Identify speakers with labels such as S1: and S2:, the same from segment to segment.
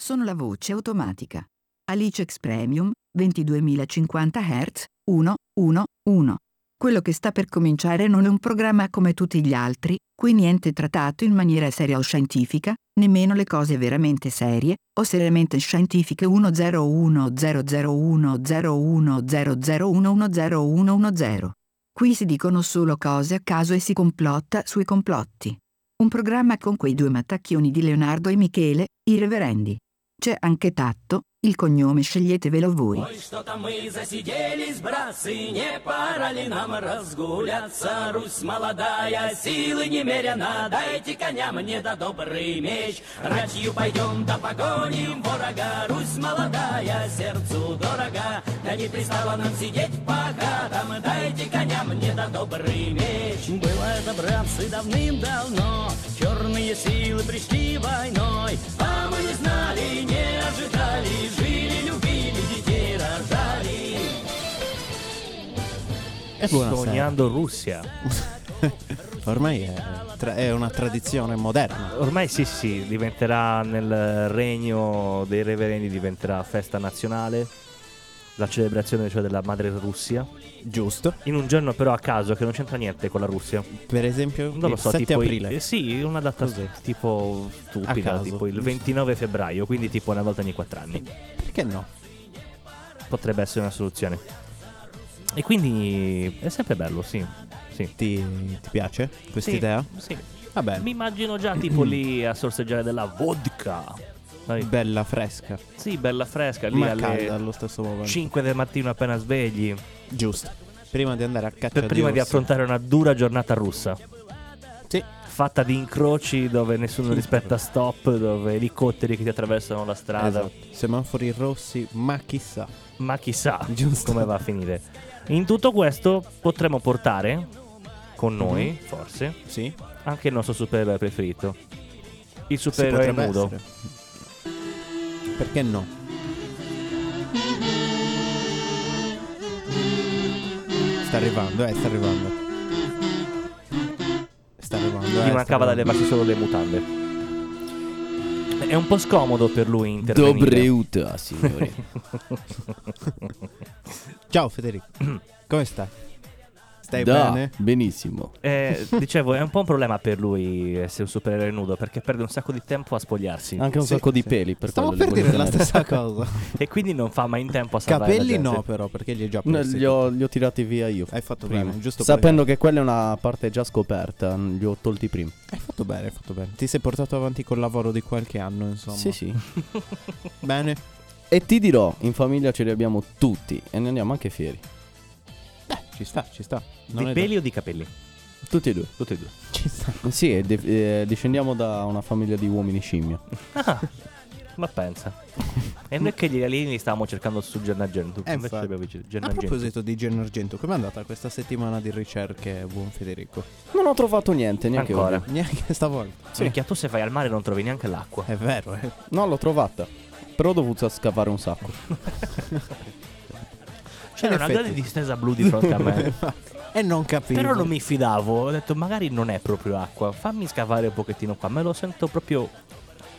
S1: sono la voce automatica. Alicex Premium 22.050 Hz 111. Quello che sta per cominciare non è un programma come tutti gli altri, qui niente trattato in maniera seria o scientifica, nemmeno le cose veramente serie o seriamente scientifiche 1010010100110110. Qui si dicono solo cose a caso e si complotta sui complotti. Un programma con quei due mattacchioni di Leonardo e Michele, i reverendi. C'è anche Tatto, il cognome sceglietevelo voi.
S2: Ой, что-то мы засиделись, братцы, не пора ли нам разгуляться? Русь молодая, силы немерена, дайте коня мне да добрый меч. Ратью пойдем да погоним врага, Русь молодая, сердцу дорога. Да не пристало нам сидеть пока, там дайте коня мне да добрый меч. Было это, братцы, давным-давно, черные силы пришли войной, а мы не знали, не ожидали, жили, любили, детей рождали.
S3: E
S4: Buonasera.
S3: Sognando Russia.
S4: Ormai è, tra- è una tradizione moderna.
S3: Ormai sì, sì, diventerà nel regno dei reverendi, diventerà festa nazionale, la celebrazione cioè della madre Russia.
S4: Giusto.
S3: In un giorno però a caso che non c'entra niente con la Russia.
S4: Per esempio,
S3: Non lo
S4: il
S3: so,
S4: 7
S3: tipo
S4: aprile.
S3: eh, sì, una data
S4: Così.
S3: tipo
S4: A
S3: stupida,
S4: caso,
S3: tipo il
S4: giusto.
S3: 29 febbraio, quindi tipo una volta ogni 4 anni.
S4: Perché no?
S3: Potrebbe essere una soluzione. E quindi è sempre bello, sì. Sì.
S4: Ti, ti piace questa
S3: Sì,
S4: idea?
S3: Sì.
S4: Vabbè,
S3: Mi immagino già tipo lì a sorseggiare della vodka. Dai.
S4: bella fresca.
S3: Sì, bella fresca, lì
S4: Ma
S3: alle
S4: calda allo stesso momento.
S3: 5 del mattino appena svegli,
S4: Giusto. Prima di andare a caccia
S3: per prima di
S4: orsi.
S3: affrontare una dura giornata russa,
S4: Sì,
S3: fatta di incroci dove nessuno rispetta stop, dove elicotteri che ti attraversano la strada,
S4: esatto. Semafori rossi, ma chissà.
S3: ma chissà
S4: Giusto.
S3: come va a finire. In tutto questo potremmo portare con
S4: Mhm.
S3: noi, forse,
S4: Sì.
S3: anche il nostro supereroe preferito, il
S4: sì,
S3: supereroe
S4: potrebbe
S3: nudo.
S4: essere. Perché no? Sta arrivando, eh, sta arrivando. Sta arrivando. eh,
S3: Gli
S4: sta
S3: mancava da
S4: arrivando.
S3: levarsi solo le mutande. È un po' scomodo per lui intervenire.
S5: Dobre utro, signori.
S4: Ciao Federico. Come stai? Stai
S5: da,
S4: bene?
S5: benissimo.
S3: Eh, dicevo, è un po' un problema per lui essere un supereroe nudo perché perde un sacco di tempo a spogliarsi
S5: Anche un
S4: Sì,
S5: sacco di
S4: sì.
S5: peli per
S4: Stavo
S5: quello
S4: per
S5: li
S4: dire
S5: voglio
S4: la
S5: tenere.
S4: stessa cosa.
S3: e quindi non fa mai in tempo a salvare
S4: Capelli
S3: la gente.
S4: no, però, perché li hai già
S5: No,
S4: persi.
S5: li, ho, li ho tirati via io.
S4: Hai fatto
S5: prima.
S4: bene, giusto
S5: Sapendo che quella è una parte già scoperta, li ho tolti prima.
S4: Hai fatto bene, hai fatto bene. Ti sei portato avanti col lavoro di qualche anno, insomma.
S5: Sì, sì.
S4: Bene.
S5: E ti dirò, in famiglia ce li abbiamo tutti e ne andiamo anche fieri.
S4: Beh, ci sta, ci sta. Non
S3: Di
S4: è
S3: peli o di capelli?
S5: Tutti e due.
S3: Tutti e due.
S4: da- Ci sta.
S5: Sì, e de- eh, discendiamo da una famiglia di uomini scimmia.
S3: Ah, ma pensa. E noi che gli alieni stavamo cercando su Gen Argento.
S4: Eh,
S3: invece
S4: infatti.
S3: abbiamo visto Gen
S4: A
S3: Argento.
S4: proposito di Gen Argento, com'è andata questa settimana di ricerche, buon Federico?
S3: Eh.
S5: Non ho trovato niente, neanche
S3: Ancora.
S5: oggi.
S4: Neanche stavolta.
S5: sì.
S3: Minchia, tu se vai al mare non trovi neanche l'acqua.
S4: È vero, eh.
S5: No, l'ho trovata. Però ho dovuto scavare un sacco.
S3: C'era
S4: in
S3: Cioè, una
S4: effetti.
S3: grande distesa blu di fronte a me.
S4: E non capivo.
S3: Però non mi fidavo, ho detto magari non è proprio acqua, fammi scavare un pochettino qua, me lo sento proprio...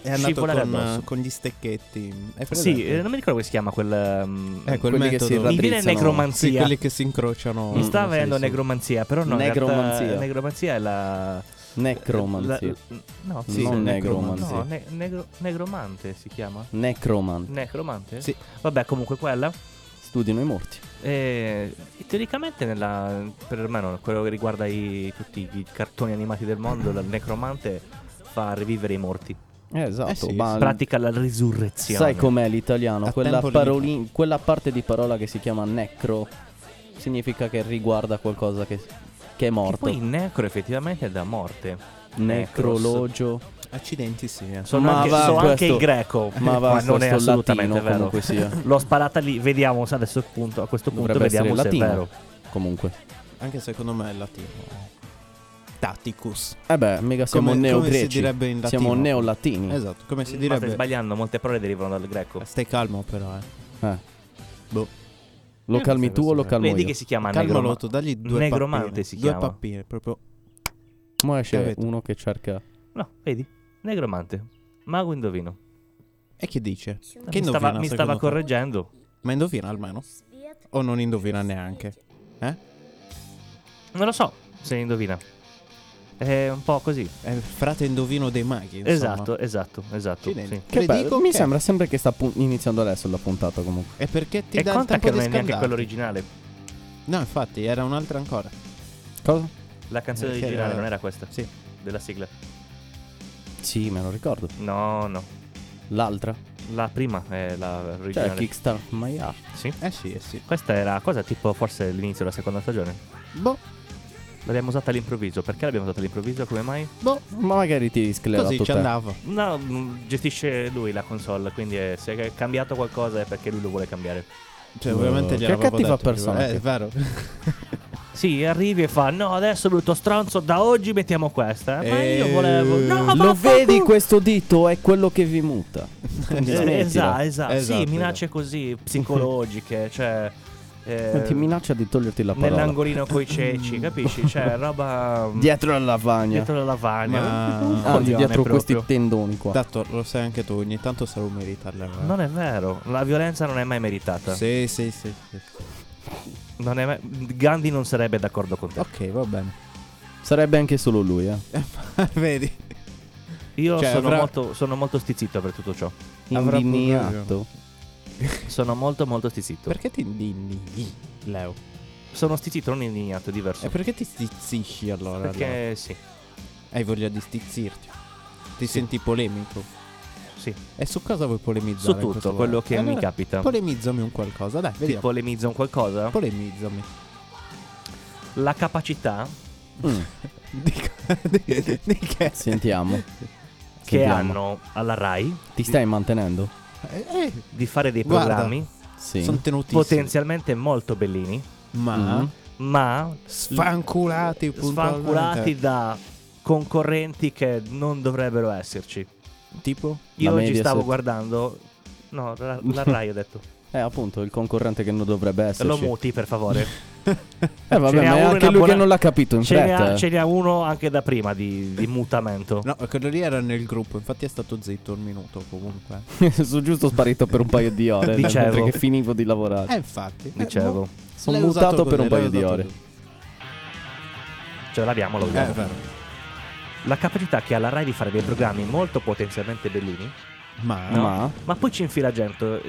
S4: È andato
S3: scivolare
S4: con,
S3: addosso.
S4: eh, con gli stecchetti. È
S3: Sì, eh, non mi ricordo come si chiama quel... ehm,
S4: Ecco, il
S5: quelli che
S4: metodo.
S5: si
S3: Mi viene
S5: raddrizzano.
S3: necromanzia.
S4: Sì, quelli che si incrociano.
S3: Mi sta
S4: Sì,
S3: venendo
S4: sì.
S3: necromanzia, però no. in realtà
S5: Necromanzia.
S3: necromanzia è la.
S5: Necromanzia.
S3: la- no,
S4: Sì,
S5: non
S4: sì,
S5: necromanzia.
S3: No, ne- negro- negromante si chiama.
S5: Necroman.
S3: Necromante?
S4: Mm. Sì.
S3: Vabbè, comunque quella.
S5: Studiano i morti.
S3: eh, teoricamente, nella, per me, no, quello che riguarda i- tutti i cartoni animati del mondo, il necromante fa rivivere i morti.
S5: Eh, esatto.
S4: Eh sì,
S5: ma
S3: Pratica la risurrezione.
S5: sai com'è l'italiano?
S4: A
S5: Quella,
S4: tempo
S5: paroli- quella parte di parola che si chiama necro significa che riguarda qualcosa che, che è
S3: Che
S5: morto.
S3: poi necro effettivamente è da morte.
S5: Necrologio.
S4: Accidenti, sì. eh.
S3: Sono
S5: Ma
S3: anche,
S5: va,
S3: so anche
S5: questo-
S3: il greco,
S5: ma va, questo
S3: Oh. non è
S5: latino,
S3: assolutamente vero.
S5: comunque sia.
S3: L'ho sparata lì, vediamo se adesso punto, a questo punto
S5: Dovrebbe essere
S3: vediamo se
S5: latino.
S3: è vero.
S5: Comunque.
S4: Anche secondo me è latino. Taticus.
S5: Eh beh, mica siamo
S4: Come- come si
S5: neogreci.
S4: direbbe in latino.
S5: Siamo neolatini.
S4: Esatto, come si
S3: Ma stai
S4: direbbe.
S3: sbagliando, molte parole derivano dal greco.
S4: Stai calmo, però, eh.
S5: Eh.
S4: Boh.
S5: Lo calmi tu o lo calmo
S3: Vedi
S5: io?
S3: che si chiama
S4: Calmalo
S3: negroma-
S4: tu, dagli due
S3: Negromante
S4: pappine.
S3: si
S4: due
S3: chiama.
S4: pappine, proprio.
S5: Mo esce
S4: Capito.
S5: uno che cerca...
S3: No, vedi? Negromante. Mago indovino.
S4: E che dice? Che
S3: mi stava, mi stava
S4: secondo te?
S3: correggendo.
S4: Ma indovina almeno? O non indovina neanche? Eh?
S3: Non lo so se indovina. È un po' così.
S4: È il frate indovino dei maghi. Insomma.
S3: Esatto, esatto, esatto.
S4: Accidenti.
S3: sì.
S5: Che
S4: Le
S5: bello,
S4: dico
S5: mi
S4: che-
S5: sembra sempre che sta pu- iniziando adesso la puntata comunque.
S4: E perché ti
S3: E
S4: dà il
S3: conta
S4: tempo
S3: che
S4: di
S3: non è neanche
S4: scaldarti?
S3: quello originale.
S4: No, infatti, era un'altra ancora.
S5: Cosa?
S3: La canzone
S4: Eh, sì,
S3: originale
S4: era-
S3: non era questa.
S4: Sì.
S3: Della sigla.
S5: Sì, me lo ricordo.
S3: No, no.
S5: L'altra?
S3: La prima è la
S5: Cioè,
S3: originale.
S5: Kickstart My Heart.
S3: Sì.
S4: Eh sì, eh sì.
S3: Questa era cosa tipo forse l'inizio della seconda stagione.
S4: Boh,
S3: L'abbiamo usata all'improvviso. Perché l'abbiamo usata all'improvviso? Come mai?
S4: boh.
S5: Ma magari ti sclera
S4: Così ci
S5: tutta.
S4: andavo.
S3: No, mh, gestisce lui la console, quindi eh, se è cambiato qualcosa è perché lui lo vuole cambiare.
S4: Cioè,
S5: Oh,
S4: veramente
S5: che
S4: gliel'avevo
S5: cattiva
S4: detto,
S5: persona
S4: Eh,
S5: che-
S4: è vero.
S3: Sì, arrivi e fa: No, adesso brutto stronzo, da oggi mettiamo questa. Eh, Ma io
S4: Eh,
S3: volevo. No,
S4: lo
S5: Lo
S3: vaffanculo!
S5: vedi questo dito? È quello che vi muta. Quindi
S3: Eh,
S5: smettila.
S3: esatto, esatto. Sì,
S4: Esatto,
S3: minacce così psicologiche, cioè. eh,
S5: Ti minaccia di toglierti la parola.
S3: nell'angolino coi ceci, capisci? Cioè, roba. mm,
S5: Dietro la lavagna.
S3: dietro la lavagna.
S4: Ma-
S3: Un
S5: Anzi,
S3: coglione
S5: dietro questi
S3: proprio.
S5: tendoni qua.
S4: Tanto lo sai anche tu, ogni tanto se lo merita. allora.
S3: Non è vero, la violenza non è mai meritata.
S4: Sì, sì, sì, sì.
S3: Non è mai- Gandhi non sarebbe d'accordo con te.
S4: Ok, va bene.
S5: Sarebbe anche solo lui, eh.
S4: Vedi?
S3: Io
S4: Cioè,
S3: sono,
S4: avrà-
S3: molto, sono molto stizzito per tutto ciò.
S4: Avrà pure
S5: Indignato.
S3: Sono molto, molto stizzito.
S4: Perché ti indigni, Leo?
S3: Sono stizzito, non indignato, è diverso.
S4: E perché ti stizzisci allora? Leo?
S3: Perché sì,
S4: Hai voglia di stizzirti? Ti senti polemico?
S3: sì.
S4: E su cosa vuoi polemizzare?
S3: Su
S4: in
S3: tutto
S4: questo
S3: quello
S4: momento?
S3: che mi
S4: Allora,
S3: capita.
S4: Polemizzami un qualcosa, dai,
S3: Ti
S4: vediamo.
S3: polemizzo un qualcosa?
S4: Polemizzami.
S3: La capacità
S5: Mm,
S4: Di, co- di- di che?
S5: sentiamo.
S3: che
S5: Sentiamo.
S3: hanno alla RAI
S5: Ti stai mantenendo?
S4: Eh, eh,
S3: di fare dei
S4: Guarda,
S3: programmi
S5: Sì.
S4: Sono tenutissimi.
S3: potenzialmente molto bellini,
S4: Ma
S5: Mm.
S3: ma
S4: sfanculati,
S3: sfanculati da concorrenti che non dovrebbero esserci.
S4: puntualmente. Tipo?
S3: Io
S5: La
S3: oggi
S5: Mediaset.
S3: stavo guardando. No, la, la Rai ho detto.
S5: Eh, appunto, il concorrente che non dovrebbe
S3: Lo
S5: esserci.
S3: muti per favore.
S5: Eh, vabbè,
S3: Ce n'è
S5: ma è
S3: uno
S5: anche
S3: in
S5: lui
S3: abbona-
S5: che non eh. l'ha capito in
S3: ce, ne ha,
S5: fretta.
S3: ce ne ha uno anche da prima di, di mutamento.
S4: No, quello lì era nel gruppo, infatti è stato zitto un minuto comunque.
S5: Sono eh. giusto sparito per un paio di ore.
S3: Dicevo.
S5: Dicevo. Perché finivo di lavorare.
S4: Eh, boh. infatti.
S3: Dicevo,
S5: Sono mutato per un paio di ore.
S3: cioè l'abbiamo, lo
S4: Eh, è
S3: vediamo.
S4: vero.
S3: La capacità che ha la Rai di fare dei programmi molto potenzialmente bellini,
S4: Ma...
S3: Eh, No.
S5: Ma
S3: ma poi ci infila gente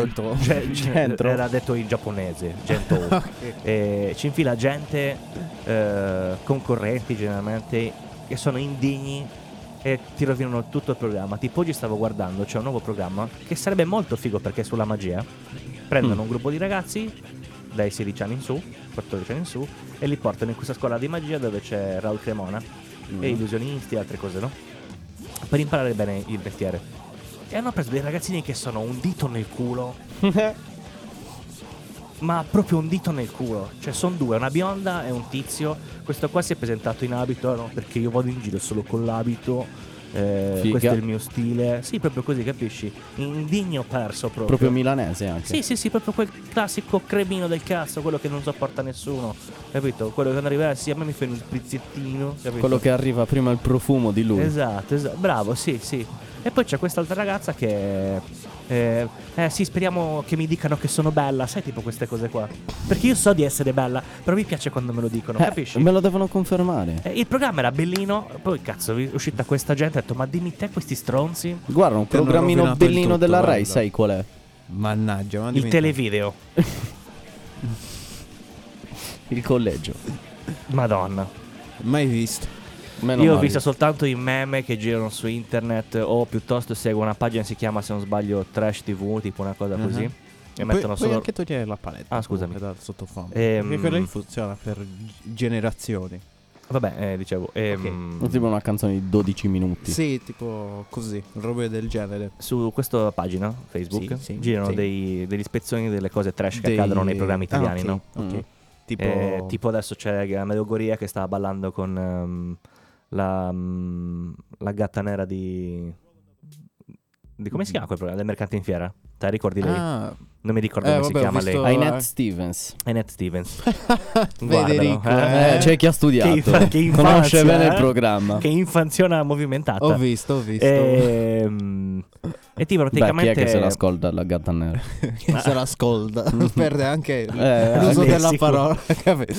S4: Gento.
S3: Ge- ge-
S5: Gentro.
S3: Cioè, Era detto in giapponese, gento. E ci infila gente, eh, concorrenti generalmente, che sono indigni e ti rovinano tutto il programma. Tipo oggi stavo guardando, c'è un nuovo programma che sarebbe molto figo perché è sulla magia. Prendono
S5: Mm.
S3: un gruppo di ragazzi dai 16 anni in su, 14 anni in su, e li portano in questa scuola di magia dove c'è Raul Cremona
S5: Mm.
S3: e illusionisti e altre cose, no? Per imparare bene il mestiere. E hanno preso dei ragazzini che sono un dito nel culo, ma proprio un dito nel culo. Cioè, sono due, una bionda e un tizio. Questo qua si è presentato in abito, no? Perché io vado in giro solo con l'abito. eh,
S5: Figa.
S3: questo è il mio stile. Sì, proprio così, capisci? Indigno perso proprio.
S5: proprio milanese anche.
S3: Sì, sì, sì, proprio quel classico cremino del cazzo, quello che non sopporta nessuno, capito? Quello che quando arriva, sì, a me mi fai un pizzettino, capito?
S5: Quello che arriva prima il profumo di lui.
S3: Esatto, esatto, bravo, sì, sì. E poi c'è quest'altra ragazza che... Eh, eh, sì, speriamo che mi dicano che sono bella, sai tipo queste cose qua. Perché io so di essere bella, però mi piace quando me lo dicono,
S5: Eh,
S3: capisci?
S5: me lo devono confermare.
S3: Eh, Il programma era bellino, poi cazzo, è uscita questa gente, ha detto, ma dimmi te questi stronzi?
S5: Guarda, un
S4: Ti hanno
S5: programmino
S4: rovinato il
S5: bellino
S4: tutto,
S5: della Rai,
S4: guarda.
S5: sai qual è?
S4: Mannaggia, ma
S3: Il
S4: dimmi-
S3: televideo.
S5: Il collegio.
S3: Madonna.
S4: Mai visto. Eh,
S5: Meno
S3: Io ho
S5: male.
S3: visto soltanto i meme che girano su internet o piuttosto seguo una pagina che si chiama, se non sbaglio, Trash TV, tipo una cosa così.
S4: Mhm. Puoi-
S3: E Eh, mettono
S4: puoi
S3: solo...
S4: anche togliere la paletta.
S3: Ah, scusami.
S4: comunque Dal sottofondo.
S3: Ehm.
S4: Perché quella lì funziona per g- generazioni.
S3: Vabbè, eh, dicevo... ehm,
S5: Tipo una canzone di 12 minuti.
S4: Sì, tipo così, robe del genere.
S3: Su questa pagina Facebook
S4: Sì, sì,
S3: girano
S4: sì.
S3: dei- degli spezzoni delle cose trash che
S4: Dei-
S3: accadono nei programmi
S4: Ah,
S3: italiani,
S4: ok,
S3: no?
S4: ok.
S5: Mm.
S4: Tipo...
S3: Eh, tipo adesso c'è la Melogoria che stava ballando con ehm, la,
S4: Mm.
S3: mm, la gatta nera di... di... Come si chiama quel programma? Del mercante in fiera? Te ricordi lei?
S4: Ah,
S3: Non mi ricordo
S4: Eh,
S3: come si
S4: vabbè, ho
S3: chiama
S4: visto-
S3: lei.
S5: Ainette Stevens.
S3: Annette Stevens.
S4: Federico,
S3: Guardalo,
S4: eh.
S5: Eh, c'è chi ha studiato.
S3: Che infa- che infanzia,
S5: Conosce bene il
S3: eh?
S5: programma.
S3: Che infanziona movimentata.
S4: ho visto, ho visto.
S3: Ehm, E tipo
S5: Beh, chi
S3: praticamente
S5: è che se l'ascolta la gatta nera?
S4: Che se la scolda.
S3: Mm.
S4: Perde anche
S5: Eh,
S4: l'uso
S3: anche-
S4: della
S3: sì.
S4: parola. capito?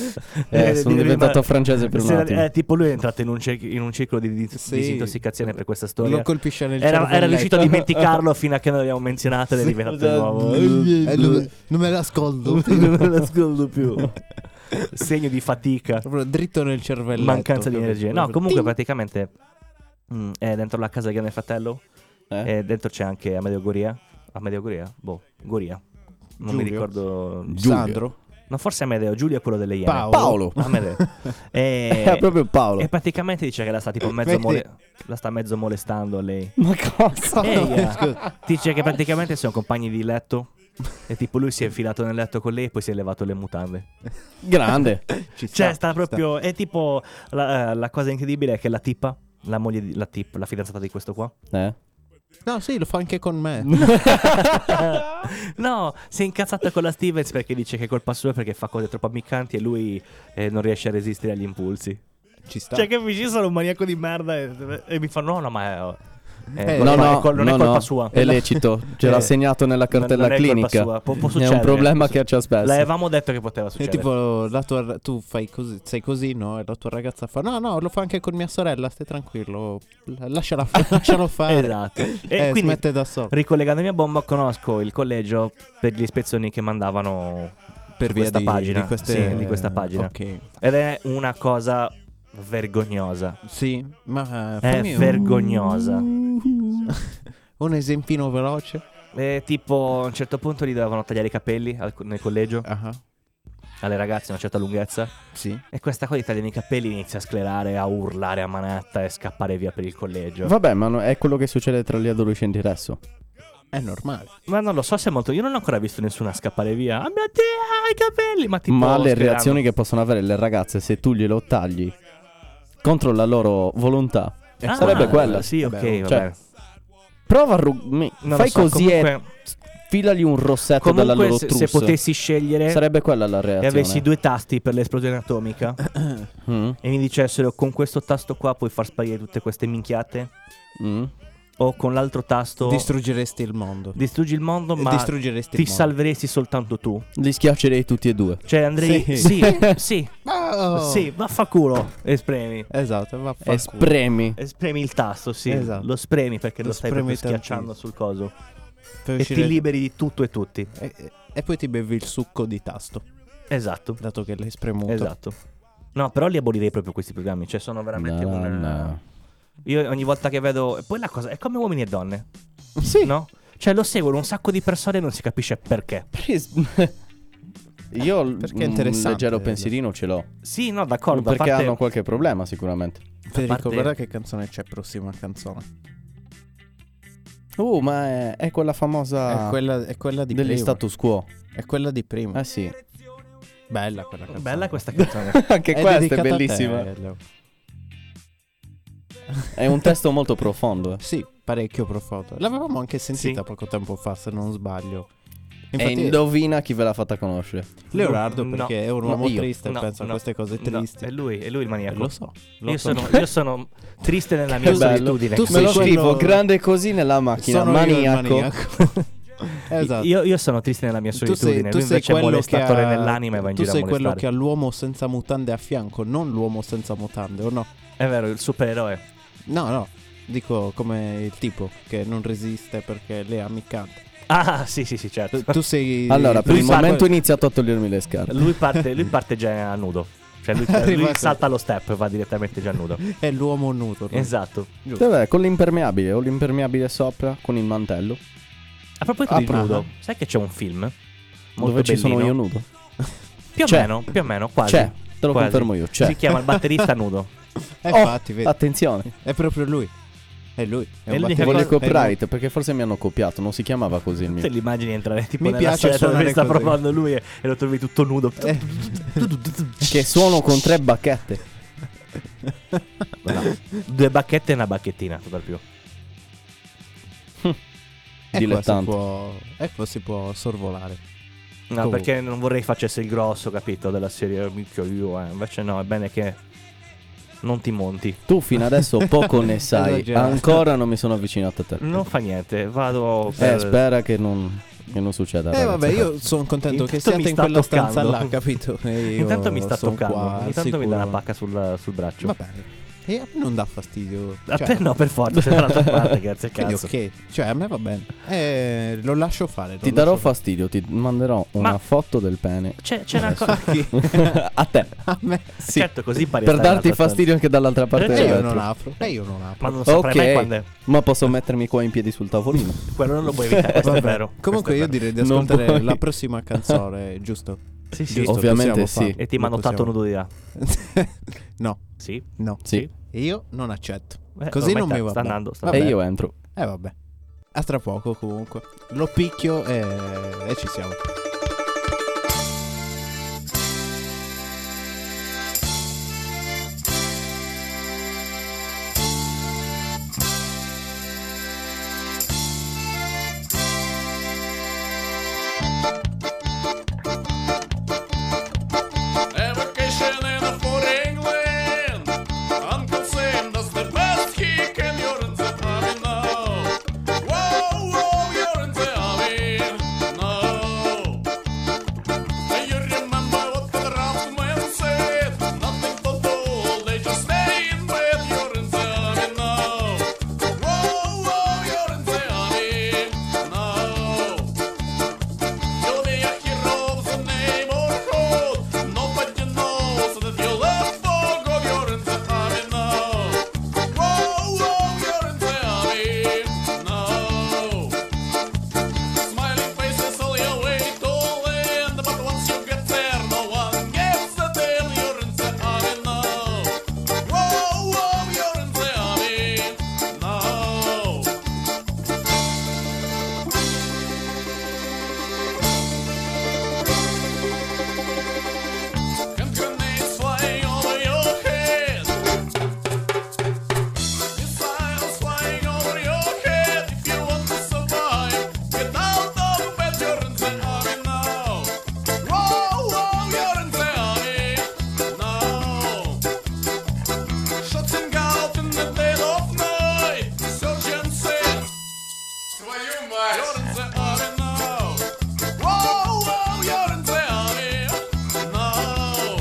S5: Eh, sono
S3: di-
S5: diventato
S3: ma-
S5: francese per un
S3: se-
S5: attimo.
S3: eh, tipo lui è entrato in un, cer- in un circolo di, di-
S4: Sì.
S3: disintossicazione per questa storia.
S4: Lo colpisce nel
S3: era, era
S4: cervelletto.
S3: riuscito a dimenticarlo fino a che non l'abbiamo menzionato ed è diventato di nuovo.
S4: Eh, non, non me l'ascolto.
S3: non l'ascolto più. Segno di fatica,
S4: Proprio dritto nel cervello.
S3: mancanza di energia. No, comunque praticamente mm, è dentro la casa del grande fratello
S5: Eh?
S3: e dentro c'è anche Amedeo Goria. Amedeo Goria? Boh, Goria. Non mi
S4: Giulio.
S3: ricordo.
S4: Sandro.
S3: No, forse Amedeo, Giulio è quello delle Iene.
S4: Paolo.
S5: Paolo.
S3: Amedeo. e...
S5: È Eh, proprio Paolo.
S3: E praticamente dice che la sta tipo mezzo
S4: Vedi?
S3: mole- la sta mezzo molestando lei.
S5: Ma cosa?
S3: Ehi, eh.
S4: scusa.
S3: Dice che praticamente sono compagni di letto. E tipo lui si è infilato nel letto con lei e poi si è levato le mutande.
S5: Grande.
S4: Ci sta,
S3: Cioè, sta proprio. È tipo. La, eh, la cosa incredibile è che la tipa, la moglie di. La tip, la fidanzata di questo qua.
S5: Eh?
S4: No, sì, lo fa anche con me.
S3: no, si è incazzata con la Stevens perché dice che è colpa sua perché fa cose troppo ammiccanti e lui eh, non riesce a resistere agli impulsi.
S4: Ci sta.
S3: Cioè, che io sono un maniaco di merda e, e mi fa: no, no, ma. È,
S4: Eh,
S3: è colpa-
S5: No, no,
S3: è col- non
S5: no,
S3: è colpa
S5: no,
S3: sua.
S5: È lecito. Ce
S3: Eh.
S5: l'ha segnato nella cartella
S3: Non- non è colpa
S5: clinica.
S3: sua, può- può
S5: è
S3: succedere.
S5: un problema che c'è spesso.
S3: L'avevamo detto che poteva
S4: È
S3: succedere.
S4: tipo, la tua, tu fai così, sei così, no? E la tua ragazza fa, no, no, lo fa anche con mia sorella, stai tranquillo, la- lasciala fa- lascialo fare.
S3: Esatto. E
S4: Eh,
S3: quindi,
S4: smette da solo.
S3: ricollegandomi a bomba, conosco il collegio per gli ispezioni che mandavano per questa pagina. Sì, di questa pagina.
S4: Ok.
S3: Ed è una cosa vergognosa.
S4: Sì, ma eh,
S3: È
S4: fammi un-
S3: vergognosa.
S4: Un esempino veloce.
S3: E tipo, a un certo punto gli dovevano tagliare i capelli al- nel collegio
S4: Ah,
S3: alle ragazze a una certa lunghezza.
S4: sì.
S3: E questa qua gli tagliano i capelli, inizia a sclerare, a urlare a manetta e scappare via per il collegio.
S5: Vabbè, ma no- è quello che succede tra gli adolescenti adesso.
S4: È normale.
S3: Ma non lo so se è molto. Io non ho ancora visto nessuna scappare via. Ah, mio Dio, i capelli! Ma tipo.
S5: ma le
S3: sclerando.
S5: reazioni che possono avere le ragazze se tu glielo tagli contro la loro volontà.
S3: Ah,
S5: eh, sarebbe quella.
S3: Sì, ok,
S4: Vabbè,
S3: vabbè.
S5: cioè, Prova a ru- mi-
S3: Non lo
S5: Fai
S3: so,
S5: così
S3: comunque,
S5: e filagli un rossetto dalla
S3: comunque
S5: loro
S3: se,
S5: trussa.
S3: se potessi scegliere
S5: Sarebbe quella la reazione.
S3: e avessi due tasti per l'esplosione atomica
S5: Mm,
S3: e mi dicessero con questo tasto qua puoi far sparire tutte queste minchiate
S5: mm.
S3: o con l'altro tasto
S4: Distruggeresti il mondo.
S3: distruggi il mondo ma
S4: Distruggeresti
S3: ti
S4: il mondo.
S3: salveresti soltanto tu.
S5: Li schiaccerei tutti e due.
S3: Cioè andrei
S4: Sì.
S3: sì, sì,
S4: Oh!
S3: sì, vaffanculo e spremi.
S4: Esatto, va
S5: E spremi.
S3: E spremi il tasto, sì,
S4: Esatto.
S3: lo spremi perché lo,
S4: Lo
S3: stai
S4: spremi
S3: proprio schiacciando
S4: tantissimo.
S3: sul coso e ti liberi di tutto e tutti.
S4: E, e poi ti bevi il succo di tasto,
S3: Esatto.
S4: dato che l'hai spremuto.
S3: Esatto. No, però li abolirei proprio questi programmi, cioè sono veramente
S5: No,
S3: un
S5: no.
S3: Io ogni volta che vedo e poi la cosa è come uomini e donne. No? Cioè lo seguono un sacco di persone e non si capisce perché.
S5: Io l-
S4: Perché è
S5: un
S4: interessante,
S5: leggero
S4: esatto.
S5: pensierino ce l'ho.
S3: Sì, no, d'accordo,
S5: perché
S3: a parte
S5: hanno qualche problema sicuramente.
S4: Federico,
S3: A parte-
S4: guarda che canzone c'è prossima canzone.
S5: Uh, ma è, è quella famosa
S4: È, quella, è quella di
S5: degli
S4: prima.
S5: status quo.
S4: È quella di prima.
S5: Eh sì.
S4: Bella quella canzone.
S3: bella questa
S5: Esatto.
S3: canzone.
S5: Anche questa è bellissima. È un testo molto profondo. eh.
S4: Sì, parecchio profondo. L'avevamo anche sentita
S3: Sì.
S4: poco tempo fa, se non sbaglio.
S5: E
S4: Infatti,
S5: indovina chi ve l'ha fatta conoscere.
S4: Leonardo,
S3: No,
S4: perché è un
S5: no,
S4: uomo
S5: io.
S4: triste,
S3: No,
S4: pensa
S3: no,
S4: a queste cose
S3: No,
S4: tristi.
S3: è lui, è lui il
S5: Eh,
S3: maniaco.
S4: Lo so. lo
S3: io,
S4: so.
S3: sono, io sono triste nella mia
S5: Che bello.
S3: solitudine.
S4: Tu
S5: Me
S4: sei
S5: lo
S4: quello-
S5: scrivo grande così nella macchina.
S4: Sono io il
S5: maniaco.
S4: maniaco. esatto.
S3: io, io sono triste nella mia solitudine. Lui invece è molestatore nell'anima e va in
S4: tu
S3: giro a
S4: sei quello
S3: molestare.
S4: che ha l'uomo senza mutande a fianco, non l'uomo senza mutande, o no?
S3: È vero, il supereroe.
S4: No, no, dico come il tipo che non resiste perché lei è ammiccante.
S3: Ah, sì, sì, sì, certo.
S4: Tu, tu sei...
S5: Allora, per
S4: tu
S5: il
S4: sei
S5: momento ho
S4: quello-
S5: iniziato a togliermi le scarpe.
S3: Lui parte, lui parte già nudo. Cioè lui,
S4: Arriva-
S3: lui salta lo step e va direttamente già nudo.
S4: È l'uomo nudo. no?
S3: Esatto.
S5: Vabbè, con l'impermeabile, ho l'impermeabile sopra, con il mantello.
S3: A proposito
S5: Ah,
S3: di
S5: proprio.
S3: nudo, sai che c'è un film? Molto
S5: dove ci sono io
S3: bellino?
S5: nudo.
S3: Più o
S5: C'è.
S3: meno, più o meno, quasi.
S5: C'è, te lo
S3: Quasi.
S5: confermo io, c'è.
S3: Si chiama Il batterista nudo.
S4: Eh,
S5: Oh,
S4: infatti, vedi,
S5: Attenzione,
S4: è proprio lui. È lui. È
S3: È
S4: un
S3: l'unica
S4: batterista.
S5: voglio il
S3: cosa-
S5: copyright perché forse mi hanno copiato, non si chiamava così il
S3: Te
S5: mio.
S3: li immagini entrare tipo
S4: Mi
S3: nella
S4: piace
S3: sala dove
S4: suonare
S3: sta
S4: così.
S3: provando lui e, e lo trovi tutto nudo.
S4: Eh,
S5: Che suono con tre bacchette.
S3: Due bacchette e una bacchettina, per più.
S4: E qua, si
S5: dilettante.
S4: può, e qua si può sorvolare.
S3: No,
S4: Comunque.
S3: perché non vorrei facesse il grosso, capito, della serie minchio io, eh. Invece no, è bene che non ti monti.
S5: Tu fino adesso poco ne sai,
S4: Esagerato.
S5: ancora non mi sono avvicinato a te.
S3: Non fa niente, vado
S5: Eh,
S3: per-
S5: spera che non, che non succeda.
S4: Eh
S5: ragazzi.
S4: vabbè, io sono contento
S3: Intanto
S4: che siate
S3: mi
S4: in
S3: sta
S4: quella stanza
S3: toccando.
S4: là, capito? E io
S3: Intanto mi sta
S4: son
S3: toccando,
S4: qua, al
S3: intanto mi dà una
S4: sicuro.
S3: pacca sul, sul braccio.
S4: Va bene. E a me non dà fastidio.
S3: A
S4: Cioè,
S3: te no, per forza, sei dall'altra parte, grazie al
S4: Quindi
S3: cazzo.
S4: ok, cioè a me va bene. Eh, lo lascio fare. lo
S5: Ti darò
S4: lascio
S5: fastidio, ti manderò una
S3: Ma-
S5: foto del pene.
S3: C'è, c'è
S4: Eh,
S3: una cosa...
S4: fare. Chi?
S5: a te.
S4: a me.
S5: Sì.
S3: Certo, così impari a
S5: Per
S3: stare
S5: darti
S3: dall'altra
S5: fastidio anche dall'altra parte
S3: Eh,
S4: E
S5: del
S4: io
S3: certo.
S4: non
S5: vetro.
S4: apro. E io non
S3: parte. Ma
S4: apro.
S3: non saprei mai
S5: Ok.
S3: quando è...
S5: Ma posso mettermi qua in piedi sul tavolino.
S3: Quello non lo puoi evitare, questo è
S4: Vabbè.
S3: vero.
S4: Comunque io
S3: questo è
S4: direi di
S5: Non
S4: ascoltare
S5: puoi.
S4: la prossima canzone, giusto?
S3: vero. Sì, sì.
S4: Giusto,
S5: Ovviamente
S4: possiamo
S5: sì.
S4: farlo.
S3: E ti mando
S4: Possiamo.
S3: tanto nudo di là.
S4: no,
S3: Sì.
S4: no.
S5: Sì.
S4: Io non accetto.
S3: Eh,
S4: Così
S3: ormai
S4: non
S3: sta-
S4: mi va
S3: Sta
S4: bene.
S3: andando, sta
S4: Va
S5: E
S3: andando.
S5: io entro.
S4: E vabbè. A tra poco comunque. Lo picchio e, e ci siamo.
S6: A vacation in a foreign land. Uncle Sam does the best he can. You're in the army now. Whoa, whoa, you're in the army now. Do you remember what the draft man said? Nothing to do, they just stay in bed. You're in the army now. Whoa, whoa, you're in the army now. You'll be a hero of the name or code. Nobody knows that you left for God. You're in the army now. Whoa, whoa, you're in the army now. Smiling faces all your way to land, but once you get there, no one gets the deal. You're in the army now. Whoa, whoa, you're in the army now. And grenades flying over your head. Missiles flying over your head. If you want to survive, get out of bed. You're in the army now. Whoa, whoa, you're in the army now. Shutting out in the dead of night. Surgeon said. Твою мать! You're in the army now. Whoa, whoa, you're in the army now.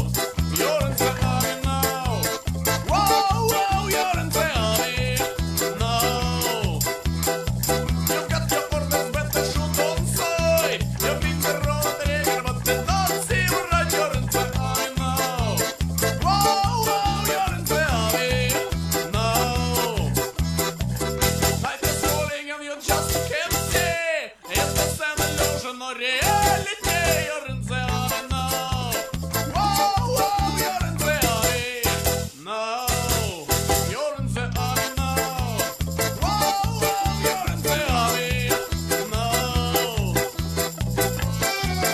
S6: You're in the army now. Whoa, whoa, you're in the army now. You've got your orders, but they shoot on sight. You've been the wrong trigger, but they don't seem right. You're in the army now. Whoa, whoa, you're in the army now. Life is falling and you just can't see. It's an illusion or reality. You're in the army now. Whoa, whoa, you're in the army now. You're in the army now. Whoa, whoa, you're in the army now. In the army, you're in the army now. You're in the army, in the army now.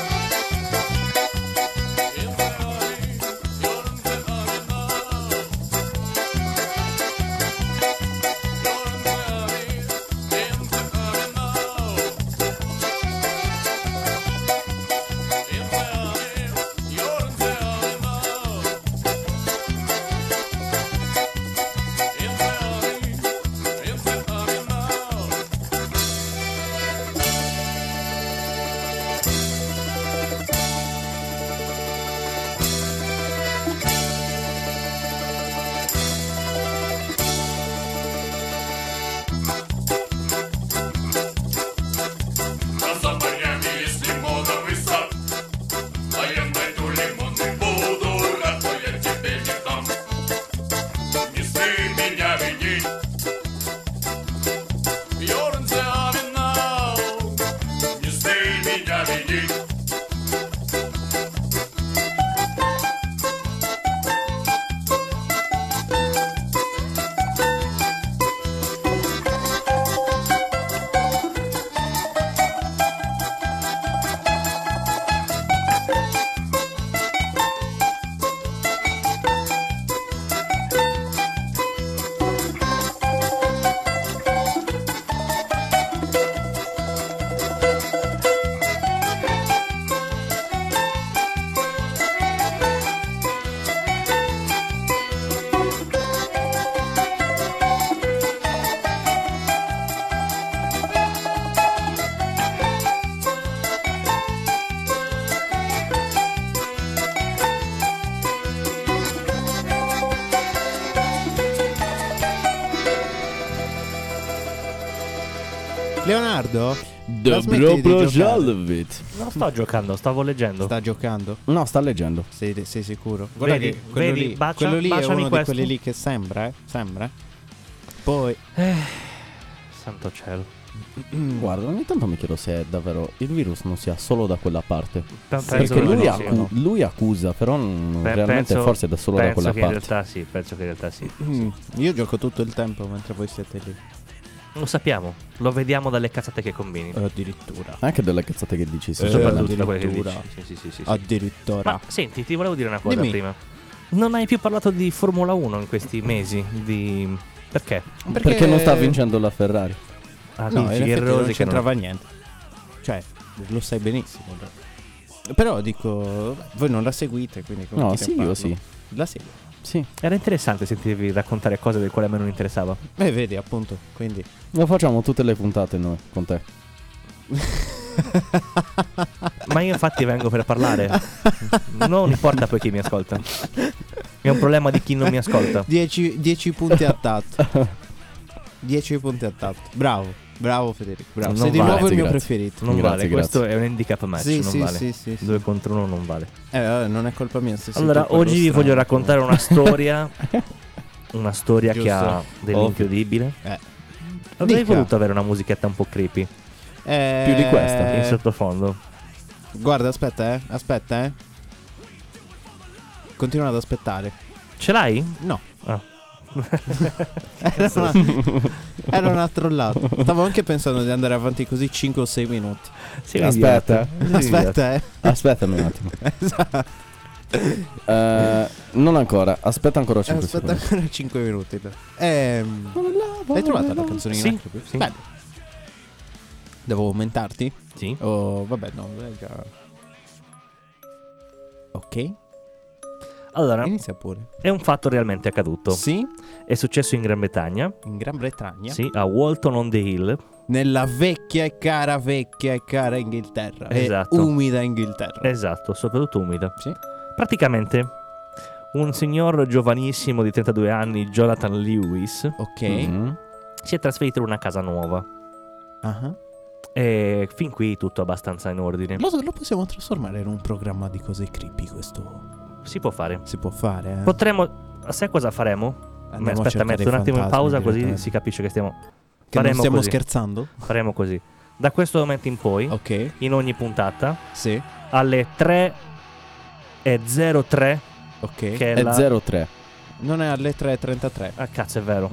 S4: Leonardo? la smetti di
S5: Dobro
S4: giocare?
S5: Jalovic.
S3: Non sto giocando, stavo leggendo.
S4: Sta giocando?
S5: No, sta leggendo.
S4: Sei, sei sicuro?
S3: Vedi,
S4: che quello
S3: vedi,
S4: lì,
S3: bacia-
S4: quello lì è
S3: baciami
S4: uno
S3: questo.
S4: di quelli lì che sembra, eh? Sembra. eh. Poi,
S3: Santo cielo.
S4: Mm.
S5: Guarda, ogni tanto mi chiedo se è davvero il virus non sia solo da quella parte.
S3: Pe-
S5: Perché
S3: proprio
S5: lui,
S3: di
S5: accu-
S3: no.
S5: lui accusa, però non-
S3: Pe-
S5: realmente
S3: penso-
S5: forse è da solo da
S3: penso
S5: quella
S3: che
S5: parte.
S3: In realtà sì, penso che in realtà sì.
S4: mm, io gioco tutto il tempo mentre voi siete lì.
S3: Lo sappiamo, lo vediamo dalle cazzate che combini.
S4: Eh, Addirittura.
S5: Anche delle cazzate che dici, sì,
S4: Eh,
S3: Soprattutto da quelle che
S4: addirittura.
S3: dici. Sì, sì, sì, sì, sì.
S4: Addirittura.
S3: Ma senti, ti volevo dire una cosa
S4: Dimmi.
S3: prima. Non hai più parlato di Formula 1 in questi mesi. Di... Perché?
S5: Perché... non sta vincendo la Ferrari?
S3: Ah,
S4: No,
S3: dici
S4: in
S3: che
S4: effetti
S3: Rossi
S4: non
S3: che
S4: c'entrava niente. Cioè, lo sai benissimo. in realtà. Però dico, voi non la seguite, quindi come
S5: No,
S4: chi ne
S5: sì, io
S4: parlo?
S5: sì.
S4: La seguo.
S5: Sì.
S3: Era interessante sentirvi raccontare cose del quale a me non interessava.
S4: Eh, vedi, appunto, quindi...
S5: Lo facciamo tutte le puntate noi con te.
S3: Ma io infatti vengo per parlare. Non importa poi chi mi ascolta. È un problema di chi non mi ascolta.
S4: 10, punti a tatto. 10 punti a tatto. Bravo, bravo Federico. Bravo.
S3: Non
S4: Sei di
S3: vale,
S4: nuovo il mio
S5: grazie.
S4: preferito.
S3: Non
S5: Grazie,
S3: vale,
S5: grazie.
S3: questo è un handicap match,
S4: Sì,
S3: non
S4: sì,
S3: vale.
S4: sì, sì, sì.
S3: 2 contro 1 non vale.
S4: Eh, vabbè, non è colpa mia se sei tu
S3: Allora,
S4: quello
S3: oggi vi
S4: strano.
S3: voglio raccontare una storia. una storia che ha dell'incredibile.
S4: Eh.
S3: Avrei
S4: Dica.
S3: voluto avere una musichetta un po' creepy
S4: Eh,
S5: Più di questa,
S3: in sottofondo.
S4: Guarda, aspetta, eh. Aspetta, eh. Continua ad aspettare.
S3: Ce l'hai?
S4: No.
S3: Ah.
S4: Era una, era una trollata. Stavo anche pensando di andare avanti così 5 o 6 minuti.
S3: Sì,
S5: Aspetta.
S4: Aspetta, eh.
S5: Aspettami un attimo.
S3: Esatto.
S5: Eh, non ancora, aspetta ancora 5
S4: Aspetta
S5: secondi.
S4: ancora 5 minuti. dai. Ehm, hai trovato la canzone in
S3: Sì,
S4: anche?
S3: sì.
S4: Bello. Devo aumentarti?
S3: Sì.
S4: Oh, vabbè, no, è già. Ok,
S3: Allora,
S4: inizia pure.
S3: è un fatto realmente accaduto.
S4: Sì,
S3: È successo in Gran Bretagna,
S4: in Gran Bretagna.
S3: sì, a Walton on the Hill.
S4: Nella vecchia e cara, vecchia e cara Inghilterra. E
S3: Esatto.
S4: umida Inghilterra.
S3: Esatto, soprattutto umida.
S4: Sì.
S3: Praticamente un signor giovanissimo di 32 anni, Jonathan Lewis,
S4: Ok.
S3: Mm-hmm.
S5: Mhm.
S3: si è trasferito in una casa nuova.
S4: Ah.
S3: E fin qui tutto abbastanza in ordine.
S4: Lo, lo possiamo trasformare in un programma di cose creepy. Questo
S3: Si può fare.
S4: si può fare. Eh?
S3: Potremmo. Sai cosa faremo?
S4: Andiamo a
S3: Aspetta,
S4: cercare
S3: metto
S4: i
S3: un attimo in
S4: fantasmi
S3: pausa così
S4: direttamente.
S3: si capisce che stiamo.
S4: Che non
S3: faremo
S4: stiamo
S3: così.
S4: scherzando?
S3: Faremo così. Da questo momento in poi,
S4: Ok,
S3: in ogni puntata,
S4: sì.
S3: alle 3.03,
S4: Ok.
S3: che è
S5: È
S3: la.
S5: 0-3.
S4: Non è alle 3.33.
S3: Ah, cazzo, è vero.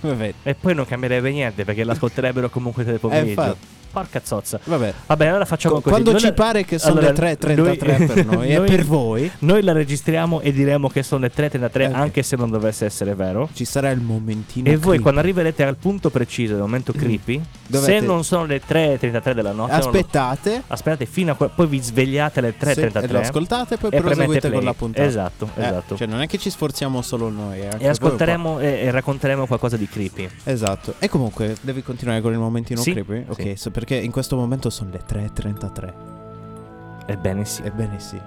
S4: Vabbè,
S3: E poi non cambierebbe niente perché l'ascolterebbero comunque del pomeriggio.
S4: Eh, infatti.
S3: Porca zozza.
S4: vabbè.
S3: Vabbè, allora facciamo
S4: Co-
S3: così.
S4: Quando
S3: Noi
S4: ci
S3: la-
S4: pare che sono
S3: allora,
S4: le 3.33 per noi e
S3: noi-
S4: per voi,
S3: Noi la registriamo e diremo che sono le 3.33,
S4: Ok.
S3: anche se non dovesse essere vero.
S4: ci sarà il momentino.
S3: E voi
S4: creepy.
S3: quando arriverete al punto preciso del momento creepy,
S4: Mm. Dovete-
S3: se non sono le 3.33 della notte, non lo-
S4: aspettate,
S3: aspettate fino a que- poi vi svegliate alle
S4: se- e
S3: 3.33
S4: lo ascoltate, poi
S3: e premete
S4: proseguite
S3: play.
S4: con la puntata.
S3: Esatto,
S4: Eh,
S3: esatto.
S4: Cioè, non è che ci sforziamo solo noi. eh, anche
S3: e
S4: voi
S3: ascolteremo e, e racconteremo qualcosa di creepy.
S4: un po'. Esatto. E comunque, devi continuare con il momentino
S3: Sì,
S4: creepy? Ok,
S3: sì.
S4: so- perché in questo momento sono le 3.33.
S3: Ebbene sì.
S4: Ebbene sì.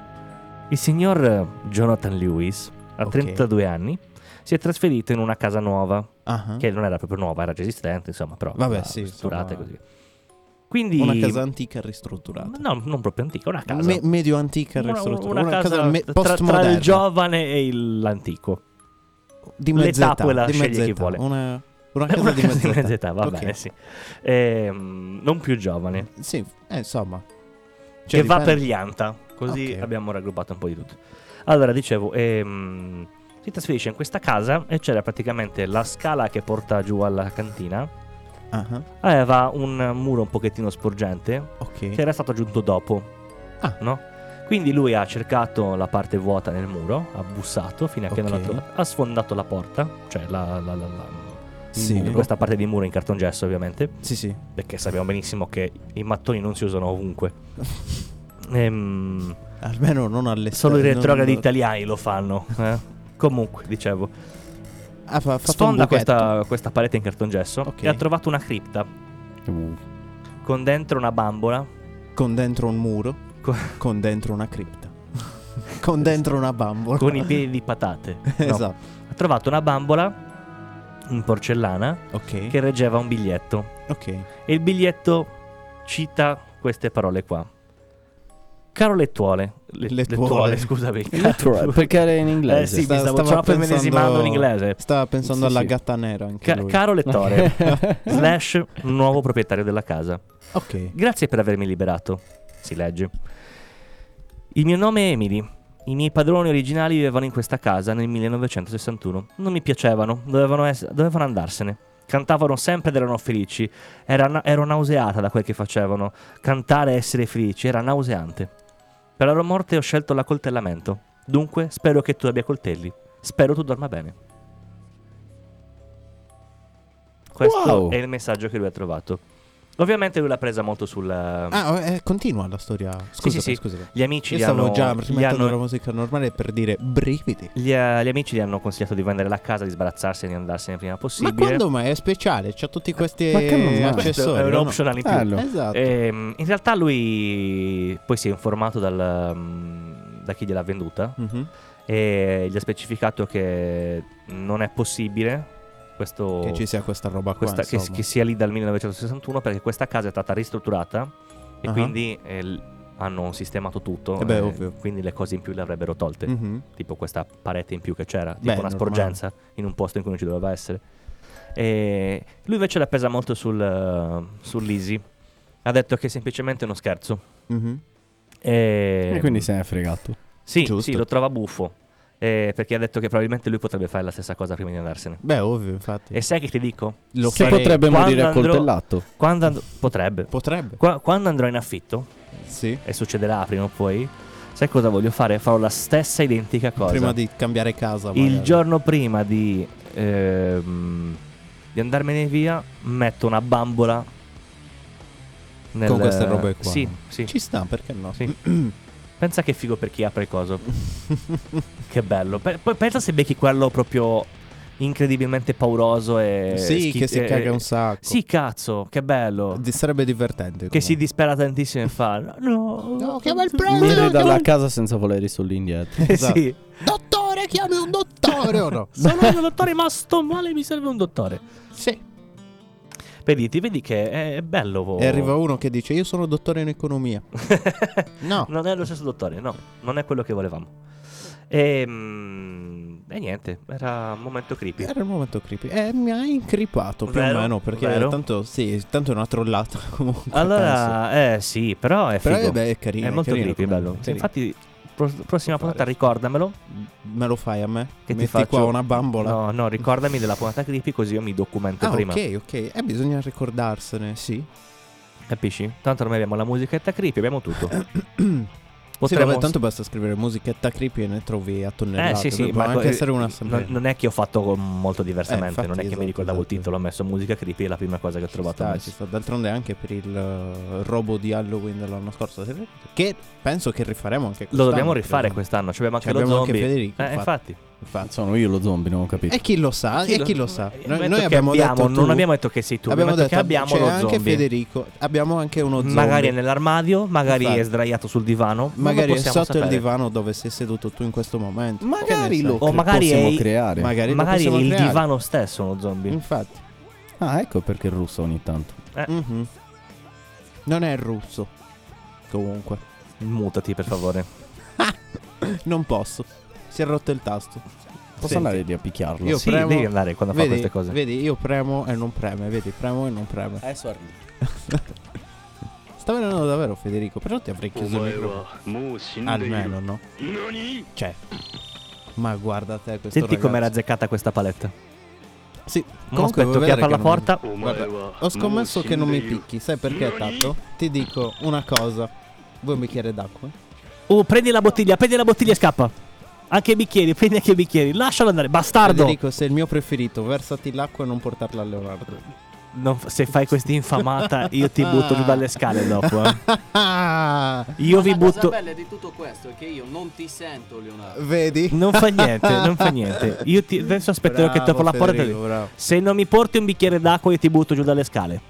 S3: Il signor eh, Jonathan Lewis, a
S4: Ok.
S3: 32 anni, si è trasferito in una casa nuova,
S4: Ah,
S3: che non era proprio nuova, era già esistente, insomma, però
S4: Vabbè,
S3: era
S4: sì,
S3: strutturata
S4: insomma. eh.
S3: e così. Quindi
S4: Una casa antica ristrutturata.
S3: No, non proprio antica, una casa.
S4: Me- medio antica
S3: Una-
S4: ristrutturata.
S3: una casa
S4: me-
S3: tra- tra,
S4: postmoderna.
S3: il giovane e il- l'antico.
S4: di
S3: le
S4: mezz'età,
S3: tappe la
S4: di
S3: sceglie chi
S4: mezz'età,
S3: vuole.
S4: Una, una
S3: È
S4: casa
S3: una
S4: di
S3: casa
S4: mezz'età.
S3: di mezz'età, va
S4: Ok.
S3: bene, sì. Ehm, non più giovane.
S4: Sì, eh, insomma.
S3: che va per
S4: Cioè, dipende-
S3: gli anta. Così
S4: Ok.
S3: abbiamo raggruppato un po' di tutto. Allora, dicevo, ehm, si trasferisce in questa casa e c'era praticamente la scala che porta giù alla cantina.
S4: Ah, ah,
S3: Aveva un muro un pochettino sporgente
S4: ok.
S3: che Cioè, era stato aggiunto dopo.
S4: Ah.
S3: No? Quindi lui ha cercato la parte vuota nel muro, ha bussato fino a che non l'ha
S4: Ok.
S3: trovato, ha sfondato la porta, cioè la, la- la- la-
S4: Sì.
S3: il muro, mm, questa parte di muro in cartongesso ovviamente,
S4: Sì, sì.
S3: perché sappiamo benissimo che i mattoni non si usano ovunque. Ehm,
S4: Almeno non all'esterno.
S3: solo i retrogradi
S4: non-
S3: italiani lo fanno. eh. Comunque, dicevo,
S4: Ah, fa, ha fatto
S3: sfonda
S4: un buchetto.
S3: questa, questa parete in cartongesso
S4: Ok.
S3: e ha trovato una cripta
S5: Uh,
S3: con dentro una bambola
S4: Con dentro un muro.
S3: Co-
S4: Con dentro una cripta. con dentro una bambola.
S3: con i piedi di patate. No.
S4: Esatto.
S3: ha trovato una bambola in porcellana
S4: Ok.
S3: che reggeva un biglietto.
S4: Ok.
S3: E il biglietto cita queste parole qua. Caro Lettuole, le-
S4: Lettuole.
S3: scusami.
S5: Lettuole, perché era in inglese.
S3: Eh sì,
S4: Sta-
S3: mi stavo
S4: stava
S3: troppo
S4: pensando-
S3: immedesimando in inglese.
S4: Stava pensando
S5: Sì,
S4: alla
S5: sì.
S4: gatta nera anche
S3: Ca-
S4: lui.
S3: caro Lettore, slash nuovo proprietario della casa.
S4: ok.
S3: Grazie per avermi liberato. Si legge. Il mio nome è Emily. I miei padroni originali vivevano in questa casa nel 1961. Non mi piacevano, dovevano, ess- dovevano andarsene. Cantavano sempre ed erano felici. Era na- ero nauseata da quel che facevano. Cantare e essere felici era nauseante. Per la loro morte ho scelto l'accoltellamento. Dunque, spero che tu abbia coltelli. Spero tu dorma bene. Questo
S5: Wow.
S3: è il messaggio che lui ha trovato. Ovviamente lui l'ha presa molto sulla...
S4: Ah, eh, continua la storia. Scusa,
S3: sì, sì.
S4: scusa.
S3: Gli amici
S4: Io
S3: gli
S4: stavo
S3: hanno,
S4: già
S3: gli,
S4: rimettendo la
S3: hanno,
S4: musica normale per dire brividi.
S3: gli, eh, gli amici gli hanno consigliato di vendere la casa, di sbarazzarsi e andarsene prima
S4: Ma
S3: possibile. Eh,
S4: quando mai è speciale? C'ha tutti questi
S5: Ma che normale.
S3: Questo
S4: accessori.
S3: è un
S4: no?
S3: optional in più.
S5: Bello.
S4: Esatto.
S3: Ehm, in realtà lui poi si è informato dal, mm, da chi gliel'ha venduta
S4: Mhm.
S3: e gli ha specificato che non è possibile questo,
S4: Che ci sia questa roba qua.
S3: Oh. questa- che,
S4: insomma.
S3: che sia lì dal 1961 perché questa casa è stata ristrutturata e
S4: Ah.
S3: quindi eh, l- hanno sistemato tutto.
S4: Eh beh, ovvio.
S3: Quindi le cose in più le avrebbero tolte.
S4: Mhm.
S3: tipo questa parete in più che c'era, tipo
S4: Beh,
S3: una
S4: normale.
S3: sporgenza in un posto in cui non ci doveva essere. E lui invece l'ha presa molto sul, eh, sull'easy. Ha detto che è semplicemente uno scherzo.
S4: Mhm.
S3: E,
S5: E quindi se ne è fregato.
S3: sì,
S4: giusto.
S3: sì, lo trova buffo. eh, perché ha detto che probabilmente lui potrebbe fare la stessa cosa prima di andarsene.
S4: Beh, ovvio, infatti.
S3: E sai che ti dico?
S4: Lo
S5: Che
S4: farei-
S5: potrebbe
S3: Quando
S5: morire
S3: andrò-
S5: accoltellato.
S3: Quando and- potrebbe.
S4: Potrebbe.
S3: Qua- quando andrò in affitto,
S4: Sì.
S3: e succederà prima o poi, sai cosa voglio fare? Farò la stessa identica cosa.
S4: Prima di cambiare casa.
S3: Il
S4: magari.
S3: giorno prima di, ehm, di andarmene via, metto una bambola nel-
S4: Con queste robe qua.
S3: Sì, sì.
S4: Ci sta, perché no? Mm,
S3: sì. Pensa che figo per chi apre il coso. che bello. Pe- poi pensa se becchi quello proprio incredibilmente pauroso e.
S4: sì,
S3: eh, schi-
S4: che si
S3: e-
S4: caga un sacco.
S3: Sì, cazzo, che bello.
S4: Di- Sarebbe divertente.
S3: che si
S4: comunque.
S3: dispera tantissimo e fa. No,
S4: No, chiama il
S5: Muore
S4: prete.
S5: dalla casa senza voler i soldi indietro.
S4: Esatto.
S3: Sì.
S4: Dottore, chiami un dottore o no?
S3: Sono un dottore, ma sto male, mi serve un dottore.
S4: Sì.
S3: Vedi, ti vedi che è è bello.
S4: E arriva uno che dice: Io sono dottore in economia. No.
S3: Non è lo stesso dottore, no, non è quello che volevamo. E, mm, e niente, era un momento creepy.
S4: Era un momento creepy. Eh, mi ha incripato più
S3: Vero,
S4: o meno. Perché
S3: vero.
S4: tanto, sì, tanto è una trollata. Comunque, penso.
S3: Allora, eh sì, però è
S4: però
S3: figo.
S4: eh, beh, è carino.
S3: è molto
S4: carino
S3: creepy,
S4: come-
S3: bello.
S4: sì.
S3: Infatti, pro- prossima puntata ricordamelo.
S4: me lo fai a me?
S3: Che
S4: Metti
S3: ti faccio
S4: qua una bambola.
S3: No, no, ricordami della puntata creepy così io mi documento
S4: Ah,
S3: prima.
S4: ok, ok. Eh, bisogna ricordarsene, sì.
S3: Capisci? Tanto ormai abbiamo la musichetta creepy, abbiamo tutto.
S4: Eh, Sì,
S3: Potremmo-
S4: vabbè, tanto basta scrivere musichetta creepy e ne trovi a tonnellate.
S3: Eh sì, sì,
S4: ma esatto, anche
S3: eh,
S4: essere una
S3: non, non è che ho fatto molto diversamente,
S4: Eh, infatti,
S3: non è che mi
S4: esatto,
S3: ricordavo il
S4: esatto.
S3: titolo, ho messo musica creepy, è la prima cosa che ho
S4: Ci
S3: trovato.
S4: sta, ci sta. D'altronde anche per il eh, robo di Halloween dell'anno scorso. Che penso che rifaremo anche
S3: Lo
S4: quest'anno.
S3: dobbiamo rifare
S4: credo.
S3: quest'anno, ci abbiamo anche
S4: Ci
S3: lo
S4: abbiamo anche
S3: zombie.
S4: Federico,
S3: eh, infatti.
S4: Infatti.
S5: Ah, Sono io lo zombie, non ho capito.
S4: E chi lo sa? E chi lo sa?
S3: Eh,
S4: Noi,
S3: detto
S4: noi
S3: che
S4: abbiamo, detto
S3: non
S4: tu,
S3: abbiamo detto che sei tu, abbiamo, detto, che abbiamo
S4: c'è
S3: lo
S4: anche
S3: zombie.
S4: Federico. Abbiamo anche uno zombie.
S3: Magari è nell'armadio, magari
S4: Infatti.
S3: è sdraiato sul divano, non lo
S4: Magari è
S3: possiamo
S4: sotto il
S3: sapere.
S4: divano dove sei seduto tu in questo momento.
S5: Magari
S4: Che ne
S5: lo
S4: sai?
S3: O magari
S5: possiamo
S3: è-
S5: creare.
S4: Magari, lo
S3: Magari è
S4: possiamo
S3: il
S4: creare.
S3: divano stesso uno zombie.
S4: Infatti.
S5: Ah, ecco perché il russo ogni tanto.
S3: Eh.
S4: Mhm. Non è il russo. Comunque. Mm.
S3: Mutati per favore.
S4: Non posso. Si è rotto il tasto.
S5: Posso
S4: Senti,
S5: andare lì a picchiarlo?
S4: Io
S3: sì,
S4: premo-
S3: devi andare quando fa
S4: Vedi,
S3: queste cose.
S4: vedi, io premo e non preme, vedi, premo e non preme.
S5: Adesso arrivo.
S4: Sta venendo davvero Federico, però ti avrei chiuso il microfono. Almeno, no? Cioè. Ma guarda te questo
S3: Senti
S4: ragazzo.
S3: com'era azzeccata questa paletta.
S4: Sì,
S3: Mo
S4: comunque
S3: aspetto
S4: vuoi
S3: che apra
S4: vedere
S3: la
S4: che non-
S3: porta.
S4: Guarda, ho scommesso che non mi picchi, sai perché Tato? Ti dico una cosa. Vuoi un bicchiere d'acqua?
S3: Oh, prendi la bottiglia, prendi la bottiglia e scappa. Anche i bicchieri, prendi anche i bicchieri. Lascialo andare, bastardo.
S4: Federico, sei il mio preferito, versati l'acqua e non portarla a Leonardo.
S3: Non- se fai questa infamata, io ti butto giù dalle scale dopo. eh. Io vi butto.
S5: di tutto questo è che io non ti sento, Leonardo.
S4: Vedi?
S3: Non fa niente, non fa niente. Io ti, adesso aspetterò che
S4: Bravo,
S3: tocco la porta. e
S4: Federico, bravo.
S3: Se non mi porti un bicchiere d'acqua, io ti butto giù dalle scale.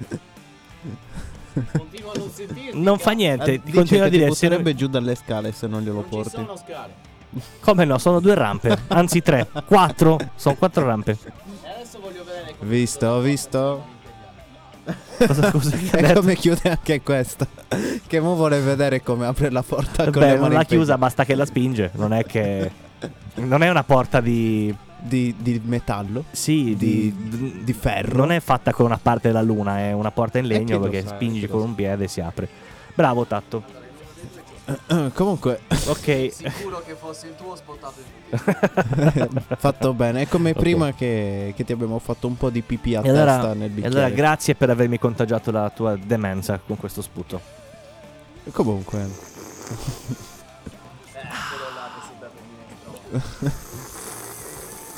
S5: Continuo a non sentirti.
S3: Non fa niente.
S4: Eh,
S3: ti
S4: dice
S3: continuo a
S4: che ti
S3: dire. se non-
S4: butterebbe giù dalle scale se non glielo porti.
S5: scale.
S3: Come no, sono due rampe, anzi tre, quattro, sono quattro rampe.
S4: Visto, visto.
S3: Cosa, cosa che ha
S4: E
S3: detto?
S4: come chiude anche questa. che mo vuole vedere come apre la porta con
S3: Beh,
S4: le
S3: non
S4: mani
S3: l'ha
S4: in pe-
S3: chiusa, basta che la spinge, non è che... Non è una porta di...
S4: di, di metallo,
S3: Sì,
S4: di,
S3: di...
S4: di ferro.
S3: Non è fatta con una parte della luna, è una porta in
S4: chi
S3: legno
S4: lo
S3: perché
S4: sa, chi
S3: spingi
S4: lo
S3: con
S4: sa.
S3: un piede e si apre. Bravo Tatto.
S4: Comunque,
S3: Ok,
S7: Sicuro che fosse il tuo spottato in tutti.
S4: fatto bene. È come
S3: Ok.
S4: prima che, che ti abbiamo fatto un po' di pipì a
S3: E allora-
S4: testa nel
S3: e
S4: bicchiere.
S3: allora grazie per avermi contagiato la tua demenza con questo sputo.
S4: Comunque,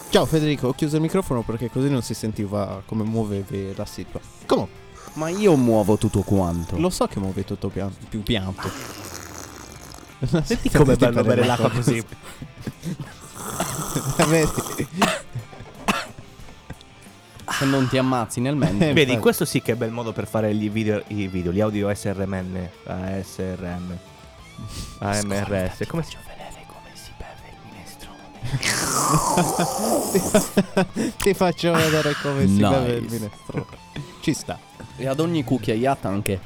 S4: ciao Federico. Ho chiuso il microfono perché così non si sentiva come muovevi la situa. Comunque,
S5: Ma io muovo tutto quanto.
S4: lo so che muovi tutto pian- più pianto.
S3: Senti com'è bello bere l'acqua così.
S4: Vedi?
S5: Se non ti ammazzi nel mentre.
S4: Eh,
S3: Vedi,
S4: infatti.
S3: questo sì che è bel modo per fare gli video, i video gli audio SRMN, ASRM, AMRS. Come si
S4: Ti faccio vedere come si
S5: Nice.
S4: beve il minestrone. Ci sta.
S5: E ad ogni cucchiaiata anche.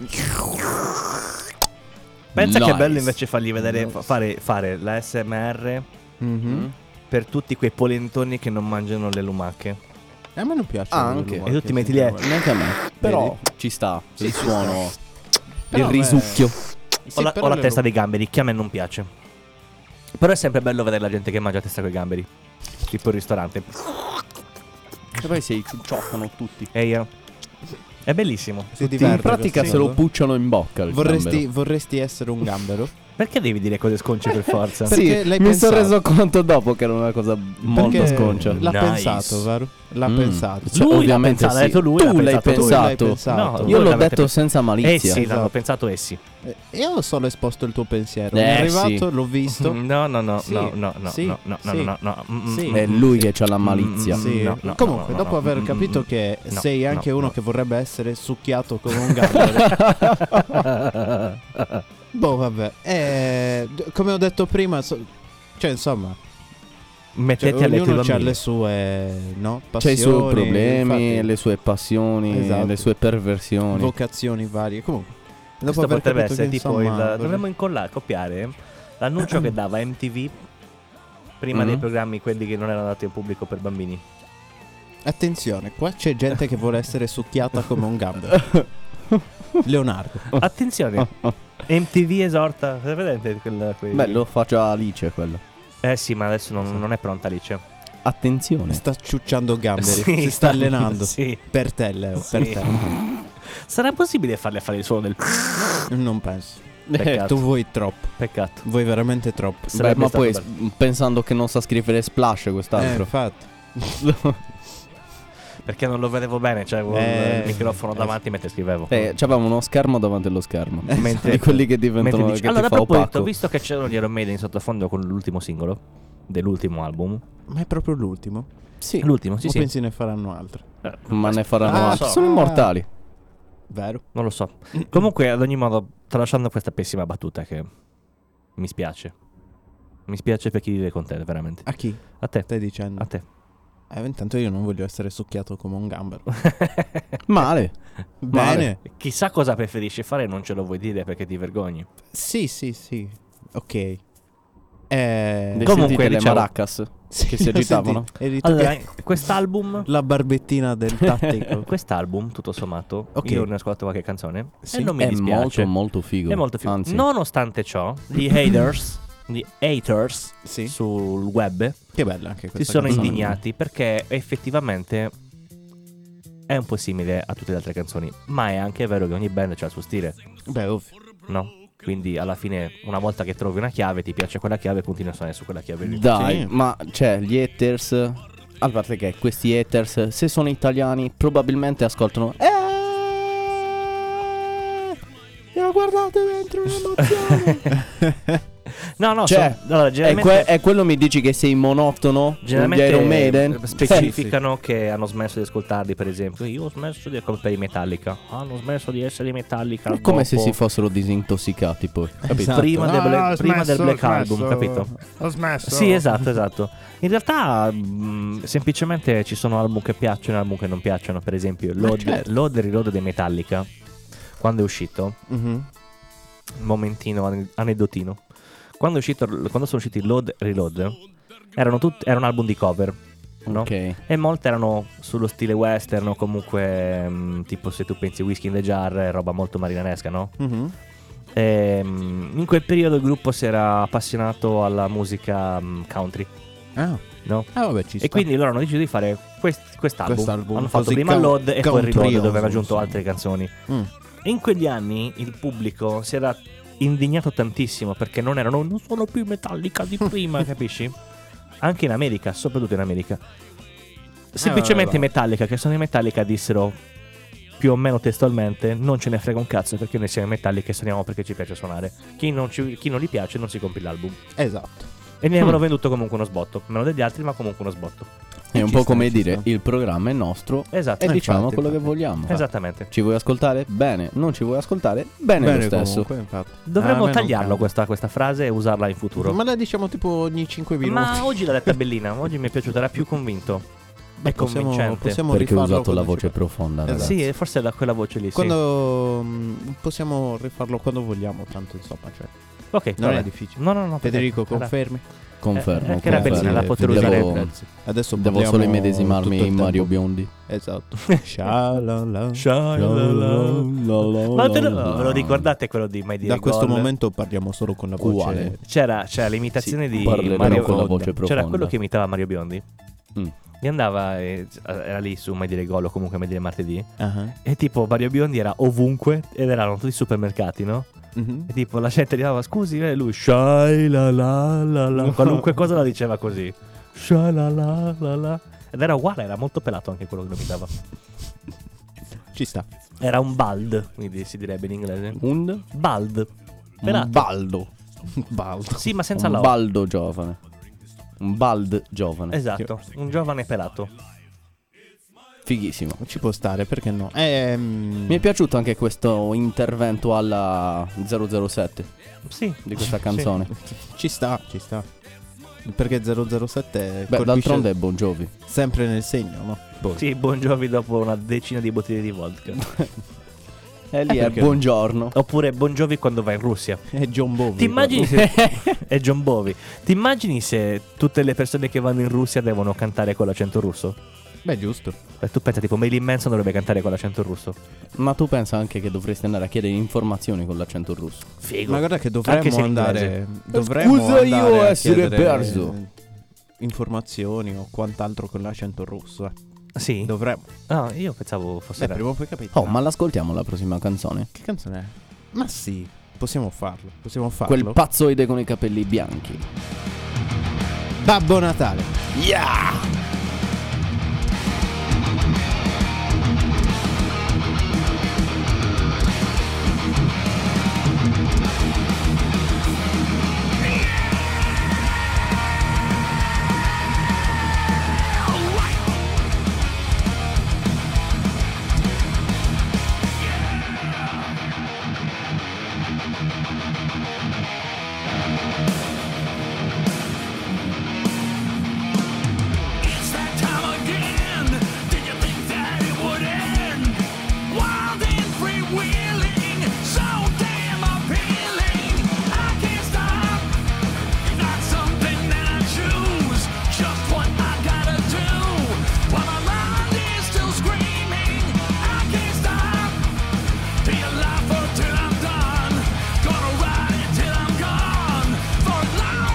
S3: Pensa che è
S5: Nice.
S3: bello invece fargli vedere, fa- fare, fare la SMR
S4: Mm-hmm.
S5: Mm.
S3: per tutti quei polentoni che non mangiano le lumacche.
S4: A me non piace.
S5: Ah, anche.
S4: l'umore
S3: E tu ti
S4: che
S3: metti
S4: sentiamo.
S3: lì
S5: Neanche a me. Però ci sta. il suono. Il
S4: Però, eh,
S5: risucchio.
S4: Sì,
S3: Ho la,
S4: però
S3: ho la
S4: le
S3: testa
S4: lu-
S3: dei gamberi, che a me non piace. Però è sempre bello vedere la gente che mangia a testa con i gamberi. Tipo il ristorante.
S5: E poi si cioccono tutti.
S3: E io. eh. È bellissimo.
S4: Si diverte
S5: In pratica
S4: così.
S5: se lo pucciano in bocca. Il
S4: Vorresti,
S5: gambero.
S4: vorresti essere un gambero?
S3: Perché devi dire cose sconce per forza?
S4: Sì, Perché
S5: sì,
S4: l'hai
S5: mi sono
S4: pensato?
S5: reso conto dopo che era una cosa molto
S4: Perché
S5: sconcia.
S4: L'ha
S3: Nice.
S4: pensato, vero? L'ha
S5: Mm.
S4: pensato.
S5: Cioè,
S3: Lui l'ha
S5: ovviamente
S3: pensato,
S5: sì.
S3: ha detto lui, l'ha
S5: tu l'hai
S4: Tu
S3: pensato
S5: pensato.
S4: l'hai pensato.
S3: No,
S5: Io
S3: Voi
S5: l'ho
S3: l'avete
S5: detto
S3: pensato.
S5: senza malizia.
S3: Essi Eh l'hanno
S4: Esatto.
S3: pensato essi.
S4: Eh, Io ho solo esposto il tuo pensiero.
S5: Eh,
S4: è arrivato,
S5: sì.
S4: l'ho visto.
S3: Mm-hmm. No, no, no,
S4: Sì,
S3: no, no, no,
S4: sì,
S3: no, no, no,
S4: sì.
S3: no, no, mm,
S4: Sì.
S3: mm,
S5: È
S3: mm.
S5: lui che ha la malizia.
S3: Mm, mm,
S4: Sì.
S3: no, no,
S4: Comunque,
S3: no, no,
S4: dopo
S3: no,
S4: aver
S3: mm,
S4: capito
S3: mm,
S4: che
S3: no,
S4: sei
S3: no,
S4: anche uno
S3: no.
S4: che vorrebbe essere succhiato come un gambero. boh, vabbè. Eh, d- come ho detto prima, so- cioè, insomma, cioè,
S3: Mettete alle tue
S4: ognuno ha
S3: bambine.
S4: le sue no?
S5: C'è
S4: passioni,
S5: i suoi problemi,
S4: infatti,
S5: le sue passioni,
S4: Esatto.
S5: le sue perversioni.
S4: vocazioni varie. Comunque, dopo
S3: Questo
S4: aver
S3: potrebbe
S4: capito
S3: essere
S4: che,
S3: tipo
S4: insomma, Mm.
S3: il.
S4: vorrei-
S3: Dovremmo incollare, copiare l'annuncio che dava MTV prima dei
S4: Mm-hmm.
S5: Mhm.
S3: programmi, quelli che non erano dati al pubblico per bambini.
S4: Attenzione, qua c'è gente che vuole essere succhiata come un gambero. Leonardo. Oh.
S3: Attenzione, MTV esorta. È presente quel. quei-
S5: Beh, lo fa già Alice quello.
S3: Eh sì, ma adesso non, non è pronta Alice.
S5: Attenzione.
S4: Sta ciucciando gamberi.
S3: Sì,
S4: si sta allenando.
S3: Sì.
S4: Per te, Leo.
S3: Sì.
S4: Per te.
S3: Sarà possibile farle fare il suono del.
S4: Non penso.
S3: Peccato.
S4: eh, Tu vuoi troppo.
S3: Peccato.
S4: Vuoi veramente troppo.
S5: Beh,
S3: Sarebbe
S5: ma
S3: stato
S5: poi
S3: bello.
S5: s- pensando che non sa scrivere splash
S4: Eh,
S5: quest'altro.
S4: infatti.
S3: Perché non lo vedevo bene, cioè avevo
S4: Eh,
S3: il microfono
S4: eh,
S3: davanti mentre scrivevo.
S5: Eh, c'avevamo uno schermo davanti allo schermo.
S4: Eh.
S3: Mentre-
S5: Di quelli che diventano
S3: Mentre dici-
S5: che
S3: allora,
S5: ti
S3: a
S5: fa
S3: proposito,
S5: opaco.
S3: visto che c'erano gli Iron Maiden in sottofondo con l'ultimo singolo dell'ultimo album,
S4: Ma è proprio l'ultimo.
S5: Sì,
S3: l'ultimo, sì,
S4: o
S3: sì,
S4: pensi ne faranno altri?
S3: Eh,
S5: ma ne faranno Eh.
S4: Ah,
S5: altri.
S4: so.
S5: Sono immortali.
S4: Vero?
S3: non lo so. Comunque, ad ogni modo, tralasciando questa pessima battuta che mi spiace, mi spiace per chi vive con te, veramente.
S4: A chi?
S3: A te,
S4: Stai dicendo?
S3: a te.
S4: Eh, intanto io non voglio essere succhiato come un gambero.
S3: Eh.
S5: Male.
S4: Bene.
S3: Chissà cosa preferisci fare, non ce lo vuoi dire perché ti vergogni.
S4: Sì, sì, sì. Ok. Eh,
S5: Dei
S3: Comunque,
S5: sentite le
S3: diciamo-
S5: maracas
S4: sì,
S5: che si
S4: ho
S5: agitavano.
S4: sentito. Eri tu
S3: Allora,
S4: che-
S3: quest'album,
S4: La barbettina del tattico.
S3: quest'album, tutto sommato,
S4: Ok.
S3: io ne ho ascoltato qualche canzone
S4: Sì.
S3: e non mi
S5: È
S3: dispiace.
S5: molto molto figo.
S3: È molto figo.
S5: Anzi,
S3: Nonostante ciò, gli haters, gli haters
S4: Sì.
S3: sul web
S4: Che bella anche questa.
S3: si sono
S4: canzone.
S3: indignati perché effettivamente è un po' simile a tutte le altre canzoni, ma è anche vero che ogni band ha il suo stile,
S4: Beh, ovvio.
S3: no? Quindi alla fine, una volta che trovi una chiave, ti piace quella chiave, continui a suonare su quella chiave lì.
S5: Dai,
S4: Sì.
S5: ma cioè, gli haters. A parte che questi haters, se sono italiani, probabilmente ascoltano. Eh! Io guardate dentro una emozione.
S3: No, no,
S5: Cioè,
S3: sono- allora,
S5: è,
S3: generalmente,
S5: que- è quello mi dici che sei monotono di
S3: generalmente eh,
S5: Iron Maiden?
S3: specificano che hanno smesso di ascoltarli, per esempio. Io ho smesso di ascoltare i Metallica. Hanno smesso di essere i Metallica.
S5: È come se
S3: dopo-
S5: si fossero disintossicati poi, capito?
S4: Esatto.
S3: Prima,
S4: No,
S3: del,
S4: no, ho
S3: prima
S4: smesso,
S3: del Black
S4: ho
S3: Album,
S4: smesso.
S3: capito?
S4: Ho smesso.
S3: Sì, esatto, esatto. In realtà, mh, semplicemente ci sono album che piacciono e album che non piacciono. Per esempio, Load,
S5: certo.
S3: Load e Reload dei Metallica, quando è uscito,
S5: Mhm.
S3: momentino, an- aneddotino. Quando, è uscito, quando sono usciti Load e Reload, erano tutti- era un album di cover. No?
S5: Ok.
S3: E molte erano sullo stile western o comunque mh, tipo se tu pensi Whiskey in the Jar, è roba molto marinaresca, no?
S5: Mhm.
S3: Ehm, in quel periodo il gruppo si era appassionato alla musica mh, country,
S4: Ah,
S3: no?
S4: ah, vabbè, ci sta.
S3: E quindi loro hanno deciso di fare quest- quest'album.
S4: Quest'album,
S3: Hanno fatto
S4: così
S3: prima
S4: ca-
S3: Load e poi
S4: country, non
S3: Reload dove
S4: so,
S3: avevano aggiunto
S4: insomma.
S3: altre canzoni.
S4: Mm.
S3: E in quegli anni il pubblico si era indignato tantissimo perché non erano non sono più metallica di prima, capisci? Anche in America, soprattutto in America. Semplicemente
S4: Eh, vabbè.
S3: Metallica, che sono i Metallica, dissero più o meno testualmente non ce ne frega un cazzo perché noi siamo i Metallica e suoniamo perché ci piace suonare. Chi non, ci- chi non gli piace non si compra l'album.
S4: Esatto.
S3: E ne avevano venduto comunque uno sbotto, meno degli altri, ma comunque uno sbotto.
S5: È un
S4: Ci
S5: po'
S4: sta,
S5: come
S4: ci
S5: dire,
S4: sta.
S5: il programma è nostro
S3: Esatto.
S5: e diciamo
S4: infatti,
S5: quello che
S4: infatti.
S5: vogliamo.
S4: Ah,
S3: Esattamente.
S5: Ci vuoi ascoltare? Bene. Non ci vuoi ascoltare? Bene, lo stesso.
S4: comunque, infatti. Ah, a
S3: Dovremmo
S4: me non
S3: tagliarlo
S4: cambia.
S3: questa, questa frase e usarla in futuro.
S4: Ma la diciamo tipo ogni 5 minuti.
S3: Ma oggi l'ha detta bellina, oggi mi è piaciuta, era più convinto. È
S4: Ecco, possiamo,
S3: convincente.
S4: possiamo
S5: Perché ho
S4: rifarlo
S5: usato la
S4: quando ci-
S5: voce profonda.
S4: Esatto.
S5: ragazzi.
S3: Sì, eh, forse è da quella voce lì. sì.
S4: Quando mm, possiamo rifarlo quando vogliamo, tanto insomma, cioè,
S3: Ok,
S4: non
S3: vabbè.
S4: è difficile.
S3: No, no, no. perché-
S4: Federico,
S3: era-
S4: confermi?
S5: Confermo.
S3: Eh, che era
S5: confermo.
S3: bellina, la potrei
S5: Devo-
S3: usare.
S4: Adesso
S5: Devo
S4: parliamo
S5: solo
S4: tutto
S5: immedesimarmi
S4: il
S5: in Mario
S4: tempo.
S5: Biondi.
S4: Esatto. Shalala.
S3: Shalala. Ma te lo, ve lo ricordate quello di Mai Dire
S4: Da questo
S3: Gol?
S4: momento parliamo solo con la voce.
S5: Quale?
S3: C'era, c'era l'imitazione
S5: Sì,
S3: di
S5: parlerò
S3: Mario
S5: con la
S3: Biondi.
S5: voce
S3: C'era
S5: profonda.
S3: quello che imitava Mario Biondi.
S5: Mm.
S3: E andava, e- era lì su Mai Dire Gol o comunque Mai Dire Martedì.
S4: Ah.
S3: E tipo Mario Biondi era ovunque ed erano tutti i supermercati, no?
S4: Mhm.
S3: E tipo la gente diceva scusi e lui "Shai la la la la", qualunque cosa la diceva così. "Shai la la la la". Ed era uguale, era molto pelato anche quello che lo imitava.
S4: Ci sta.
S3: Era un bald, quindi si direbbe in inglese.
S5: Un
S3: Bald.
S5: un
S3: Pelato.
S5: baldo.
S4: Baldo.
S3: Sì, ma Ah. senza la
S5: Un
S3: O.
S5: baldo giovane. Un bald giovane.
S3: Esatto, un giovane pelato.
S5: Fighissimo.
S4: Ci può stare, perché no? Ehm,
S5: Mi è piaciuto anche questo intervento alla 007
S3: Sì,
S5: di questa canzone.
S4: Ci sta, ci sta. Perché 007
S5: Beh,
S4: colpisce
S5: d'altronde è Bon Jovi.
S4: sempre nel segno, no?
S3: Sì, sì buongiovi dopo una decina di bottiglie di vodka. Eh,
S5: E lì è
S4: perché no?
S5: Eh, buongiorno.
S3: Oppure buongiovi quando vai in Russia.
S4: È John Bovi.
S3: Ti immagini se... è John Bovi. Ti immagini se tutte le persone che vanno in Russia devono cantare con l'accento russo?
S4: Beh, giusto.
S3: Beh, Eh, tu pensa tipo Marilyn Manson dovrebbe cantare con l'accento russo.
S5: Ma tu pensa anche che dovresti andare a chiedere informazioni con l'accento russo?
S3: Figo.
S4: Ma guarda che
S3: Anche se
S4: dovremmo
S3: in inglese.
S4: andare. Dovremmo
S5: Scusa io
S4: andare a
S5: essere
S4: chiedere,
S5: perso.
S4: eh, Informazioni o quant'altro con l'accento russo. eh.
S3: Sì.
S4: Dovremmo.
S3: Ah, io pensavo fosse
S4: Beh, prima o poi capito.
S5: Oh, ma l'ascoltiamo la prossima canzone.
S4: Che canzone è? Ma sì, possiamo farlo. Possiamo farlo.
S5: Quel pazzoide con i capelli bianchi.
S4: Babbo Natale.
S6: It's that time again. Did you think that it would end? Wild and freewheeling, so damn appealing. I can't stop. It's not something that I choose. Just what I gotta do. While my mind is still screaming, I can't stop. Be alive until I'm done. Gonna ride until I'm gone. For life.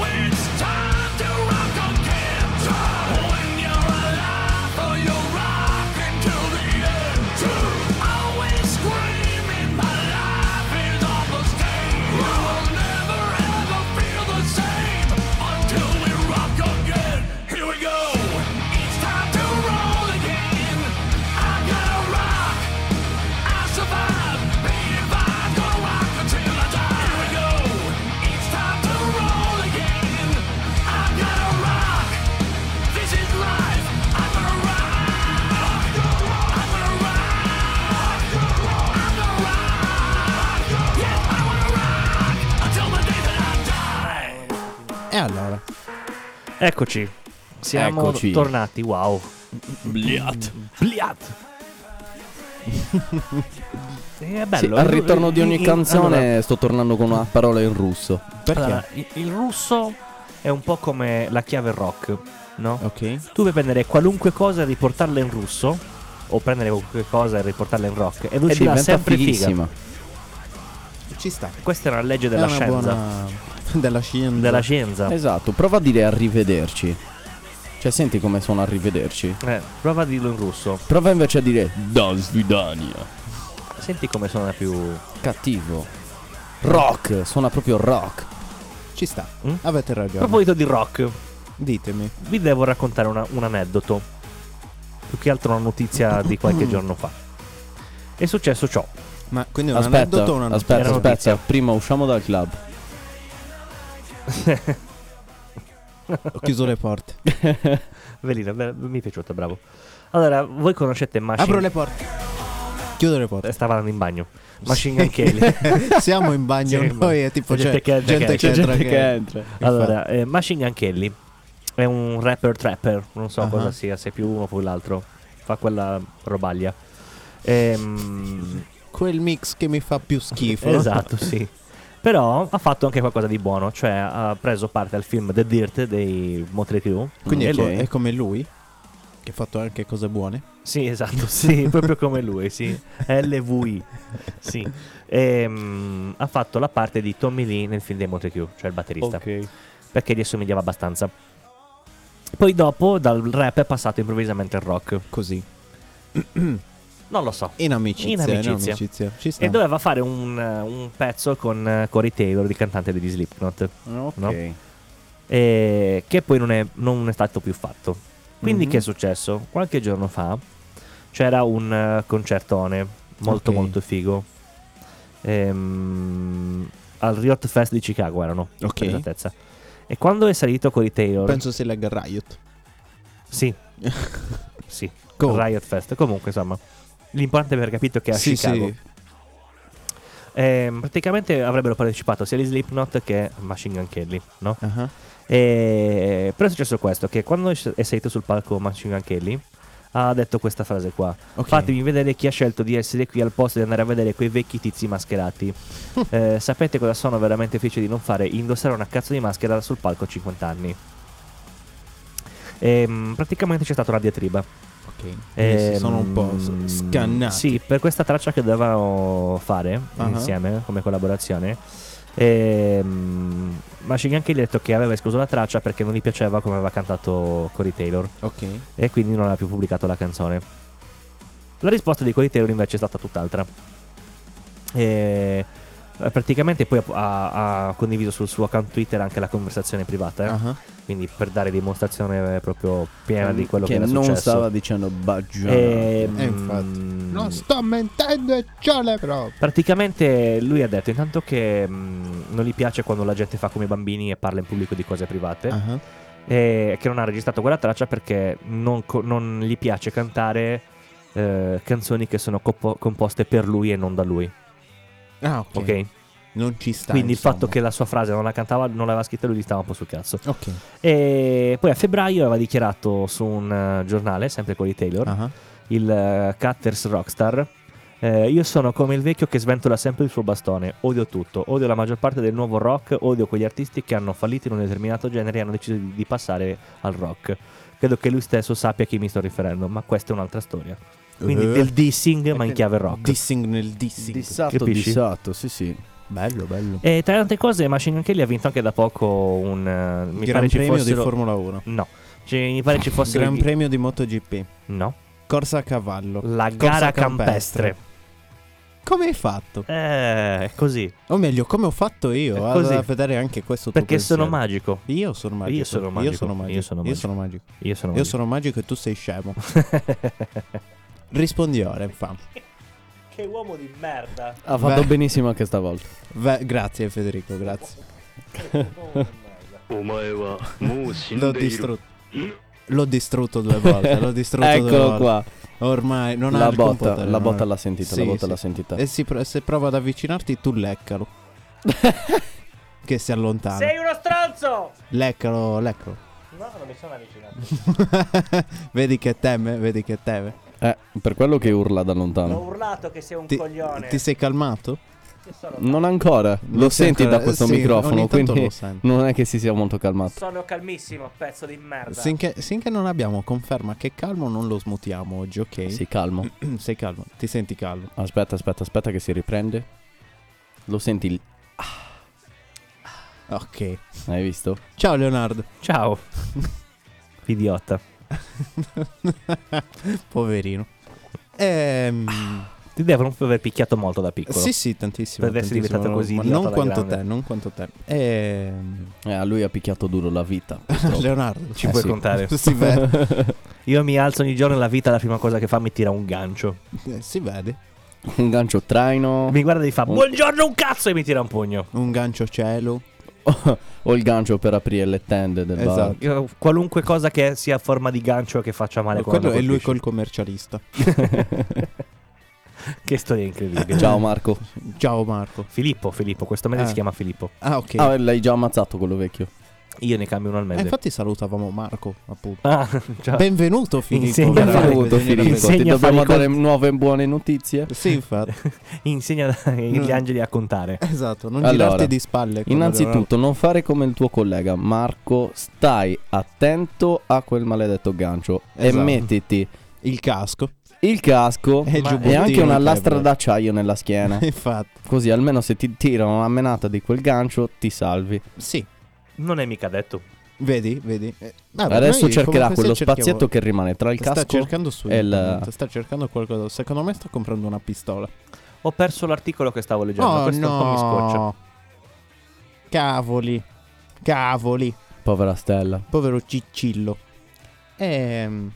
S6: oh,
S4: E allora,
S3: Eccoci. Siamo
S5: Eccoci.
S3: tornati. Wow.
S5: Bliat.
S3: Bliat. Eh, è bello.
S5: Sì, al ritorno di ogni
S3: In- in-
S5: canzone
S3: allora,
S5: sto tornando con una parola in russo.
S4: perché?
S3: allora, il, il russo è un po' come la chiave rock, no?
S4: ok.
S3: Tu puoi prendere qualunque cosa e riportarla in russo o prendere qualunque cosa e riportarla in rock ed
S5: E
S3: uscirà
S5: diventa
S3: sempre figa.
S5: fighissima.
S4: Ci sta.
S3: Questa è una legge
S4: È
S3: della
S4: una
S3: scienza.
S4: buona. Della scienza.
S3: Della scienza.
S5: Esatto, prova a dire arrivederci. Cioè, senti come suona arrivederci.
S3: Eh, prova a dirlo in russo.
S5: Prova invece a dire Da svidania.
S3: Senti come suona più.
S5: Cattivo. Rock, suona proprio rock.
S4: Ci sta.
S3: Mm?
S4: Avete
S3: A
S4: ragione.
S3: proposito di rock,
S4: Ditemi.
S3: vi devo raccontare una- un aneddoto. Più che altro una notizia di qualche giorno fa. È successo ciò.
S4: Ma quindi è un
S5: Aspetta,
S4: aneddoto o una notizia?
S5: aspetta,
S3: Era
S5: aspetta. Prima usciamo dal club.
S4: Ho chiuso le porte.
S3: Velina, be- mi è piaciuta, bravo. Allora, voi conoscete Machine
S4: Apro le porte. Chiudo le porte.
S3: Eh, Stava andando in bagno. Machine Gun Kelly.
S4: Siamo in bagno
S3: Sì,
S4: noi e tipo c'è
S3: c'è gente che entra,
S4: gente
S3: che
S4: che entra. che-
S5: entra.
S3: allora, eh, Machine Gun Kelly è un rapper trapper, non so
S4: Ah.
S3: cosa sia, se più uno o più l'altro. Fa quella robaglia. Ehm,
S4: Quel mix che mi fa più schifo.
S3: Esatto, sì. Però ha fatto anche qualcosa di buono, cioè ha preso parte al film The Dirt dei Motley Crue.
S4: Quindi è,
S3: E
S4: co-
S3: lui-
S4: è come lui che ha fatto anche cose buone.
S3: Sì, esatto, sì, proprio come lui, sì. LVI. Sì. Ehm, ha fatto la parte di Tommy Lee nel film dei Motley Crue, cioè il batterista,
S5: Ok.
S3: perché gli assomigliava abbastanza. Poi dopo dal rap è passato improvvisamente al rock.
S4: Così.
S3: Non lo so.
S4: In amicizia.
S3: In amicizia.
S4: Ci sta.
S3: E doveva fare un, un pezzo con eh, Corey Taylor, il cantante degli Slipknot.
S5: Ok.
S3: eh, che poi non è, non è stato più fatto. Quindi
S4: Mhm.
S3: che è successo? Qualche giorno fa c'era un eh, concertone molto
S4: Ok.
S3: molto figo ehm, al Riot Fest di Chicago erano,
S4: Ok.
S3: per esattezza. E quando è salito Corey Taylor...
S4: Penso sia la Riot.
S3: Sì, sì,
S4: Cool.
S3: Riot Fest. Comunque insomma, l'importante è aver capito che è a
S4: sì,
S3: Chicago.
S4: sì.
S3: Ehm, praticamente avrebbero partecipato sia gli Slipknot che Machine Gun Kelly, no?
S4: Ah,
S3: E- Però è successo questo, che quando è sc- è salito sul palco Machine Gun Kelly ha detto questa frase qua.
S4: Ok.
S3: Fatemi vedere chi ha scelto di essere qui al posto di andare a vedere quei vecchi tizi mascherati. Eh, sapete cosa sono veramente felice di non fare? Indossare una cazzo di maschera sul palco a 50 anni. Ehm, praticamente c'è stata una diatriba.
S4: ok. Quindi si sono un po' s-
S3: Ehm,
S4: scannati.
S3: Eh, Sì, per questa traccia che dovevamo fare
S4: Ah.
S3: insieme come collaborazione. Ehm, Machine Gun Kelly ha detto che aveva escluso la traccia perché non gli piaceva come aveva cantato Cory Taylor
S4: Ok.
S3: e quindi non aveva più pubblicato la canzone. La risposta di Cory Taylor invece è stata tutt'altra. E eh, praticamente poi ha, ha condiviso sul suo account Twitter anche la conversazione privata, eh.
S4: Ah,
S3: quindi per dare dimostrazione proprio piena di quello che, era
S5: non
S3: successo.
S5: stava dicendo baggiano.
S3: Ehm,
S4: Eh, infatti. Non sto mentendo e c'ho le prove.
S3: Praticamente lui ha detto intanto che mh, non gli piace quando la gente fa come i bambini e parla in pubblico di cose private
S4: Ah,
S3: e che non ha registrato quella traccia perché non, co- non gli piace cantare eh, canzoni che sono compo- composte per lui e non da lui,
S4: Ah, ok.
S3: ok?
S4: Non ci sta.
S3: Quindi il
S4: insomma.
S3: fatto che la sua frase non la cantava, non l'aveva scritta lui gli stava un po' sul cazzo.
S4: Ok.
S3: E poi a febbraio aveva dichiarato su un eh, giornale, sempre quelli Taylor,
S4: Ah,
S3: il eh, Cutters Rockstar. Eh, io sono come il vecchio che sventola sempre il suo bastone. Odio tutto. Odio la maggior parte del nuovo rock. Odio quegli artisti che hanno fallito in un determinato genere e hanno deciso di, di passare al rock. Credo che lui stesso sappia a chi mi sto riferendo, ma questa è un'altra storia. Quindi
S4: Eh.
S3: del dissing, ma in chiave rock.
S4: Dissing nel dissing.
S5: Dissato,
S3: Capisci?
S5: dissato, sì sì.
S4: bello, bello.
S3: e tra le altre cose, Machine Gun Kelly ha vinto anche da poco un. eh, mi
S4: Gran
S3: pare ci
S4: premio
S3: fossero.
S4: di Formula 1.
S3: no. Cioè, mi pare ci fossero.
S4: Gran
S3: i-
S4: premio di MotoGP.
S3: no.
S4: Corsa a cavallo.
S3: La
S4: Corsa
S3: gara
S4: campestre.
S3: campestre.
S4: Come hai fatto?
S3: Eh, così.
S4: O meglio, come ho fatto io?
S3: È
S4: Vado
S3: così.
S4: a vedere anche questo tuo
S3: Perché sono
S4: pensiero.
S3: magico.
S4: Io sono magico.
S3: Io sono
S4: Io
S3: magico.
S4: sono magico.
S3: Io sono
S4: Io
S3: magico.
S4: sono magico.
S3: Io sono
S4: Io
S3: magico.
S4: sono magico e tu sei scemo. Rispondi ora, infame.
S3: Che uomo di merda.
S5: Ha fatto
S4: Beh.
S5: benissimo anche stavolta.
S4: Ve- grazie Federico, grazie. L'ho distrutto. L'ho distrutto due volte, l'ho distrutto due
S5: Eccolo
S4: volte.
S5: Ecco qua.
S4: Ormai non ha
S5: La
S4: il
S5: botta,
S4: computer,
S5: la
S4: non
S5: botta
S4: ha-
S5: l'ha sentita,
S4: Sì,
S5: la botta
S4: sì.
S5: l'ha sentita.
S4: E si pro- se prova ad avvicinarti tu leccalo. che si allontana.
S3: uno stronzo!
S2: stronzo!
S4: Leccalo, leccalo.
S3: No, non mi sono avvicinato.
S4: vedi che teme, vedi che teme.
S5: Eh, per quello che urla da
S2: Ho
S5: lontano.
S2: urlato che sei un
S4: Ti,
S2: coglione.
S4: ti sei calmato?
S2: Io sono,
S5: Non ancora, lo
S4: Non sei
S5: senti
S4: ancora-
S5: da questo
S4: sì,
S5: microfono,
S4: ogni tanto
S5: quindi
S4: lo sento.
S5: non è che si sia molto calmato.
S2: sono calmissimo, pezzo di merda.
S4: Sinché, sinché non abbiamo conferma che calmo non lo smutiamo oggi, ok?
S5: Ah,
S4: Mm,
S5: Sì, calmo.
S4: Sei calmo, ti senti calmo.
S5: Aspetta, aspetta, aspetta che si riprende. Lo senti, il-
S4: Ok.
S5: hai visto?
S4: Ciao Leonardo.
S3: Ciao. Idiota.
S4: Poverino. Ehm,
S3: Ti devono proprio aver picchiato molto da piccolo.
S4: sì, sì, tantissimo.
S3: Per essere
S4: tantissimo,
S3: diventato
S4: no,
S3: così
S4: ma
S3: idiota
S4: non
S3: da
S4: quanto
S3: grande.
S4: te, non quanto te. Ehm,
S5: Eh, a lui ha picchiato duro la vita. purtroppo.
S4: Leonardo.
S3: Oh. Ci
S5: Eh
S3: puoi
S5: sì.
S3: contare.
S4: Si vede.
S3: Io mi alzo ogni giorno e la vita, la prima cosa che fa mi tira un gancio.
S4: eh, si vede.
S5: Un gancio traino.
S3: Mi guarda e gli fa
S4: Oh.
S5: Un-
S3: buongiorno un cazzo e mi tira un pugno.
S4: Un gancio cielo.
S5: o il gancio per aprire le tende del
S4: Esatto.
S3: Io- Qualunque cosa che sia a forma di gancio che faccia male
S4: Eh, Quello
S3: quando
S4: è lui
S3: colpisce.
S4: col commercialista. Esatto.
S3: Che storia incredibile.
S5: bar. Ciao Marco.
S4: Ciao Marco.
S3: Filippo, Filippo, questo mese
S4: Ah.
S3: si chiama Filippo.
S4: Ah, ok.
S5: Ah, l'hai già ammazzato quello vecchio.
S3: Io ne cambio uno al
S4: Eh,
S3: mese.
S4: infatti salutavamo Marco, appunto.
S3: Ah, ciao.
S4: Benvenuto Filippo.
S3: Insegna-
S4: veramente,
S5: Benvenuto
S4: bisogna-
S5: Filippo, ti
S3: Insegna a
S5: dobbiamo
S3: fare i
S5: dare nuove e buone notizie.
S4: Sì, infatti.
S3: Insegna
S4: Mm.
S3: gli angeli a contare.
S4: Esatto, non
S5: Allora,
S4: girarti di spalle. come Leonardo.
S5: Innanzitutto, non fare come il tuo collega Marco, stai attento a quel maledetto gancio e
S4: Esatto.
S5: mettiti
S4: il casco.
S5: il casco
S4: E il
S5: e
S4: giubbottino
S5: anche una
S4: in
S5: lastra
S4: pelle.
S5: d'acciaio nella schiena.
S4: Infatti,
S5: Così almeno se ti tirano una menata di quel gancio ti salvi.
S4: sì.
S3: Non è mica detto.
S4: Vedi, vedi. Eh, vabbè,
S5: Adesso
S4: noi
S5: cercherà
S4: comunque
S5: quello
S4: se cerchiamo-
S5: spazietto che rimane tra il
S4: Sta
S5: casco
S4: cercando su
S5: e il-
S4: internet, sta cercando qualcosa. Secondo me sta comprando una pistola.
S3: Ho perso l'articolo che stavo leggendo.
S5: Oh,
S4: Oh,
S3: Questo un po' mi scoccia.
S4: Cavoli. Cavoli.
S5: Povera stella.
S4: Povero Ciccillo. Ehm.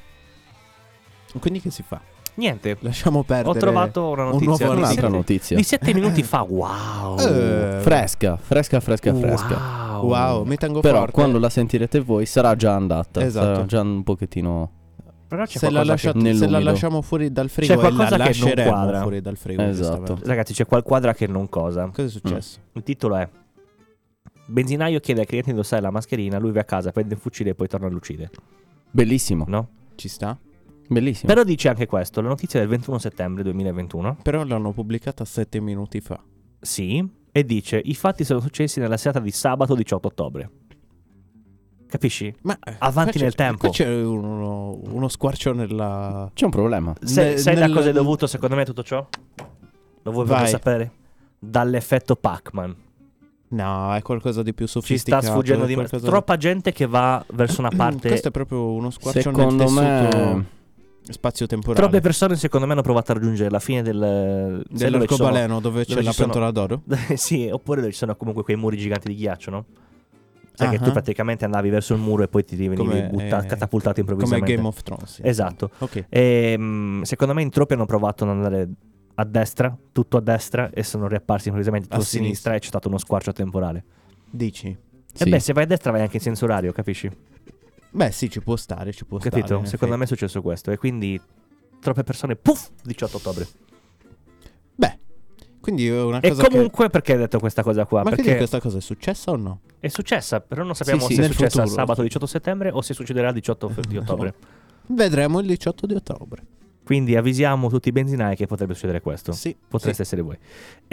S4: Quindi che si fa?
S3: Niente.
S4: Lasciamo perdere.
S3: Ho trovato una
S4: un
S3: notizia.
S4: nuovo
S3: di,
S5: Un'altra
S4: Sì.
S5: notizia.
S3: di sette minuti fa. Wow.
S4: Eh,
S5: Fresca, fresca, fresca, fresca.
S3: Wow.
S4: Wow, metango
S5: Però
S4: forte.
S5: quando la sentirete voi sarà già andata.
S4: Esatto.
S5: Sarà già un pochettino.
S3: Però c'è
S4: se la,
S3: qualcosa
S4: lasciate-
S3: che-
S5: che-
S4: se la
S5: nell'umido.
S4: lasciamo fuori dal frigo
S3: C'è
S4: e la
S3: qualcosa che non quadra.
S4: lasceremo fuori dal frigo.
S5: Esatto. Mm.
S4: giustamente.
S3: Ragazzi, c'è qualquadra che non cosa.
S4: Cosa è successo?
S3: Il titolo è Benzinaio chiede ai clienti di indossare la mascherina, lui va a casa, prende il fucile e poi torna a lucide.
S5: Bellissimo.
S3: No?
S4: Ci sta?
S5: Bellissimo.
S3: Però dice anche questo, la notizia del 21 settembre 2021.
S4: Però l'hanno pubblicata sette minuti fa.
S3: Sì, e dice i fatti sono successi nella serata di sabato 18 ottobre. Capisci?
S4: Ma eh,
S3: Avanti
S4: qua c'è-
S3: nel tempo.
S4: Qua c'è uno, uno squarcio nella.
S5: C'è un problema.
S3: Sai,
S4: Nel-
S3: sai da
S4: nel-
S3: cosa è dovuto secondo me tutto ciò? Lo vuoi proprio
S4: Vai.
S3: sapere? Dall'effetto Pac-Man.
S4: No, è qualcosa di più
S3: Ci sta
S4: sofisticato.
S3: sfuggendo
S4: è
S3: di me.
S4: qualcosa Mm,
S3: Troppa gente che va verso una parte.
S4: Questo è proprio uno squarcio
S5: Secondo
S4: nel tessuto Eh
S5: me.
S4: spazio-temporale.
S3: Troppe persone secondo me hanno provato a raggiungere la fine del... sai dove ci sono-
S4: Dell'arcobaleno dove c'è
S3: dove
S4: la
S3: ci sono-
S4: pentola d'oro?
S3: sì, oppure dove ci sono comunque quei muri giganti di ghiaccio, no? Sai che
S4: Ah.
S3: tu praticamente andavi verso il muro e poi ti venivi
S4: Come,
S3: butta-
S4: eh,
S3: catapultato
S4: Come
S3: improvvisamente.
S4: Game of Thrones. sì.
S3: Esatto.
S4: Ok.
S3: E, mm, secondo me in troppi hanno provato ad andare a destra, tutto a destra, e sono riapparsi improvvisamente tutto
S4: A
S3: a sinistra e c'è stato uno squarcio temporale.
S4: Dici?
S5: Sì.
S3: E beh, se vai a destra vai anche in senso orario, capisci?
S4: Beh, sì, ci può stare, ci può
S3: Capito?
S4: stare. in
S3: secondo me è successo questo. E quindi troppe persone, puff, 18 ottobre.
S4: effetti. Beh, quindi è una
S3: E
S4: cosa che-
S3: comunque perché hai detto questa cosa qua?
S4: Ma
S3: perché
S4: quindi questa cosa è successa o no?
S3: è successa, però non sappiamo
S4: sì,
S3: se è
S4: nel
S3: successa
S4: futuro.
S3: sabato 18 settembre o se succederà il 18 di ottobre.
S4: Vedremo il 18 di ottobre.
S3: Quindi avvisiamo tutti i benzinai che potrebbe succedere questo.
S4: Sì.
S3: Potreste essere voi.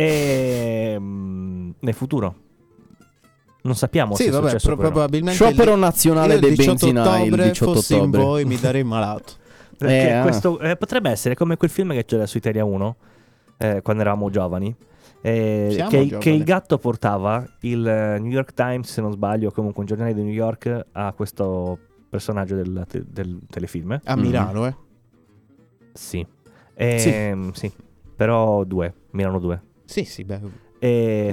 S3: E mm, nel futuro. Non sappiamo
S4: Sì, sì
S3: se è
S4: vabbè,
S3: successo
S4: pro-
S3: quello.
S4: probabilmente
S5: Sciopero
S4: il-
S5: nazionale
S4: io
S5: dei
S4: il 18
S5: benzinai il
S4: ottobre
S5: 18
S4: fossi in
S5: ottobre.
S4: voi mi darei malato.
S3: Perché
S5: Eh, ah.
S3: questo eh, potrebbe essere come quel film che c'era su Italia 1 eh, quando eravamo giovani. eh,
S4: Siamo
S3: che,
S4: giovani.
S3: che il gatto portava il eh, New York Times, se non sbaglio, comunque un giornale di New York a questo personaggio del, te- del telefilm.
S4: A
S5: Mhm.
S4: Milano, eh.
S3: Sì. Ehm, sì. Però due, Milano 2.
S4: Sì, sì, beh.
S3: E
S4: Lì,
S3: Eh,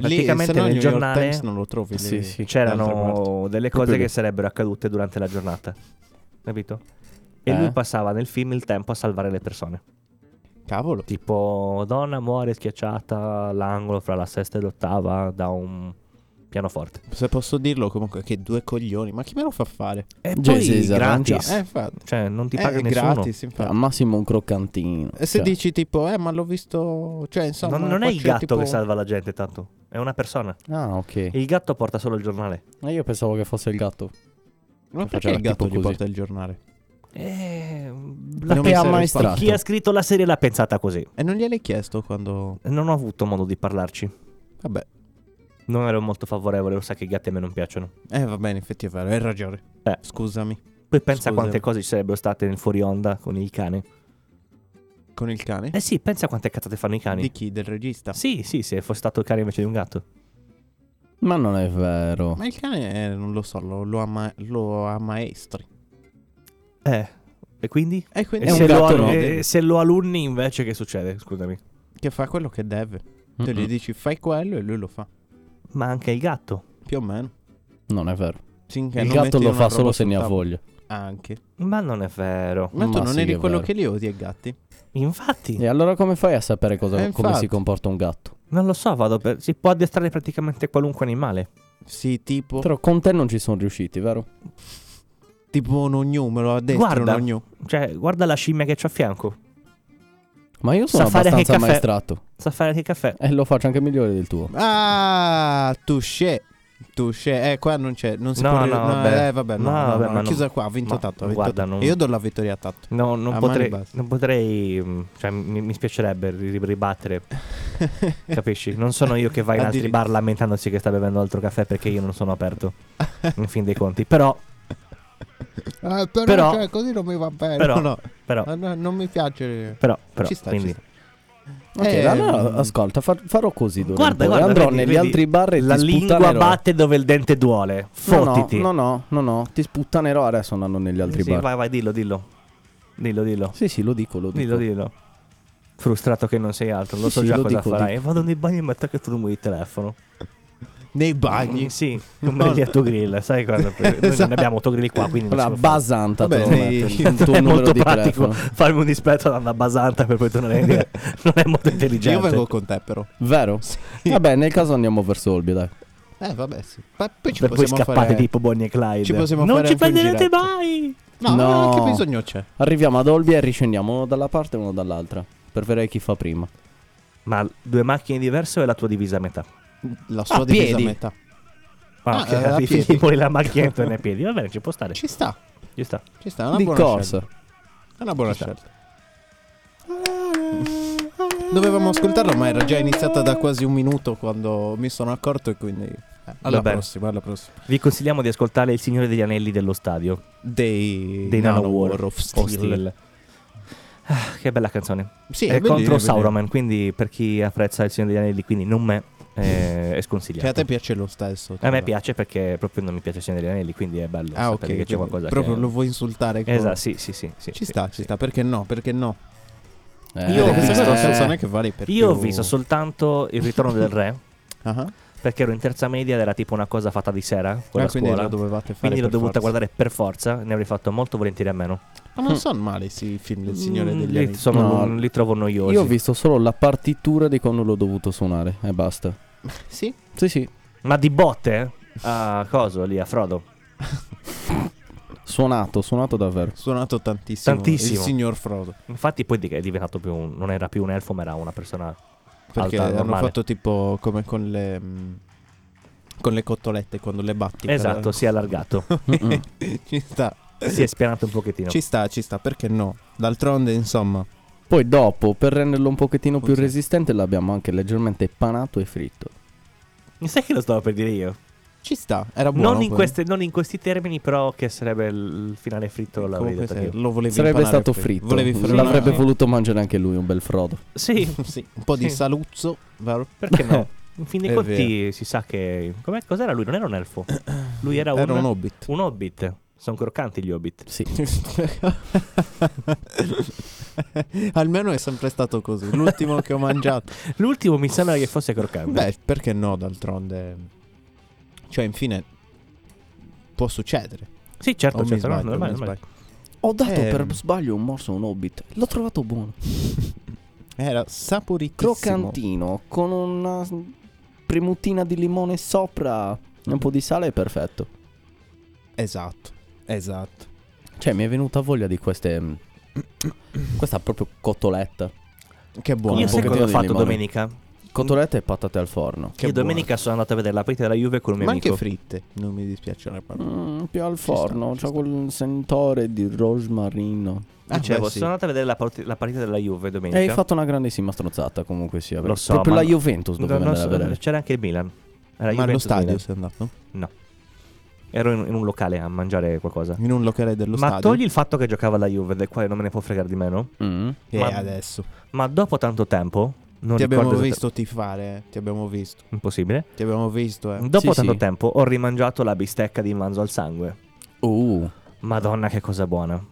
S4: se
S3: praticamente
S4: no, il
S3: nel
S4: New York Times
S3: giornale
S4: non lo trovi.
S5: Sì,
S4: lì.
S5: sì.
S4: D'altra
S3: c'erano
S4: parte.
S3: delle
S5: Proprio
S3: cose
S5: lì.
S3: che sarebbero accadute durante la giornata. Capito? E
S5: Eh?
S3: lui passava nel film il tempo a salvare le persone.
S4: Cavolo.
S3: Tipo, donna muore schiacciata all'angolo fra la sesta e l'ottava da un pianoforte.
S4: Se posso dirlo comunque, che due coglioni. Ma chi me lo fa fare?
S3: E
S5: Jay
S3: poi
S5: Caesar,
S3: gratis.
S4: Eh, infatti.
S3: Cioè, non ti
S4: Eh,
S3: paga nessuno.
S4: gratis, infatti.
S5: Cioè, Al massimo un croccantino.
S4: E se
S5: Cioè,
S4: dici tipo, eh, ma l'ho visto. Cioè, insomma.
S3: non non è
S4: qua
S3: il
S4: c'è
S3: gatto
S4: tipo-
S3: che salva la gente, tanto. È una persona.
S5: Ah, ok.
S3: Il gatto porta solo il giornale.
S5: Ma io pensavo che fosse il gatto.
S4: Ma perché
S5: faceva
S4: il gatto
S5: tipo
S4: gli
S5: così.
S4: porta il giornale?
S3: Eh,
S4: Non
S3: la
S4: mi
S3: pensa-
S4: serve
S5: ammaestrato.
S3: Chi ha scritto la serie l'ha pensata così.
S4: E non gliel'hai chiesto quando...
S3: Non ho avuto modo di parlarci.
S4: Vabbè.
S3: Non ero molto favorevole, lo sa che i gatti a me non piacciono.
S4: Eh, va bene, effettivamente, hai ragione.
S3: Eh.
S4: Scusami.
S3: Poi pensa
S4: Scusa.
S3: quante cose ci sarebbero state nel fuori onda con il cane.
S4: Con il cane?
S3: Eh sì, pensa quante cazzate fanno i cani.
S4: Di chi? Del regista?
S3: Sì, sì, se fosse stato il cane invece di un gatto.
S5: Ma non è vero.
S4: Ma il cane, eh, non lo so, lo, lo, ama- lo ammaestri.
S3: Eh. E quindi?
S4: E quindi
S3: E
S4: è
S3: se,
S4: un
S3: lo,
S4: gatto
S3: al-
S4: no,
S3: e Eh, se lo alunni invece che succede? Scusami.
S4: che fa quello che deve. Tu
S5: Mm-mm.
S4: gli dici fai quello e lui lo fa.
S3: Ma anche il gatto.
S4: Più o meno.
S5: Non è vero.
S4: Finché
S5: il
S4: non
S5: gatto
S4: metti
S5: lo
S4: una
S5: fa
S4: roba
S5: solo se
S4: sul
S5: ne ha
S4: tavolo.
S5: voglia.
S4: Anche.
S3: Ma non è vero.
S4: Ma,
S5: Ma
S4: tu non
S5: sì,
S4: eri
S5: è
S4: quello
S5: vero.
S4: che li odi ai gatti?
S3: Infatti,
S5: E allora come fai a sapere cosa-
S4: Eh,
S5: come
S4: infatti.
S5: si comporta un gatto?
S3: non lo so, vado per... Si può addestrare praticamente qualunque animale.
S4: Sì, tipo.
S5: Però con te non ci sono riusciti, vero?
S4: tipo un ognumelo a destra.
S3: Guarda.
S4: Un ognu.
S3: Cioè, guarda la scimmia che c'ho a fianco.
S5: Ma io sono
S3: Sa fare
S5: abbastanza
S3: anche il caffè. Eh,
S5: maestrato.
S3: Sa fare che caffè.
S5: E lo faccio anche migliore del tuo.
S4: Ah, touché. Touché. Eh, qua non c'è. Non si
S3: No,
S4: può.
S3: no,
S4: ri-
S3: vabbè.
S4: Eh, vabbè, no.
S3: No,
S4: no,
S3: vabbè,
S4: no,
S3: ma
S4: chiusa
S3: non-
S4: qua. Ha vinto
S3: ma
S4: Tatto. ha vinto
S3: guarda,
S4: Tatto.
S3: non-
S4: Io do la vittoria a Tatto.
S3: No, non
S4: A
S3: potrei.
S4: mani basse.
S3: Non potrei. mm, Cioè, mi, mi spiacerebbe ri- ribattere.
S4: Eh,
S3: capisci? Non sono io che va in altri
S4: Addiri-
S3: bar lamentandosi che sta bevendo altro caffè perché io non sono aperto. in fin dei conti. Però,
S4: però,
S3: Però- cioè,
S4: così non mi va bene.
S3: però-
S4: no,
S3: però,
S4: non mi piace.
S3: però, però.
S4: ci sta,
S3: quindi,
S4: ci sta.
S5: Ok,
S4: Eh,
S5: allora
S4: mm.
S5: ascolta, fa- farò così. d'ora
S3: ehm, Guarda,
S5: in poi.
S3: guarda,
S5: Andrò
S3: vedi,
S5: negli
S3: vedi,
S5: altri bar e
S3: La
S5: ti
S3: lingua
S5: sputtanerò.
S3: batte dove il dente duole.
S5: No, no,
S3: Fottiti.
S5: No, no, no, no, ti sputtanerò adesso andando negli altri
S3: Sì,
S5: bar.
S3: vai, vai, dillo, dillo. Dillo, dillo.
S5: Sì, sì, lo dico, lo dico.
S3: Dillo, dillo. Frustrato che non sei altro, lo
S5: Sì,
S3: so
S5: sì,
S3: già
S5: lo
S3: cosa
S5: dico,
S3: farai. Vado nei bagni e mi attacco il rumore di telefono.
S4: Nei bagni.
S3: Mm,
S4: Esatto.
S3: Sì, come gli autogrill, sai cosa? Noi non abbiamo autogrill qua, quindi non
S5: Allora,
S3: si può fare.
S5: basanta
S4: Vabbè,
S5: te lo
S4: sì,
S5: metto,
S4: sì,
S5: il tuo
S3: è
S5: numero
S3: molto
S5: di
S3: pratico
S5: telefono.
S3: farmi un dispetto da una basanta per poi tornare indietro. non è molto intelligente.
S4: Io vengo con te, però.
S5: Vero? Vabbè, nel caso andiamo verso Olbia, dai.
S4: Eh, vabbè, sì. Ma poi ci
S3: per poi
S4: possiamo
S3: scappate
S4: fare...
S3: tipo Bonnie e Clyde.
S4: Ci possiamo
S3: non
S4: fare
S3: ci
S4: anche un
S3: prenderete
S4: giretto.
S3: mai!
S4: No,
S5: No.
S4: che bisogno c'è?
S5: Arriviamo ad Olbia e riscendiamo uno dalla parte e uno dall'altra. Per vedere chi fa prima.
S3: Ma due macchine diverse o è la tua divisa a metà?
S4: La sua
S5: A
S4: divisa
S5: piedi.
S4: a metà.
S3: Ah,
S4: Ah,
S3: ok,
S4: eh, a
S3: ti-
S4: piedi.
S3: ti poni la macchina intorno ai piedi. Va bene, ci può stare.
S4: Ci sta,
S3: Ci sta.
S4: ci sta. È una
S5: di
S4: Ah, buona
S5: corsa.
S4: scelta. È una buona
S3: Ci sta.
S4: scelta. Dovevamo ascoltarlo, ma era già iniziata da quasi un minuto quando mi sono accorto e quindi... eh, alla
S3: Vabbè.
S4: prossima, alla prossima.
S3: Vi consigliamo di ascoltare Il Signore degli Anelli dello stadio.
S4: Dei...
S3: dei Nano War
S4: of
S3: of
S4: Steel.
S3: Steel. Ah, che bella canzone.
S4: Sì,
S3: è
S4: bellino,
S3: contro
S4: bellino.
S3: Sauron, quindi per chi apprezza il Signore degli Anelli, quindi non me, eh, è
S4: Cioè, a
S3: sconsigliato.
S4: te piace lo stesso.
S3: A me piace perché proprio non mi piace il Signore degli Anelli, quindi è bello
S4: Ah,
S3: sapere
S4: ok.
S3: che c'è
S4: quindi
S3: qualcosa
S4: proprio
S3: che...
S4: lo vuoi insultare. con-
S3: Esatto, sì, sì, sì. sì,
S4: Ci
S3: sì,
S4: sta,
S3: sì.
S4: ci sta. Perché no? Perché no?
S5: Eh,
S3: Io ho
S4: Perché
S3: visto-
S4: questa è una
S5: eh,
S4: canzone che vale per
S3: Io ho
S4: più-
S3: visto soltanto Il Ritorno del Re,
S4: Ah,
S3: perché ero in terza media ed era tipo una cosa fatta di sera con
S4: ah,
S3: la
S4: quindi
S3: scuola.
S4: la dovevate fare
S3: Quindi l'ho
S4: per
S3: dovuta
S4: forza.
S3: guardare per forza, ne avrei fatto molto volentieri a meno.
S4: Ma non sono male sì, i film del Signore
S3: Mm,
S4: degli
S3: li-
S4: Anelli.
S3: Insomma,
S5: No.
S3: non li trovo noiosi.
S5: Io ho visto solo la partitura di quando l'ho dovuto suonare e basta.
S4: Sì?
S5: Sì, sì.
S3: Ma di botte? A coso lì, a Frodo.
S5: Suonato, suonato davvero.
S4: Suonato tantissimo.
S3: Tantissimo.
S4: Il signor Frodo.
S3: Infatti poi di- è diventato più un- non era più un elfo, ma era una persona
S4: Perché
S3: Alta,
S4: hanno
S3: normale.
S4: fatto tipo come con le... mm, con le cottolette quando le batti. per-
S3: Esatto, si è allargato.
S5: Mm-mm.
S4: ci sta.
S3: si è spianato un pochettino.
S4: Ci sta, ci sta. Perché no? D'altronde, insomma.
S5: Poi dopo, per renderlo un pochettino più
S4: Ok.
S5: resistente, l'abbiamo anche leggermente panato e fritto.
S3: Mi Sai che lo stavo per dire io?
S4: Ci sta. Era buono.
S3: non, in
S4: poi.
S3: queste- non in questi termini, però che sarebbe il finale fritto l'avrei
S4: Comunque
S3: detto
S4: se
S3: io.
S4: lo volevi
S5: Sarebbe
S4: impanare
S5: stato
S4: poi.
S5: fritto.
S4: Volevi fare una-
S5: L'avrebbe voluto mangiare anche lui, un bel frodo.
S3: Sì,
S4: Sì, un po' di
S3: Sì.
S4: saluzzo, vero?
S3: perché no? In fin dei
S4: È
S3: conti si sa che... com'è- cos'era lui? Non era un elfo. Lui era,
S4: Era
S3: un,
S4: un hobbit.
S3: un hobbit. Sono croccanti gli hobbit.
S5: Sì.
S4: Almeno è sempre stato così. L'ultimo che ho mangiato.
S3: L'ultimo mi sembra che fosse croccante.
S4: Beh, perché no, d'altronde. Cioè, infine, può succedere.
S3: sì, certo,
S4: O mi
S3: certo. no,
S4: sbaglio, o
S3: normale,
S4: mi
S3: normale.
S4: sbaglio.
S5: Ho dato
S4: Eh.
S5: per sbaglio un morso a un hobbit. L'ho trovato buono.
S4: Era saporitissimo.
S5: Croccantino, con una s- premutina di limone sopra e un po' di sale, è perfetto.
S4: Esatto, esatto.
S5: Cioè, mi è venuta voglia di queste. mm, Questa proprio cotoletta.
S4: Che buono.
S3: Io
S5: un
S3: sai cosa
S5: pochettino
S3: ho
S5: di
S3: fatto
S5: limone.
S3: domenica?
S5: Cotolette e patate al forno.
S4: Che
S3: Io domenica sono andato a vedere la partita della Juve con un mio
S4: Ma
S3: amico.
S4: anche fritte, non mi dispiace la parola.
S5: Mm, più al
S4: Ci sta,
S5: forno,
S4: ci
S5: c'ho
S4: sta.
S5: quel sentore di rosmarino.
S4: Ah,
S3: Dicevo,
S4: beh, sì.
S3: sono andato a vedere la, part- la partita della Juve domenica.
S5: E hai fatto una grandissima strozzata comunque sia.
S3: Lo so,
S5: Proprio
S3: ma-
S5: la Juventus dove
S3: No, no,
S5: andare a
S3: so-
S5: vedere.
S3: c'era anche il Milan. Era
S4: Ma allo
S3: Juventus
S4: stadio
S3: Milan.
S4: sei andato?
S3: Ero in, in un locale a mangiare qualcosa.
S4: In un locale dello
S3: ma
S4: stadio?
S3: togli il fatto che giocava la Juve, del quale non me ne può fregare di meno.
S5: Mm.
S4: Eh,
S3: ma-
S4: adesso.
S3: Ma dopo tanto tempo, non
S4: Ti abbiamo
S3: ricordo esatta-
S4: visto tifare, eh. ti abbiamo visto.
S3: Impossibile.
S4: Ti abbiamo visto, eh.
S3: Dopo
S5: Sì,
S3: tanto
S5: sì.
S3: tempo ho rimangiato la bistecca di manzo al sangue.
S5: Uh,
S3: Madonna, che cosa buona.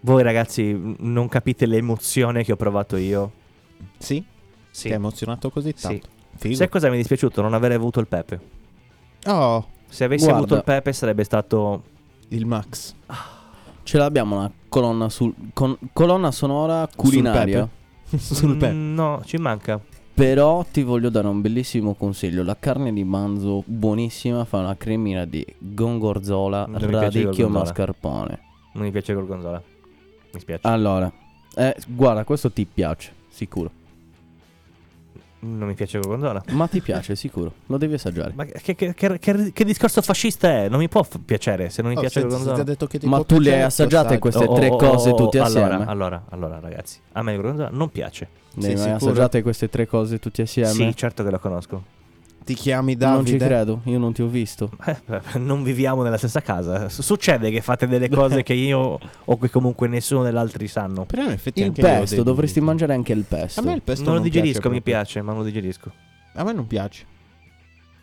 S3: Voi ragazzi, n- non capite l'emozione che ho provato io.
S4: Sì? Ti ha emozionato così
S3: Sì.
S4: tanto? Figo.
S3: Sai cosa mi è dispiaciuto? Non avere avuto il Pepe.
S4: Oh,
S3: Se avessi
S5: Guarda.
S3: avuto il Pepe sarebbe stato...
S4: il Max.
S5: ce l'abbiamo una colonna, sul, con- colonna sonora culinaria.
S4: Sul
S3: Mm,
S4: Pepe.
S3: No, ci manca.
S5: Però ti voglio dare un bellissimo consiglio. La carne di manzo buonissima fa una cremina di gongorzola,
S3: Non mi piace il
S5: radicchio
S3: gorgonzola.
S5: mascarpone.
S3: Non mi piace Gorgonzola. Mi spiace.
S5: Allora, eh, guarda, questo ti piace, sicuro.
S3: Non mi piace Gorgonzola.
S5: Ma ti piace, sicuro. Lo devi assaggiare.
S3: Ma che, che- che- che- che discorso fascista è? Non mi può f- piacere se non mi
S4: Oh,
S3: piace
S4: se- se ti ha
S3: Gorgonzola. Oh,
S4: detto che ti
S5: Ma
S4: può
S5: tu le
S4: piacere,
S5: hai assaggiate
S4: assaggia.
S5: queste tre cose tutte
S3: allora,
S5: assieme?
S3: Allora, allora, ragazzi, a me il Gorgonzola non piace.
S5: Ne
S4: Sei
S5: hai mai
S4: sicuro?
S5: assaggiate queste tre cose tutti assieme?
S3: Sì, certo che lo conosco.
S4: Ti chiami Davide?
S5: non ci credo, io non ti ho visto.
S3: Eh, Non viviamo nella stessa casa. S- Succede che fate delle cose che io o che comunque nessuno degli altri sanno.
S4: Però in effetti
S5: Il
S4: anche io ho
S5: pesto,
S4: dei
S5: dovresti
S4: dubbi.
S5: mangiare anche il pesto.
S4: A me il pesto
S3: non lo digerisco,
S4: proprio.
S3: mi piace, ma non lo digerisco.
S4: A me non piace.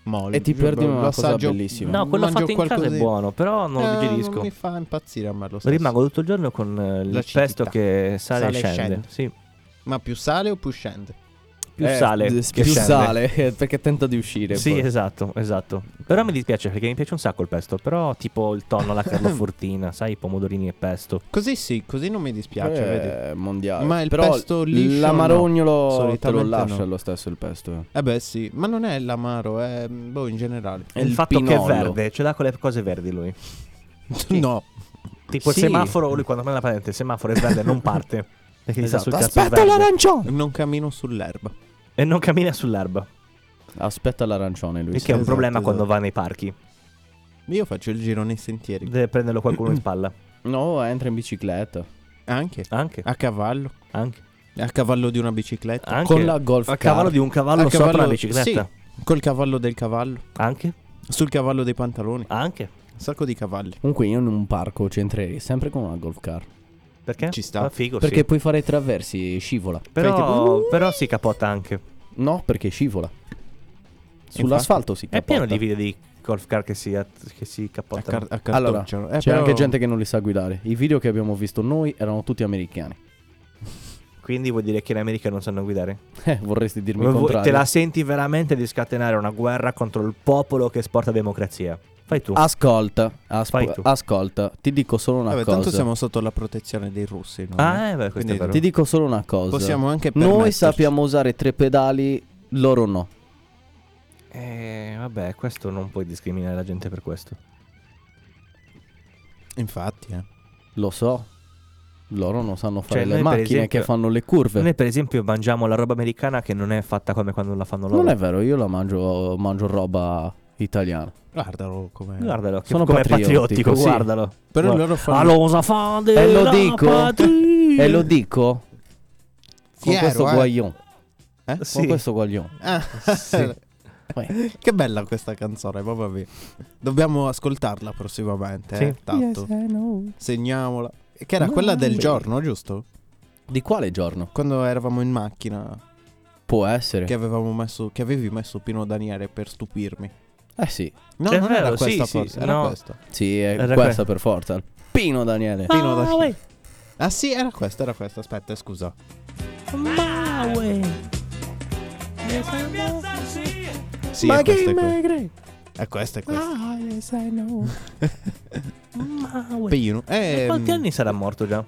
S4: Molle.
S5: E ti
S4: Io
S5: perdi
S4: lo-
S5: una
S4: lo
S5: cosa
S4: assaggio-
S5: bellissima.
S3: No, quello
S4: mangio
S3: fatto in casa è
S4: qualcosina.
S3: buono, però non lo
S4: Eh,
S3: digerisco.
S4: Non mi fa impazzire a me lo stesso.
S3: Rimango tutto il giorno con eh, il
S4: La
S3: pesto
S4: acidità.
S3: che sale,
S4: Sale
S3: e
S4: e
S3: scende.
S4: scende.
S3: Sì.
S4: Ma più sale o più scende?
S3: Più
S5: Eh,
S3: sale.
S5: d-
S3: che
S5: più
S3: scende.
S5: sale, perché tenta di uscire.
S3: Sì,
S5: poi.
S3: esatto, esatto. Però mi dispiace perché mi piace un sacco il pesto. Però tipo il tonno alla carlofurtina, sai, i pomodorini e pesto.
S4: Così sì, così non mi dispiace,
S5: Eh,
S4: vedi.
S5: mondiale.
S4: Ma il
S5: Però
S4: pesto liscio no.
S5: L'amarognolo te lo
S4: Solitamente
S5: lascia
S4: no.
S5: lo stesso il pesto. eh.
S4: Eh beh sì, ma non è l'amaro, è boh in generale.
S5: È
S3: il,
S5: il
S3: fatto
S5: pinollo.
S3: che è verde, ce l'ha con le cose verdi lui.
S4: No.
S3: Tipo
S5: Sì.
S3: il semaforo, lui quando prende la patente, il semaforo è verde, non parte. Perché gli sta sul
S5: Esatto.
S3: cazzo il
S5: Aspetta
S3: verde.
S5: l'arancione!
S4: Non cammino sull'erba.
S3: E non cammina sull'erba.
S5: Aspetta l'arancione lui.
S3: Il
S5: sì.
S3: che è un
S4: esatto,
S3: problema
S4: esatto.
S3: quando va nei parchi.
S4: Io faccio il giro nei sentieri.
S3: Deve prenderlo qualcuno in spalla.
S5: No, entra in bicicletta.
S4: Anche
S3: Anche,
S4: a cavallo,
S3: anche.
S4: a cavallo di una bicicletta,
S3: anche.
S5: Con la golf
S3: a cavallo
S5: car.
S3: di un cavallo
S4: A
S3: sopra
S4: cavallo-
S3: la bicicletta.
S4: sì, col cavallo del cavallo,
S3: Anche,
S4: sul cavallo dei pantaloni,
S3: anche.
S4: un sacco di cavalli.
S5: Comunque io in un parco c'entrerei sempre con una golf car.
S3: Perché?
S4: Ci sta.
S3: Ah, figo,
S5: Perché
S3: sì.
S5: puoi fare i traversi, scivola.
S3: Però,
S5: Fai tipo-
S3: però si capotta anche.
S5: No, perché scivola. Sull'asfalto si
S3: È
S5: capota.
S3: pieno di video di golf car che si, che si
S4: A,
S3: capottano.
S4: car- a
S5: Allora,
S4: cartoccio. Eh,
S5: C'è
S4: però-
S5: anche gente che non li sa guidare. I video che abbiamo visto noi erano tutti americani.
S3: Quindi vuol dire che in America non sanno guidare?
S5: Eh, vorresti dirmi il
S3: Vuoi-
S5: contrario.
S3: Te la senti veramente di scatenare una guerra contro il popolo che esporta democrazia? Fai tu.
S5: Ascolta, asp-
S3: Fai tu.
S5: ascolta, ti dico solo una
S4: Vabbè,
S5: cosa.
S4: tanto siamo sotto la protezione dei russi, no?
S3: Ah, eh, beh, questo
S4: Quindi
S3: è vero.
S5: Ti dico solo una cosa.
S4: Possiamo anche
S5: Noi
S4: permetterci.
S5: sappiamo usare tre pedali, loro no.
S3: Eh, vabbè, questo non puoi discriminare la gente per questo.
S4: Infatti, eh.
S5: Lo so. Loro non sanno fare
S3: Cioè,
S5: le
S3: noi, per
S5: macchine
S3: esempio-
S5: che fanno le curve.
S3: Noi, per esempio, mangiamo la roba americana che non è fatta come quando la fanno loro.
S5: Non è vero, io la mangio, mangio roba italiana.
S4: Guardalo come
S3: Guardalo, che-
S5: Sono
S3: com'è
S5: patriottico,
S3: patriottico,
S5: sì.
S3: guardalo.
S4: Però
S3: Guarda.
S4: loro fanno-
S3: Allora, fa della
S5: E lo dico.
S3: patria.
S5: E lo dico con
S4: Fiero,
S5: questo
S4: eh.
S5: guaglione.
S4: Eh?
S3: Sì.
S5: Con questo Eh, guaglione.
S4: Ah,
S5: Uè.
S4: che bella questa canzone, mamma mia. Dobbiamo ascoltarla prossimamente, eh,
S3: Sì.
S4: tanto. Segniamola. Che era quella del giorno, giusto?
S5: Di quale giorno?
S4: Quando eravamo in macchina
S5: Può essere.
S4: che avevamo messo che avevi messo Pino Daniele per stupirmi.
S5: Eh sì.
S4: No,
S3: È
S4: non
S3: vero,
S4: era questa
S3: sì, sì,
S4: forse, era
S3: no.
S4: questa.
S5: Sì,
S4: Eh,
S5: è
S3: Era
S5: questa per forza. Pino Daniele.
S4: Pino
S3: Ah,
S4: Daniele.
S3: uè.
S4: Ah sì, era questa, era questa. Aspetta, scusa.
S3: Ma uè.
S4: Sì, è questa, è questa. È questa, è questa.
S3: Ah,
S4: Pino.
S5: Ehm,
S4: Eh,
S3: Quanti anni sarà morto già?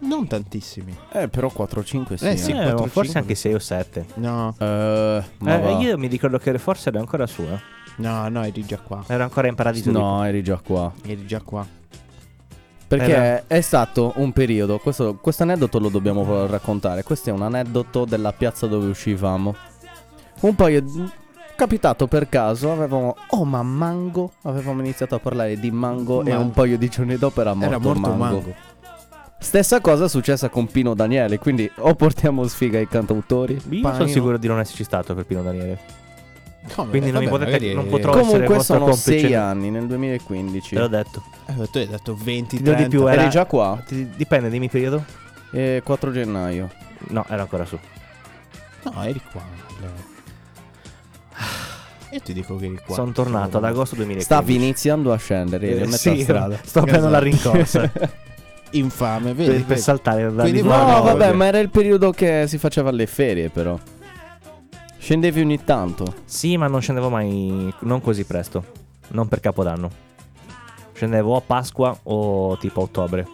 S4: Non tantissimi.
S5: Eh, però 4-5 sì.
S4: Eh, sì.
S5: eh.
S3: Eh,
S4: 4,
S3: forse
S4: 5.
S3: anche 6 o 7.
S4: No,
S5: Eh, ma va.
S3: io mi ricordo che forse era ancora sua.
S4: no, no, eri già qua.
S3: Era ancora in paradiso.
S5: No, eri già qua.
S4: Eri già qua.
S5: Perché
S3: Era-
S5: è stato un periodo, questo aneddoto lo dobbiamo pro- raccontare, questo è un aneddoto della piazza dove uscivamo. Un paio, capitato per caso, avevamo, oh ma mango, avevamo iniziato a parlare di mango, e
S4: Mango.
S5: un paio di giorni dopo era morto,
S4: Era morto un
S5: mango.
S4: mango.
S5: Stessa cosa è successa con Pino Daniele, quindi o portiamo sfiga ai cantautori.
S3: Io
S4: Panino.
S3: sono sicuro di non esserci stato per Pino Daniele.
S4: Come?
S3: Quindi non mi potete- non potrò- essere
S5: Comunque
S3: vostro
S5: sono
S3: complice.
S5: sei anni nel 2015.
S3: Te l'ho detto.
S4: Eh, tu hai detto 20,
S3: Ti do
S4: 30
S3: di più, era-
S5: Eri già qua?
S3: Ti- dipende, dimmi periodo.
S5: Eh, 4 gennaio.
S3: No, era ancora su.
S4: No, eri qua. Leo. Io ti dico che eri qua.
S3: Sono tornato ad agosto 2015.
S5: Stavi iniziando a scendere, eri a
S3: Eh,
S5: metà
S3: sì,
S5: strada. Esatto.
S3: Sto aprendo la rincorsa
S4: Infame, vedi?
S3: per, per
S4: vedi?
S3: saltare da
S4: Quindi-
S3: Lisbona a
S5: No,
S4: no,
S3: Norcia.
S5: vabbè, ma era il periodo che si faceva le ferie, però. Scendevi ogni tanto.
S3: Sì, ma non scendevo mai non così presto. Non per Capodanno. Scendevo o a Pasqua o tipo a ottobre.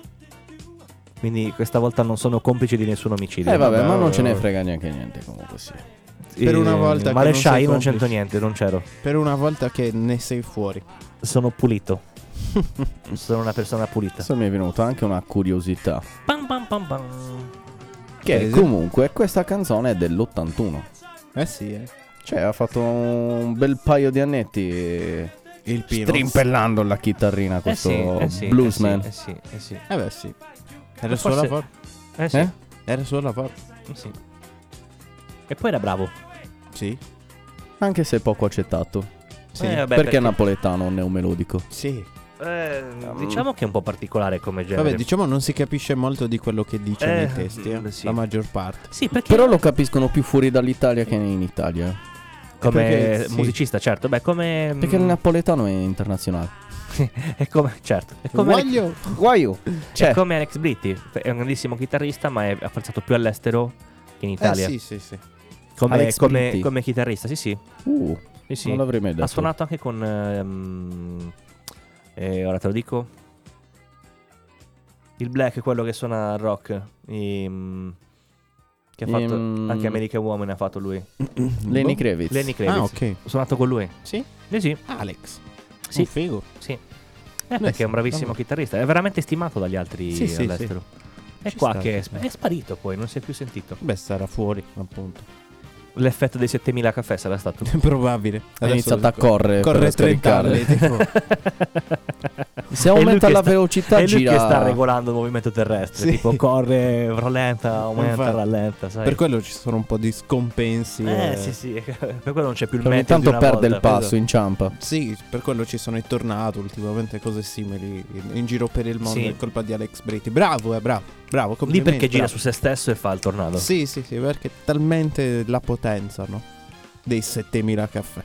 S3: Quindi questa volta non sono complice di nessun omicidio.
S5: eh, vabbè, ma non
S4: vabbè,
S5: ce ne
S4: vabbè.
S5: frega neanche niente, comunque sì.
S4: Per una volta che
S3: Maresciai
S4: non
S3: non
S4: sei
S3: c'entro niente, non c'ero.
S4: Per una volta che ne sei fuori.
S3: Sono pulito. sono una persona pulita.
S5: Adesso mi è venuta anche una curiosità.
S3: Pam, pam, pam, pam.
S4: Per
S5: Che
S4: esempio-
S5: comunque questa canzone è dell'81.
S4: Eh sì, eh.
S5: Cioè, ha fatto un bel paio di annetti. eh,
S4: Il pino.
S5: Strimpellando la chitarrina,
S3: Eh
S5: questo
S3: sì, eh sì,
S5: bluesman.
S3: Eh sì, eh sì.
S4: Eh beh sì. Era
S3: Ma
S4: il suo
S3: forse-
S4: lavoro.
S3: Eh sì.
S5: Eh?
S4: Era il suo lavoro.
S3: eh sì. E poi era bravo.
S4: Sì.
S5: Anche se poco accettato.
S4: Sì.
S3: Eh, vabbè,
S5: perché, è napoletano, neomelodico.
S4: Sì.
S3: Eh, diciamo che è un po' particolare come genere.
S4: Vabbè, diciamo non si capisce molto di quello che dice
S3: Eh,
S4: nei testi, eh.
S3: mm, sì.
S4: la maggior parte.
S3: Sì, perché
S5: Però lo capiscono più fuori dall'Italia che in Italia. eh.
S3: come
S4: perché- sì.
S3: musicista, certo, beh, come
S5: Perché il napoletano è internazionale.
S3: è come certo, è come Alex,
S4: Voglio eh,
S5: Guaio.
S3: è
S5: Cioè,
S3: come Alex Britti, è un grandissimo chitarrista, ma è apprezzato più all'estero che in
S4: Eh
S3: Italia.
S4: sì, sì, sì.
S3: come,
S5: Alex
S3: come,
S5: Britti.
S3: come chitarrista, sì, sì.
S5: uh,
S3: sì, sì.
S5: non l'avrei mai detto.
S3: Ha suonato anche con ehm, eh, ora te lo dico. Il Black, quello che suona rock, ehm, che ha fatto
S5: Ehm,
S3: anche American Woman ha fatto lui.
S5: Lenny
S4: Boh.
S5: Kravitz.
S3: Lenny Kravitz.
S4: Ah, ok.
S3: Ho suonato con lui.
S4: Sì?
S3: Eh sì.
S4: Alex.
S3: Sì.
S4: Un figo.
S3: Sì. Eh, perché è un bravissimo chitarrista, è veramente stimato dagli altri
S4: Sì, sì,
S3: all'estero. È
S4: Ci
S3: qua
S4: sta,
S3: che è,
S4: ci sta.
S3: è sparito poi, non si è più sentito.
S4: Beh, sarà fuori, appunto.
S3: L'effetto dei 7000 caffè sarà stato.
S4: È probabile.
S5: Ha iniziato a correre.
S4: correre
S5: per scaricarle.
S4: 30 tipo.
S5: Se
S3: È lui
S5: aumenta
S3: che
S5: la
S3: sta-
S5: velocità,
S3: È lui
S5: gira.
S3: che sta regolando il movimento terrestre.
S4: Sì.
S3: Tipo corre, rallenta, aumenta,
S4: Infatti.
S3: rallenta. Sai?
S4: per quello ci sono un po' di scompensi.
S3: eh,
S4: eh.
S3: sì, sì. per quello non c'è più il
S5: Ogni
S3: metodo. di
S5: tanto
S3: una
S5: perde
S3: volta.
S5: il passo, inciampa.
S4: Sì, per quello ci sono i tornado ultimamente, cose simili in, in giro per il mondo.
S3: Sì.
S4: È colpa di Alex Britti. Bravo, eh, bravo, bravo.
S3: Lì
S4: complimenti,
S3: perché gira
S4: bravo.
S3: su se stesso e fa il tornado.
S4: Sì, sì, sì, perché talmente la potenza, no? Dei 7000 caffè.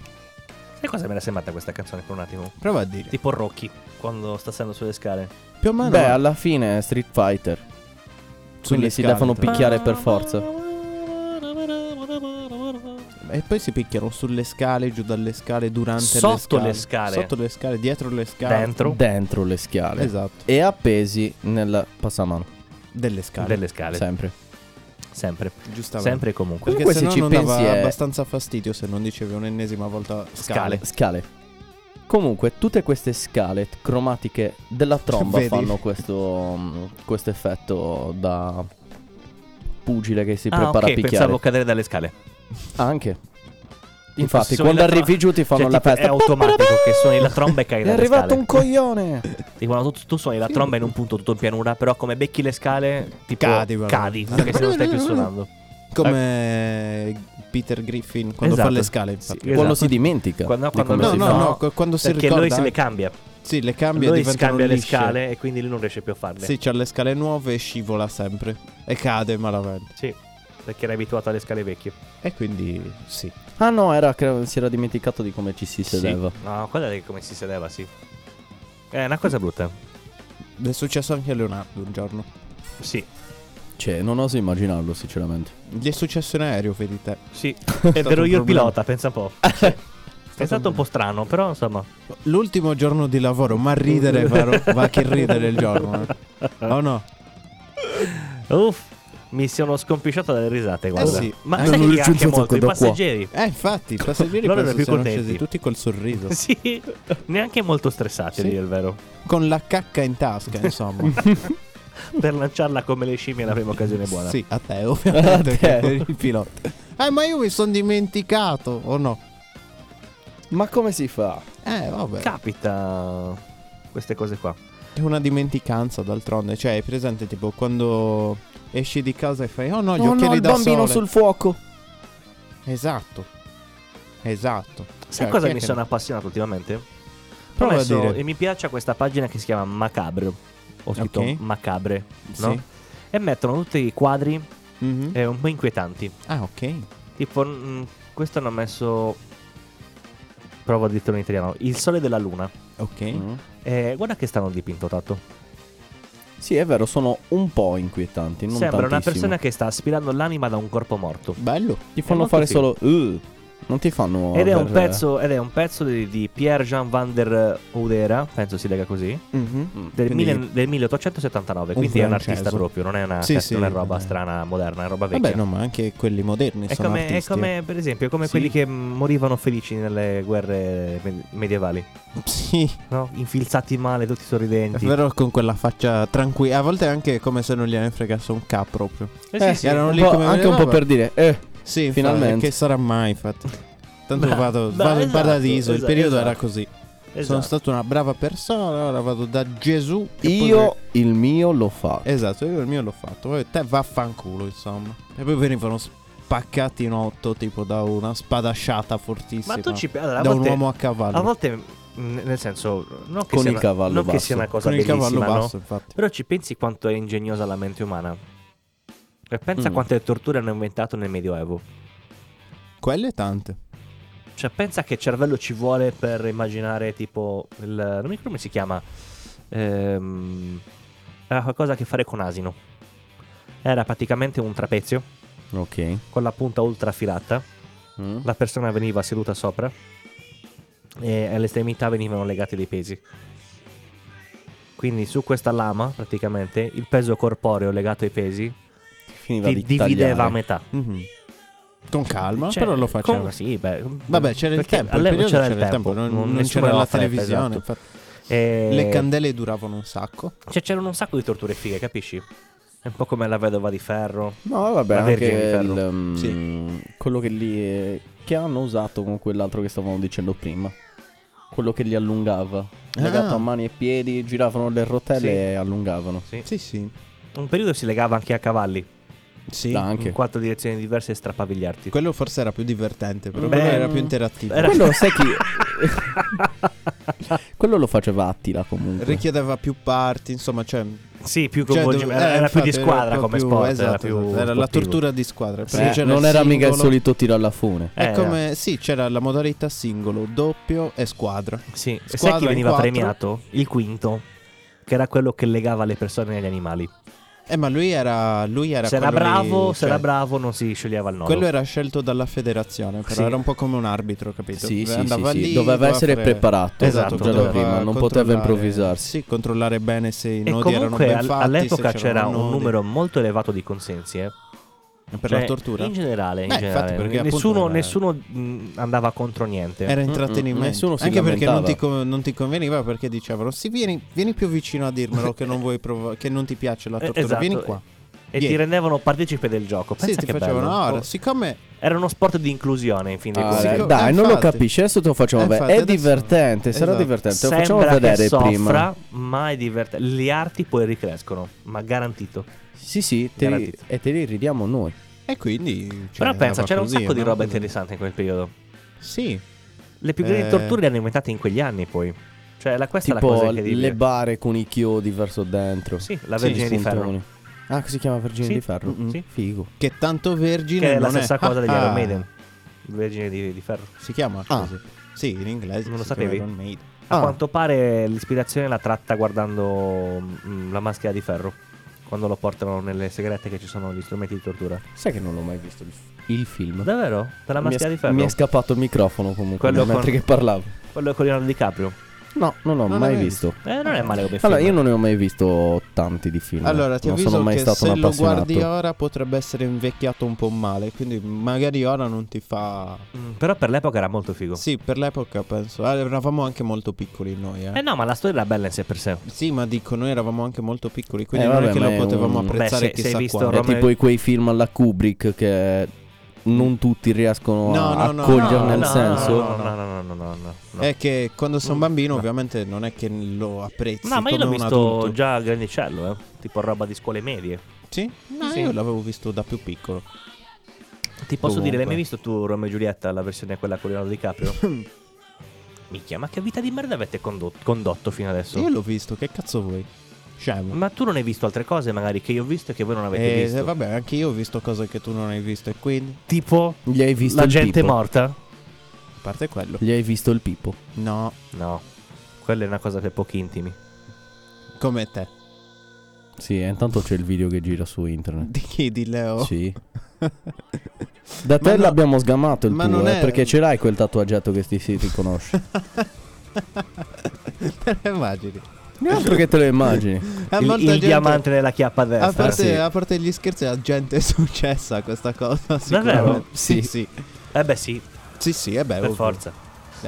S3: Sai cosa mi era sembrata questa canzone per un attimo?
S4: Prova a dire.
S3: Tipo Rocky, quando sta stando sulle scale.
S4: Più o meno
S5: Beh, alla fine è Street Fighter.
S4: sulle
S5: Quindi si
S4: scale,
S5: devono
S4: tra-
S5: picchiare per forza.
S4: E poi si picchiano sulle scale, giù dalle scale, durante le
S3: Sotto
S4: scale.
S3: le scale.
S4: Sotto le scale, dietro le scale.
S3: Dentro
S5: Dentro le schiale.
S4: Esatto,
S5: E appesi nel passamano.
S4: delle scale.
S3: delle scale.
S5: Sempre.
S3: Sempre.
S4: Giustamente.
S3: Sempre e comunque.
S4: Perché
S5: Comunque,
S4: se
S5: se
S4: no
S5: ci
S4: non
S5: pensi,
S4: dava
S5: è-
S4: abbastanza fastidio se non dicevi un'ennesima volta scale.
S5: Scale. Comunque, tutte queste scale cromatiche della tromba
S4: Vedi?
S5: fanno questo, mm, questo effetto da pugile che si
S3: ah,
S5: prepara
S3: ok,
S5: a picchiare.
S3: pensavo cadere dalle scale.
S5: Anche. Infatti,
S3: suoni
S5: quando
S3: la tro-
S5: arrivi giù ti fanno
S3: Cioè,
S5: la
S3: tipo,
S5: festa.
S3: È automatico che suoni la tromba e cadi
S5: È
S3: dalle
S5: arrivato
S3: scale. Esatto.
S5: un coglione.
S3: Sì, quando tu, tu suoni la tromba in un punto tutto in pianura, però come becchi le scale, tipo
S4: Cadi, proprio.
S3: cadi, anche se non stai più suonando.
S4: Come Peter Griffin quando
S3: Eh. Esatto.
S4: fa le scale. infatti.
S3: Sì,
S5: Quando
S3: esatto.
S5: si dimentica.
S3: Quando-
S5: di
S3: quando
S5: come
S3: lo
S4: No,
S5: si
S3: si
S4: no,
S5: fa.
S3: fa.
S4: no, co- quando si
S3: Perché
S4: ricorda
S3: lui se le
S4: anche-
S3: cambia.
S4: Sì, le cambia
S3: lui
S4: diventano
S3: scambia le
S4: lisce.
S3: scale e quindi lui non riesce più a farle.
S4: Sì, c'ha le scale nuove e scivola sempre. E cade malamente.
S3: Sì, Perché era abituato alle scale vecchie.
S4: E quindi sì.
S5: Ah no, era che si era dimenticato di come ci si sedeva.
S3: Sì. No, quella è come si sedeva, sì. È una cosa brutta.
S4: È successo anche a Leonardo un giorno.
S3: Sì.
S5: Cioè, non oso immaginarlo, sinceramente.
S4: Gli è successo in aereo, vedi te.
S3: Sì. È vero
S4: un
S3: io
S4: problema.
S3: il pilota, pensa un po'. È stato un po' strano, però insomma.
S4: L'ultimo giorno di lavoro, ma ridere, varo- va che ridere il giorno. eh. Oh no.
S3: Uff. Mi sono scompisciato dalle risate, guarda.
S4: sì.
S3: Ma
S4: Eh,
S3: sai
S5: non
S3: chi
S5: riuscivo
S3: anche
S5: a
S3: molto? I
S5: toccarlo qua.
S3: passeggeri.
S4: Eh, infatti, i passeggeri
S3: Cioè, Loro
S4: penso
S3: erano più
S4: siano
S3: contenti.
S4: scesi tutti col sorriso.
S3: Sì, neanche molto stressati,
S4: Sì.
S3: a dire il vero.
S4: Con la cacca in tasca, insomma.
S3: Per lanciarla come le scimmie alla prima occasione buona.
S4: Sì, a te, ovviamente,
S5: A te.
S4: perché eri il pilota. Eh, ma io mi sono dimenticato, o no?
S5: Ma come si fa?
S4: Eh, vabbè.
S3: Capita queste cose qua.
S4: È una dimenticanza, d'altronde. Cioè, è presente tipo quando esci di casa e fai, oh no, gli
S5: Oh
S4: occhiali
S5: no, il
S4: da
S5: bambino
S4: sole.
S5: sul fuoco.
S4: Esatto. Esatto.
S3: Sai
S4: Cioè,
S3: cosa
S4: chi è
S3: mi
S4: che-
S3: sono appassionato ultimamente? Ho
S4: Prova a
S3: messo
S4: dire.
S3: e mi piace questa pagina che si chiama Macabre. Ho scritto
S4: Ok.
S3: Macabre,
S4: Sì.
S3: no? E mettono tutti i quadri
S4: Mhm.
S3: eh, un po' inquietanti.
S4: Ah, ok.
S3: Tipo, mm, questo hanno messo. Provo a dirtelo in italiano. Il sole della luna.
S4: Ok.
S5: Mm.
S3: Eh, guarda che stanno dipinto, Tatto.
S5: Sì, è vero, sono un po' inquietanti. Non
S3: Sembra una
S5: tantissimo.
S3: persona che sta aspirando l'anima da un corpo morto.
S4: Bello.
S5: Ti fanno
S3: molto
S5: fare
S3: figo.
S5: solo. "Uh", non ti fanno.
S4: Oh,
S3: Ed è, un
S5: per- eh,
S3: pezzo, ed è un pezzo di, di Pierre Jean van der Oudera, penso si lega così,
S4: Mhm.
S3: Mm-hmm. del,
S4: Quindi-
S3: mille- del 1879,
S4: Un
S3: quindi è un
S4: francese.
S3: artista proprio, non è una
S4: Sì,
S3: cazzo,
S4: sì,
S3: non è roba
S4: eh.
S3: strana, moderna, è roba vecchia.
S4: Vabbè, no, ma anche quelli moderni
S3: è,
S4: sono
S3: come, è
S4: artisti. eh.
S3: come, per esempio, è come
S4: Sì.
S3: quelli che morivano felici nelle guerre me- medievali,
S4: Sì,
S3: no? Infilzati male, tutti
S4: è
S3: sorridenti.
S4: vero con quella faccia tranquilla. A volte è anche come se non gliene fregasse un K proprio.
S3: Eh
S5: Eh,
S3: sì, sì.
S4: erano
S5: un
S4: lì
S5: po'-
S4: come-
S5: anche un po'
S4: vabbè.
S5: per dire, eh,
S4: Sì, infatti,
S5: Finalmente.
S4: Che sarà mai infatti. Tanto
S3: Bra-
S4: vado,
S3: bra-
S4: vado in
S3: esatto,
S4: paradiso, il
S3: esatto,
S4: periodo era
S3: esatto.
S4: così. Sono
S3: Esatto.
S4: stata una brava persona, ora vado da Gesù. che
S5: io
S4: poi-
S5: il mio lo fa.
S3: Eh.
S4: Esatto, io il mio l'ho fatto. Poi te vaffanculo, insomma. E poi venivano spaccati in otto, tipo da una spadasciata fortissima.
S3: Ma tu ci allora, a
S4: Da un
S3: volte-
S4: uomo a
S3: A
S4: cavallo.
S3: volte, mh, nel senso, non che,
S5: Con
S3: sia,
S5: il
S3: una,
S5: cavallo
S3: non che
S5: basso.
S3: sia una cosa
S4: Con il cavallo
S3: bellissima, no?
S4: basso, infatti.
S3: Però ci pensi quanto è ingegnosa la mente umana. E pensa
S5: Mm.
S3: quante torture hanno inventato nel Medioevo.
S4: Quelle tante.
S3: Cioè, pensa che cervello ci vuole per immaginare, tipo, il, non mi ricordo come si chiama. Ehm, era qualcosa a che fare con asino. Era praticamente un trapezio
S5: Ok.
S3: con la punta ultra affilata.
S5: Mm.
S3: La persona veniva seduta sopra e all'estremità venivano legati dei pesi. Quindi su questa lama, praticamente, il peso corporeo legato ai pesi
S5: Finiva
S3: ti
S5: di
S3: divideva a
S5: tagliare.
S3: metà.
S4: Mhm. Con calma,
S3: Mm-hmm. Cioè,
S4: però lo
S3: con-
S4: facciamo.
S3: sì, beh,
S4: Vabbè, c'era il
S3: perché
S4: tempo. Il
S3: all'epoca
S4: periodo
S3: c'era il tempo,
S4: non,
S3: non-
S4: non
S3: nessuno
S4: c'era la
S3: aveva fretta,
S4: televisione.
S3: esatto. Eh.
S4: infatti.
S3: E-
S4: Le candele duravano un sacco.
S3: Cioè, c'erano un sacco di torture fighe, capisci? È un po' come la vedova di ferro.
S5: No, vabbè,
S3: La
S5: anche
S3: Vergine di
S5: il,
S3: Ferro.
S5: mm, quello che lì eh, che hanno usato con quell'altro che stavamo dicendo prima. Quello che li allungava.
S4: Ah.
S5: Legato a mani e piedi, giravano le rotelle
S3: Sì.
S5: e allungavano.
S4: Sì, sì.
S3: Un periodo si legava anche a cavalli,
S4: Sì.
S5: Ah, anche.
S3: in quattro direzioni diverse e strappavigliarti.
S4: Quello forse era più divertente, però
S3: Beh,
S4: quello era più interattivo.
S3: era-
S5: Quello sai chi Quello lo faceva Attila comunque.
S4: Richiedeva più parti, insomma, cioè...
S3: Sì, più
S4: cioè,
S3: coinvolgimento.
S4: dove-
S3: era,
S4: eh,
S3: era più di
S4: infatti,
S3: squadra
S4: proprio
S3: come
S4: più-
S3: sport. era,
S4: esatto,
S3: più
S4: esatto, era la
S3: sportivo.
S4: tortura di squadra.
S5: Eh,
S4: perché c'era
S5: non era mica il
S4: singolo-
S5: solito tiro alla fune.
S4: È
S3: Eh,
S4: come... Sì, c'era la modalità singolo, doppio e squadra.
S3: Sì. E sai
S4: Squadra
S3: chi
S4: in
S3: veniva
S4: quattro.
S3: premiato? Il quinto, che era quello che legava le persone agli animali.
S4: Eh, ma lui era... Lui era
S3: se era
S4: quello lì,
S3: bravo, se
S4: cioè,
S3: era bravo, non si scioglieva il nodo.
S4: Quello era scelto dalla federazione, però
S3: Sì.
S4: era un po' come un arbitro, capito?
S5: Sì, sì,
S4: Andava
S5: sì, sì.
S4: lì,
S5: doveva essere
S4: fare-
S5: preparato
S4: Esatto,
S5: già da
S4: doveva
S5: prima, non poteva
S4: controllare-
S5: improvvisarsi.
S4: Sì, controllare bene se i
S3: E
S4: nodi erano
S3: comunque
S4: ben
S3: al-
S4: fatti. se
S3: all'epoca c'era
S4: c'erano
S3: un
S4: nodi.
S3: numero molto elevato di consensi. Eh.
S4: per
S3: Cioè,
S4: la tortura.
S3: In generale, in
S4: Beh, infatti,
S3: generale.
S4: perché appunto
S3: nessuno,
S4: era-
S3: nessuno, mh, andava contro niente.
S4: Era
S5: Mm, mm,
S4: intrattenimento.
S5: nessuno si
S4: Anche perché non
S5: lamentava.
S4: ti, con- non ti conveniva perché dicevano: Sì, vieni, vieni più vicino a dirmelo che non vuoi prova- che non ti piace la
S3: Eh,
S4: tortura.
S3: esatto.
S4: Vieni qua.
S3: E ti
S4: Vieni.
S3: rendevano partecipe del gioco.
S4: Sì,
S3: Pensa
S4: ti
S3: che
S4: facevano.
S3: bello.
S4: "Ah,
S3: Oh,
S4: Ora, siccome
S3: Era uno sport di inclusione, in fin dei
S5: Ah,
S3: conti.
S5: eh,
S4: Siccome-
S5: dai,
S4: eh,
S5: non lo
S4: infatti.
S5: capisci. Adesso te lo facciamo
S4: Eh,
S5: vedere. È
S4: infatti, adesso-
S5: divertente, sarà
S4: esatto.
S5: divertente. Lo
S3: Sembra
S5: facciamo
S3: che
S5: vedere prima.
S3: soffra, ma è divertente. Le arti poi ricrescono, ma garantito.
S5: Sì, sì, te li-
S3: Garantito.
S5: e te li ridiamo noi.
S4: E quindi. cioè,
S3: Però pensa,
S4: andava
S3: c'era un
S4: così,
S3: sacco di
S4: no?
S3: roba interessante in quel periodo.
S4: Sì,
S3: Le più grandi
S4: Eh.
S3: torture le hanno inventate in quegli anni poi. Cioè, la, questa è la
S5: tipo
S3: cosa incredibile.
S5: le bare con i chiodi verso dentro.
S3: Sì, la
S4: Sì,
S3: Vergine di Ferro.
S5: Puntoni. Ah, si chiama Vergine
S3: Sì,
S5: di Ferro?
S3: mm, sì.
S5: Figo.
S4: che tanto vergine.
S3: Che è la
S4: non
S3: stessa cosa degli Iron
S4: Ah,
S3: Maiden. Vergine di, di Ferro.
S4: Si chiama
S5: Ah.
S4: così. Sì, in inglese.
S3: Non
S4: si chiama
S3: lo sapevi?
S4: Iron Maiden.
S3: A
S5: Ah.
S3: quanto pare l'ispirazione la tratta guardando mm, la maschera di ferro. Quando lo portano nelle segrete che ci sono gli strumenti di tortura.
S5: Sai che non l'ho mai visto il, il film.
S3: Davvero? Dalla
S5: mi, è,
S3: maschera di ferro?
S5: mi è scappato il microfono comunque
S3: Quello
S5: mentre
S3: con-
S5: che parlavo.
S3: Quello con Leonardo DiCaprio.
S5: No, non l'ho
S4: Non
S5: mai
S4: l'hai
S5: visto.
S3: Eh, non è male come
S5: Allora,
S3: film.
S5: io non ne ho mai visto tanti di film.
S4: Allora, ti
S5: non
S4: avviso
S5: sono mai
S4: che
S5: stato
S4: se
S5: un
S4: lo
S5: appassionato.
S4: guardi ora potrebbe essere invecchiato un po' male, quindi magari ora non ti fa...
S3: Mm, Però per l'epoca era molto figo.
S4: Sì, per l'epoca penso. Ah, eravamo anche molto piccoli noi, eh.
S3: Eh no, ma la storia era bella in sé per sé.
S4: Sì, ma dico, noi eravamo anche molto piccoli, quindi
S5: Eh,
S4: non è
S5: vabbè,
S4: che
S5: ma
S4: lo
S5: è
S4: potevamo
S5: un-
S4: apprezzare
S3: Beh, se- se hai
S4: chissà
S3: visto
S4: quanto.
S5: È
S3: Roma-
S5: tipo i- quei film alla Kubrick che non tutti riescono
S4: No,
S5: a
S4: no, no,
S5: accogliere
S4: no,
S5: nel
S4: no,
S5: senso.
S3: No, no, no, no, no, no, no, no.
S4: È che quando sei un bambino ovviamente non è che lo apprezzi
S3: Mm. No, ma io
S4: come
S3: l'ho
S4: un
S3: visto
S4: adulto.
S3: già grandicello, eh. Tipo roba di scuole medie.
S4: Sì? No,
S3: Sì.
S4: io l'avevo visto da più piccolo.
S3: Ti posso
S4: Comunque.
S3: dire, l'hai mai visto tu Romeo e Giulietta, la versione quella con Leonardo DiCaprio? Micchia, ma che vita di merda avete condotto, condotto fino adesso?
S4: Io l'ho visto, che cazzo vuoi? Scemo.
S3: Ma tu non hai visto altre cose magari che io ho visto e che voi non Mm, avete
S4: Eh,
S3: visto?
S4: vabbè, anche io ho visto cose che tu non hai visto e quindi,
S3: Tipo
S5: Gli hai visto
S3: la
S5: il
S3: gente
S5: pipo?
S3: morta?
S4: a parte quello.
S5: Gli hai visto il pipo?
S4: No,
S3: No, quella è una cosa per pochi intimi.
S4: come te.
S5: Sì, eh, intanto c'è il video che gira su
S3: Mm.
S5: internet.
S4: Di chi? Di Leo?
S5: Sì.
S4: Oh.
S5: Da
S4: Ma
S5: te
S4: no-
S5: l'abbiamo sgamato il
S4: ma
S5: tuo,
S4: non
S5: eh,
S4: è-
S5: perché ce l'hai quel tatuaggetto che ti, si riconosce.
S4: Te lo immagini?
S5: altro che te lo immagini.
S4: A
S3: il
S4: Eh, molta
S3: il
S4: gente-
S3: diamante nella chiappa a destra.
S4: A parte,
S3: sì.
S4: a parte gli scherzi, la gente è successa questa cosa.
S3: Davvero?
S4: Sicuramente. Sì, sì.
S3: Eh beh sì,
S4: Sì, sì, è
S3: per
S4: bello.
S3: forza.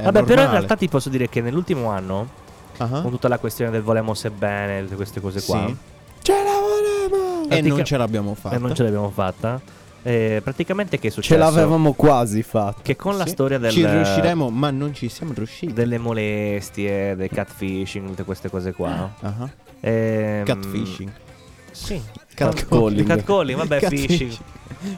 S3: Vabbè, però in realtà ti posso dire che nell'ultimo anno, con tutta la questione del volemos e bene, tutte queste cose qua,
S4: Eh? Sì. Ce la volevamo! E non
S3: Pratica-
S4: ce l'abbiamo fatta.
S3: e non ce l'abbiamo fatta, eh, praticamente che è successo?
S5: Ce l'avevamo quasi fatta.
S3: Che con la
S4: Sì.
S3: storia del-
S4: Ci riusciremo, ma non ci siamo riusciti.
S3: delle molestie, del catfishing, tutte queste cose qua.
S4: Ah,
S3: ehm,
S4: Catfishing.
S3: Sì.
S5: Catcalling.
S3: Catcalling, vabbè,
S4: Catfishing.
S3: phishing.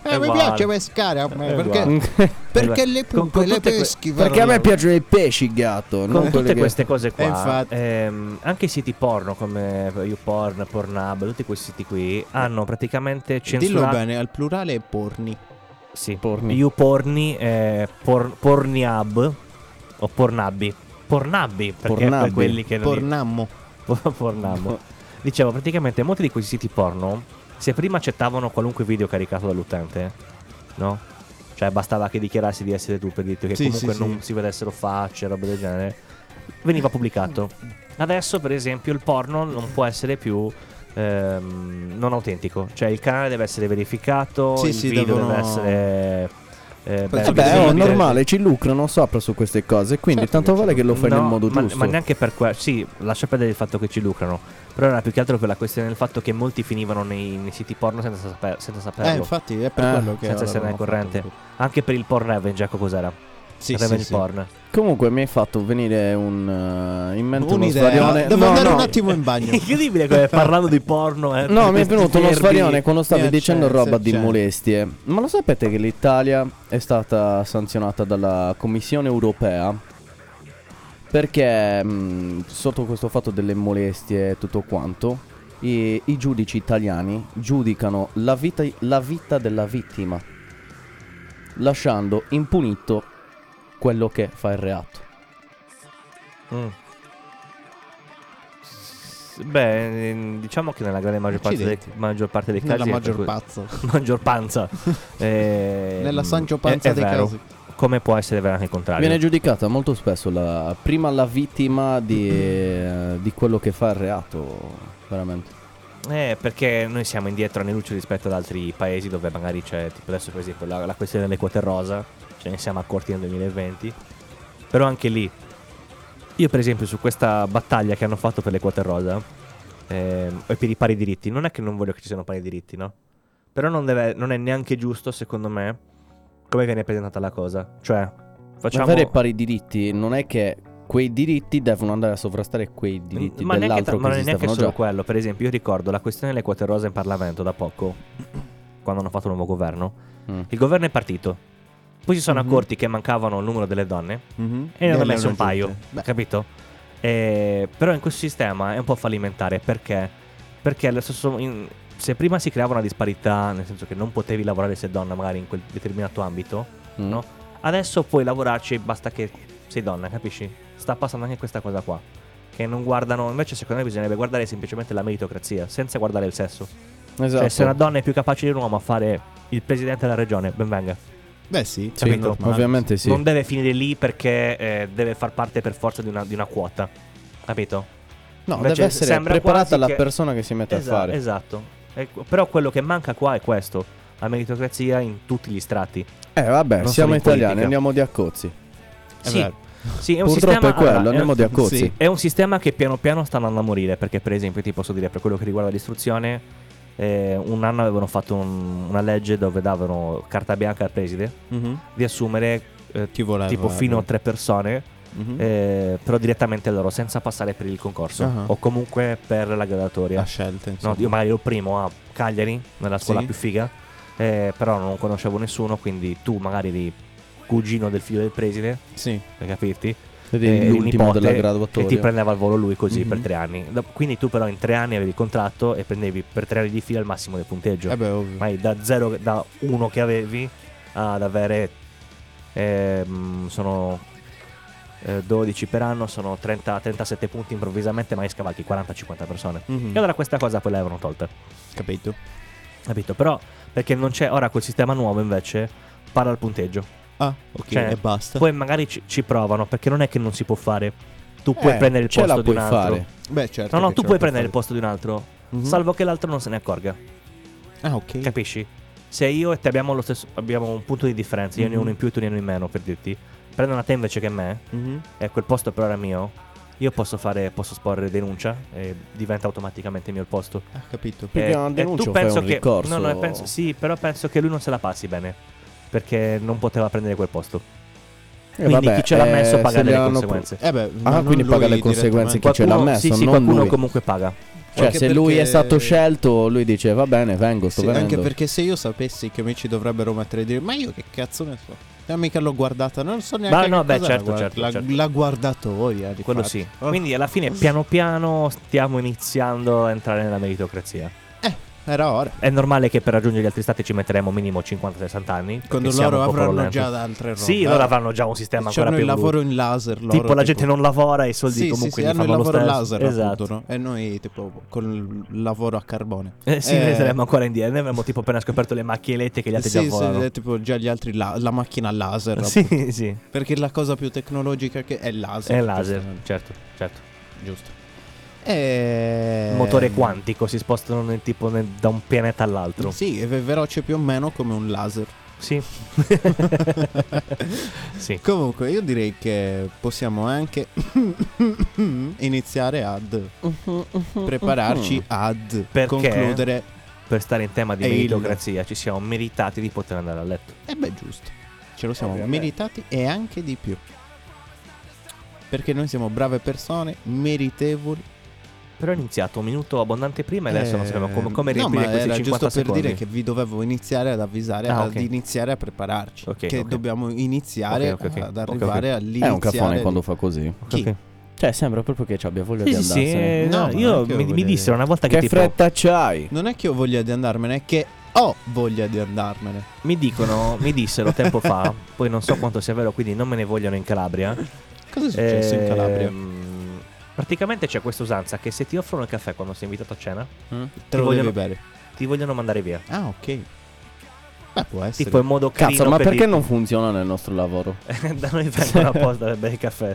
S4: Eh,
S3: È
S4: mi
S3: uguale.
S4: piace pescare a me
S3: È
S4: perché,
S3: uguale.
S4: perché le
S3: Con- con
S4: pupe le
S3: tutte que-
S4: peschi.
S5: Perché a
S4: veramente.
S5: me piacciono i pesci, gatto. non
S3: Con
S5: quelli
S3: tutte
S5: che-
S3: queste cose
S4: Eh,
S3: qua,
S4: infatti.
S3: ehm, anche i siti porno come YouPorn, Pornhub, tutti questi siti qui hanno praticamente
S4: Dillo
S3: censurato
S4: bene, al plurale è porni.
S3: sì,
S5: Porni.
S3: YouPorni, eh, por- Porniab o Pornabbi. Pornabbi, perché
S5: Pornabbi.
S3: per quelli che non
S4: Pornammo.
S3: Por- Pornhub. Dicevo, praticamente molti di questi siti porno, se prima accettavano qualunque video caricato dall'utente, no? Cioè bastava che dichiarassi di essere tu per dirti che
S4: Sì,
S3: comunque
S4: sì,
S3: non
S4: sì.
S3: si vedessero facce, roba del genere, veniva pubblicato. Adesso, per esempio, il porno non può essere più ehm, non autentico. Cioè il canale deve essere verificato,
S4: Sì,
S3: il
S4: sì,
S3: video
S4: devono-
S3: deve essere... eh,
S4: Penso
S5: Vabbè,
S4: che
S5: è
S4: bisogna dire-
S5: normale, ci lucrano sopra su queste cose, quindi
S4: Certo
S5: tanto
S4: che
S5: vale
S4: ci
S5: che lo fai
S3: No,
S5: nel modo
S3: ma,
S5: giusto.
S3: ma neanche per quello. Sì, lascia perdere il fatto che ci lucrano. Però era più che altro per la questione del fatto che molti finivano nei, nei siti porno senza, saper- senza
S4: Eh,
S3: saperlo.
S4: infatti, è per
S5: Eh,
S4: quello che.
S3: senza essere
S4: l'avevamo
S3: nel corrente.
S4: fatto.
S3: Anche per il porn revenge, ecco cos'era.
S4: Sì, sì,
S3: revenge
S4: sì.
S3: porn.
S5: Comunque mi hai fatto venire un, eh, in mente uno
S4: Un'idea.
S5: svarione.
S4: Devo
S5: no,
S4: andare
S5: no.
S4: un attimo in bagno.
S3: Incredibile come parlando di porno. eh,
S5: No,
S3: per
S5: mi è
S3: questi
S5: venuto
S3: verbi.
S5: uno
S3: cioè.
S5: svarione quando stavi
S4: Mi
S5: dicendo
S4: accende,
S5: roba di
S4: accende.
S5: molestie. Ma lo sapete che l'Italia è stata sanzionata dalla Commissione europea? Perché mh, sotto questo fatto delle molestie e tutto quanto, i, i giudici italiani giudicano la vita, la vita della vittima, lasciando impunito quello che fa il reato.
S3: Mm. S- Beh, eh, diciamo che nella grande maggior parte, dei,
S4: Accidenti.
S3: maggior parte dei casi.
S4: Nella
S3: è
S4: maggior
S3: per que-
S4: pazza.
S3: maggior panza. Eh,
S4: Nella
S3: mm,
S4: Sancho Panza
S3: è- è
S4: dei
S3: vero.
S4: casi.
S3: Come può essere veramente il contrario?
S5: Viene giudicata molto spesso la, prima la vittima di, eh, di quello che fa il reato, veramente.
S3: Eh, perché noi siamo indietro anni luce rispetto ad altri paesi dove magari c'è, tipo adesso per esempio la, la questione delle quote rosa, ce ne siamo accorti nel 2020, però anche lì, io per esempio su questa battaglia che hanno fatto per le quote rosa ehm, e per i pari diritti, non è che non voglio che ci siano pari diritti, no? Però non, deve- non è neanche giusto, secondo me, come viene presentata la cosa. Cioè,
S5: Ma
S3: facciamo...
S5: avere pari diritti non è che quei diritti devono andare a sovrastare quei diritti
S3: ma neanche, tra-
S5: dell'altro
S3: ma non
S5: che
S3: è neanche
S5: esistevano
S3: solo
S5: già.
S3: quello. Per esempio, io ricordo la questione delle quote rosa in Parlamento da poco, quando hanno fatto il nuovo governo.
S5: Mm.
S3: Il governo è partito. Poi si sono
S4: Mhm.
S3: accorti che mancavano il numero delle donne
S4: Mhm.
S3: e ne hanno
S4: hanno
S3: messo un paio,
S4: aggiunte. Beh,
S3: capito? E- però in questo sistema è un po' fallimentare perché? Perché allo stesso- in- se prima si creava una disparità, nel senso che non potevi lavorare se donna magari in quel determinato ambito,
S5: Mm.
S3: no? Adesso puoi lavorarci, basta che sei donna, capisci? Sta passando anche questa cosa qua. Che non guardano, invece secondo me bisognerebbe guardare semplicemente la meritocrazia, senza guardare il sesso.
S5: Esatto.
S3: Cioè se una donna è più capace di un uomo a fare il presidente della regione, ben venga.
S4: Beh, sì,
S5: Sì,
S4: è
S3: capito?
S4: normale.
S5: ovviamente sì.
S3: Non deve finire lì perché eh, deve far parte per forza di una, di una quota. capito?
S5: No,
S3: Invece
S5: deve essere
S3: sembra
S5: preparata
S3: quasi
S5: la
S3: che-
S5: persona che si mette
S3: Esa-
S5: a fare.
S3: Esatto. Ecco, però quello che manca qua è questo, la meritocrazia in tutti gli strati.
S5: Eh, vabbè,
S3: Non solo
S5: siamo
S3: in
S5: italiani,
S3: politica.
S5: andiamo di accozzi.
S4: È
S3: Sì.
S4: vero.
S3: Sì, è un
S5: Purtroppo
S3: sistema,
S5: è quello,
S3: allora,
S5: andiamo
S3: è,
S5: di accozzi.
S4: sì.
S3: è un sistema che piano piano sta andando a morire, perché per esempio ti posso dire per quello che riguarda l'istruzione, eh, un anno avevano fatto un- una legge dove davano carta bianca al preside di assumere eh,
S4: Chi voleva.
S3: tipo fino a tre persone,
S4: Mm.
S5: Mhm.
S3: eh, però direttamente loro, senza passare per il concorso
S4: Ah.
S3: o comunque per la graduatoria.
S4: La scelta,
S3: No,
S4: insomma.
S3: io magari ero primo a Cagliari, nella scuola
S4: Sì.
S3: più figa, eh, però non conoscevo nessuno, quindi tu magari eri cugino del figlio del preside,
S4: Sì.
S3: per capirti,
S5: Ed
S3: eh,
S5: è l'ultimo
S3: nipote,
S5: della
S3: e ti
S5: graduatoria.
S3: prendeva al volo lui così
S4: Mhm.
S3: per tre anni. Da- Quindi tu però in tre anni avevi il contratto e prendevi per tre anni di fila il massimo del punteggio.
S4: Eh beh, ovvio.
S3: Ma da zero, da uno che avevi ad avere ehm, sono eh, 12 per anno, sono 30, 37 punti improvvisamente, ma ne scavalchi 40-50 persone.
S4: Mhm.
S3: E allora questa cosa poi l'avevano tolta.
S4: Capito.
S3: Capito? Però perché non c'è ora col sistema nuovo invece para il punteggio.
S4: Ah, ok.
S3: Cioè,
S4: e basta.
S5: Esatto.
S3: Poi magari ci, ci provano perché non è che non si può fare. Tu puoi
S5: Eh,
S3: prendere il
S5: ce la
S3: posto di un
S5: puoi
S3: altro.
S5: fare.
S4: Beh, certo.
S3: No, no,
S4: che
S3: tu
S4: ce la
S3: puoi prendere il
S4: fare.
S3: posto di un altro,
S4: Mhm.
S3: salvo che l'altro non se ne accorga.
S4: Ah, ok.
S3: Capisci? Se io e te abbiamo lo stesso abbiamo un punto di differenza, io ne ho
S5: Mhm.
S3: uno in più e tu ne hai uno in meno per dirti. Prendono a te invece che me
S4: Mhm.
S3: e quel posto però era mio. Io posso fare posso sporre denuncia e diventa automaticamente mio il posto.
S4: Ah, capito.
S5: Perché una denuncia
S3: tu
S5: o fai
S3: penso
S5: un
S3: che,
S5: ricorso?
S3: No, no, penso, sì, però penso che lui non se la passi bene. Perché non poteva prendere quel posto.
S5: Eh,
S3: Quindi
S5: vabbè,
S3: chi ce l'ha
S5: eh,
S3: messo
S5: se
S3: paga
S5: li
S3: le
S5: hanno-
S3: conseguenze.
S4: Eh beh,
S5: Ah,
S4: non
S5: quindi
S4: lui
S5: paga le conseguenze chi
S4: direttamente.
S5: ce l'ha
S3: Qualcuno-
S5: messo,
S3: sì, sì,
S5: non
S3: qualcuno
S5: lui.
S3: comunque paga.
S5: Cioè,
S4: Anche
S5: se lui è
S4: perché-
S5: stato scelto, lui dice va bene, vengo, sto
S4: Sì,
S5: venendo.
S4: anche perché se io sapessi che mi ci dovrebbero mettere a dire Ma io che cazzo ne so Eh, mica l'ho guardata Non so neanche
S3: Ma no,
S4: che
S3: beh,
S4: cos'è la
S3: certo,
S4: guarda-
S3: certo,
S4: la,
S3: certo.
S4: la guardatoria di
S3: Quello
S4: fatto.
S3: sì.
S4: Oh,
S3: Quindi alla fine piano piano stiamo iniziando a entrare nella meritocrazia.
S4: Eh, Era ora
S3: È normale che per raggiungere gli altri stati ci metteremo minimo 50-60 anni. perché
S4: Quando
S3: siamo
S4: loro
S3: un popolo
S4: avranno
S3: lento.
S4: già da altre robe
S3: Sì, loro avranno già un sistema ancora
S4: C'hanno
S3: più
S4: il
S3: evoluto.
S4: lavoro in laser loro,
S3: Tipo, la gente non lavora e i soldi
S4: Sì, sì,
S3: comunque
S4: sì,
S3: gli
S4: hanno il
S3: fanno lo
S4: lavoro
S3: stesso.
S4: laser
S3: esatto.
S4: appunto no? E noi tipo con il lavoro a carbone
S3: Eh, sì,
S4: Eh,
S3: noi saremmo ancora indietro. Noi avremmo tipo appena scoperto le macchie elettriche che gli altri
S4: sì,
S3: già
S4: sì,
S3: volano.
S4: eh, tipo già gli altri la, la macchina laser
S3: sì, sì.
S4: Perché la cosa più tecnologica che è il laser
S3: È laser,
S4: giustamente.
S3: certo, certo.
S4: Giusto Ehm, E...
S3: Motore quantico, si spostano nel tipo nel- da un pianeta all'altro.
S4: Sì, è ve- veloce più o meno come un laser.
S3: Sì. sì.
S4: Comunque, io direi che possiamo anche iniziare ad prepararci ad
S3: Perché?
S4: concludere.
S3: Per stare in tema di
S4: E il-
S3: meritocrazia ci siamo meritati di poter andare a letto.
S4: E Eh beh, giusto. Ce lo siamo meritati e anche di più. Perché noi siamo brave persone, meritevoli.
S3: Però ho iniziato un minuto abbondante prima e adesso non sappiamo come, come
S4: Eh, no,
S3: riempire
S4: ma
S3: questi
S4: era
S3: 50
S4: giusto
S3: secondi.
S4: per dire che vi dovevo iniziare ad avvisare,
S3: Ah,
S4: ad
S3: ok.
S4: iniziare a prepararci.
S3: Ok,
S4: che
S3: ok.
S4: dobbiamo iniziare
S3: Ok, ok, ok.
S4: ad
S3: Ok, ok.
S4: arrivare
S5: È
S4: all'iniziare.
S5: un cafone
S4: di-
S5: quando fa così.
S4: Chi?
S3: Ok.
S5: Cioè, sembra proprio che ci abbia voglia
S3: Sì,
S5: di
S3: sì, sì,
S5: andarsene.
S3: eh,
S4: No,
S3: no,
S4: ma
S3: io
S4: anche io
S3: mi, mi
S4: volevo-
S3: dissero una volta che,
S5: Che
S3: tipo,
S5: fretta c'hai?
S4: Non è che ho voglia di andarmene, è che ho voglia di andarmene.
S3: mi dicono, mi dissero tempo fa, poi non so quanto sia vero, quindi non me ne vogliono in Calabria.
S4: Cosa è successo
S3: Eh,
S4: in Calabria?
S3: Ehm, Praticamente c'è questa usanza che se ti offrono il caffè quando sei invitato a cena,
S4: Te lo
S3: vogliono-
S4: devi bere.
S3: ti vogliono mandare via.
S4: Ah, ok. Beh, può essere.
S3: Tipo in modo carino
S5: Cazzo, ma
S3: per
S5: perché
S3: dirti-
S5: non funziona nel nostro lavoro?
S3: da noi
S4: Cioè.
S3: vengono apposta per bere il caffè.
S5: Eh,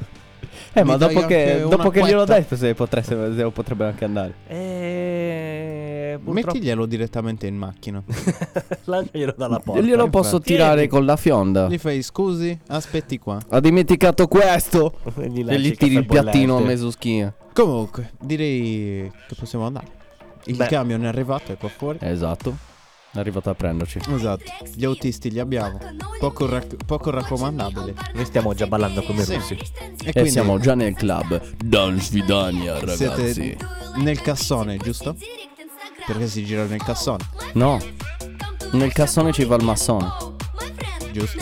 S4: Eh, Mi
S5: ma
S4: dai
S5: dopo che,
S4: anche
S5: dopo
S4: una
S5: che glielo
S4: quetta?
S5: dai, se potreste- se potrebbe anche andare.
S3: E... Purtroppo
S4: Mettiglielo direttamente in macchina.
S3: lasciaglielo dalla porta.
S5: Glielo posso
S3: Tieni.
S5: tirare con la
S3: Ah.
S5: fionda.
S4: Gli fai scusi, aspetti qua.
S5: Ha dimenticato questo.
S3: E
S5: E
S3: lasci
S5: gli tiri il
S3: caffè
S5: piattino a
S3: bollente.
S5: mesoschina.
S4: Comunque, direi che possiamo andare. Il
S3: Beh.
S4: camion è arrivato, è qua fuori.
S5: Esatto. È arrivato a prenderci.
S4: Esatto, gli autisti li abbiamo. Poco, rac- poco raccomandabili.
S3: Noi stiamo già ballando come i
S4: Sì.
S3: russi.
S4: E
S5: E
S4: quindi
S5: Eh, siamo già nel club. Dan Svidania, ragazzi.
S4: siete nel cassone, giusto? Perché si gira nel cassone.
S5: No. Nel cassone ci va il massone.
S4: Giusto.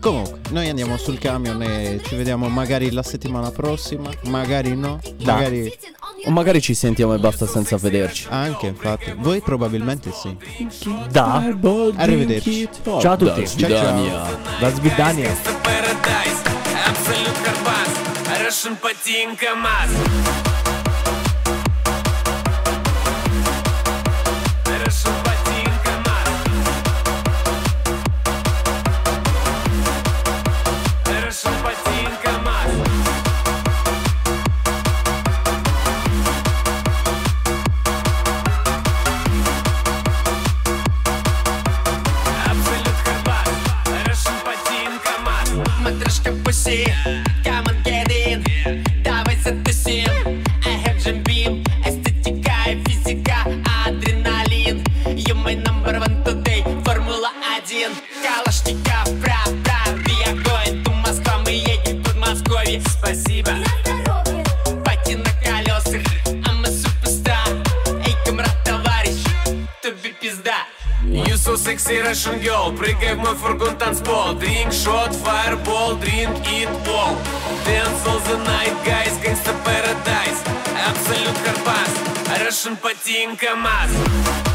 S4: Comunque, noi andiamo sul camion e ci vediamo magari la settimana prossima, magari no, magari
S5: O magari ci sentiamo e basta senza vederci.
S4: anche infatti. Voi probabilmente sì.
S3: Da
S4: Arrivederci.
S5: Ciao a tutti.
S4: Svidania.
S3: Da Svidania.
S8: Paradise, Absolute Карбас, Russian Patin КамАЗ. Russian Patin КамАЗ. Russian Patin КамАЗ. see. Come and get in. Давай затусим. I have Jim Beam. Эстетика и физика, адреналин. You my number one today. Формула 1. Калашников, бра, бра. We are going to Москва. Мы едем в Подмосковье. Спасибо. Пати на колесах. А мы суперстар. Эй, камрад, товарищ. Тебе пизда. You so sexy Russian girl Прыгай в мой фургон танцпол Drink shot, fireball, drink it all Dance all the night, guys Gangsta paradise Абсолют Карпас Russian patinka mask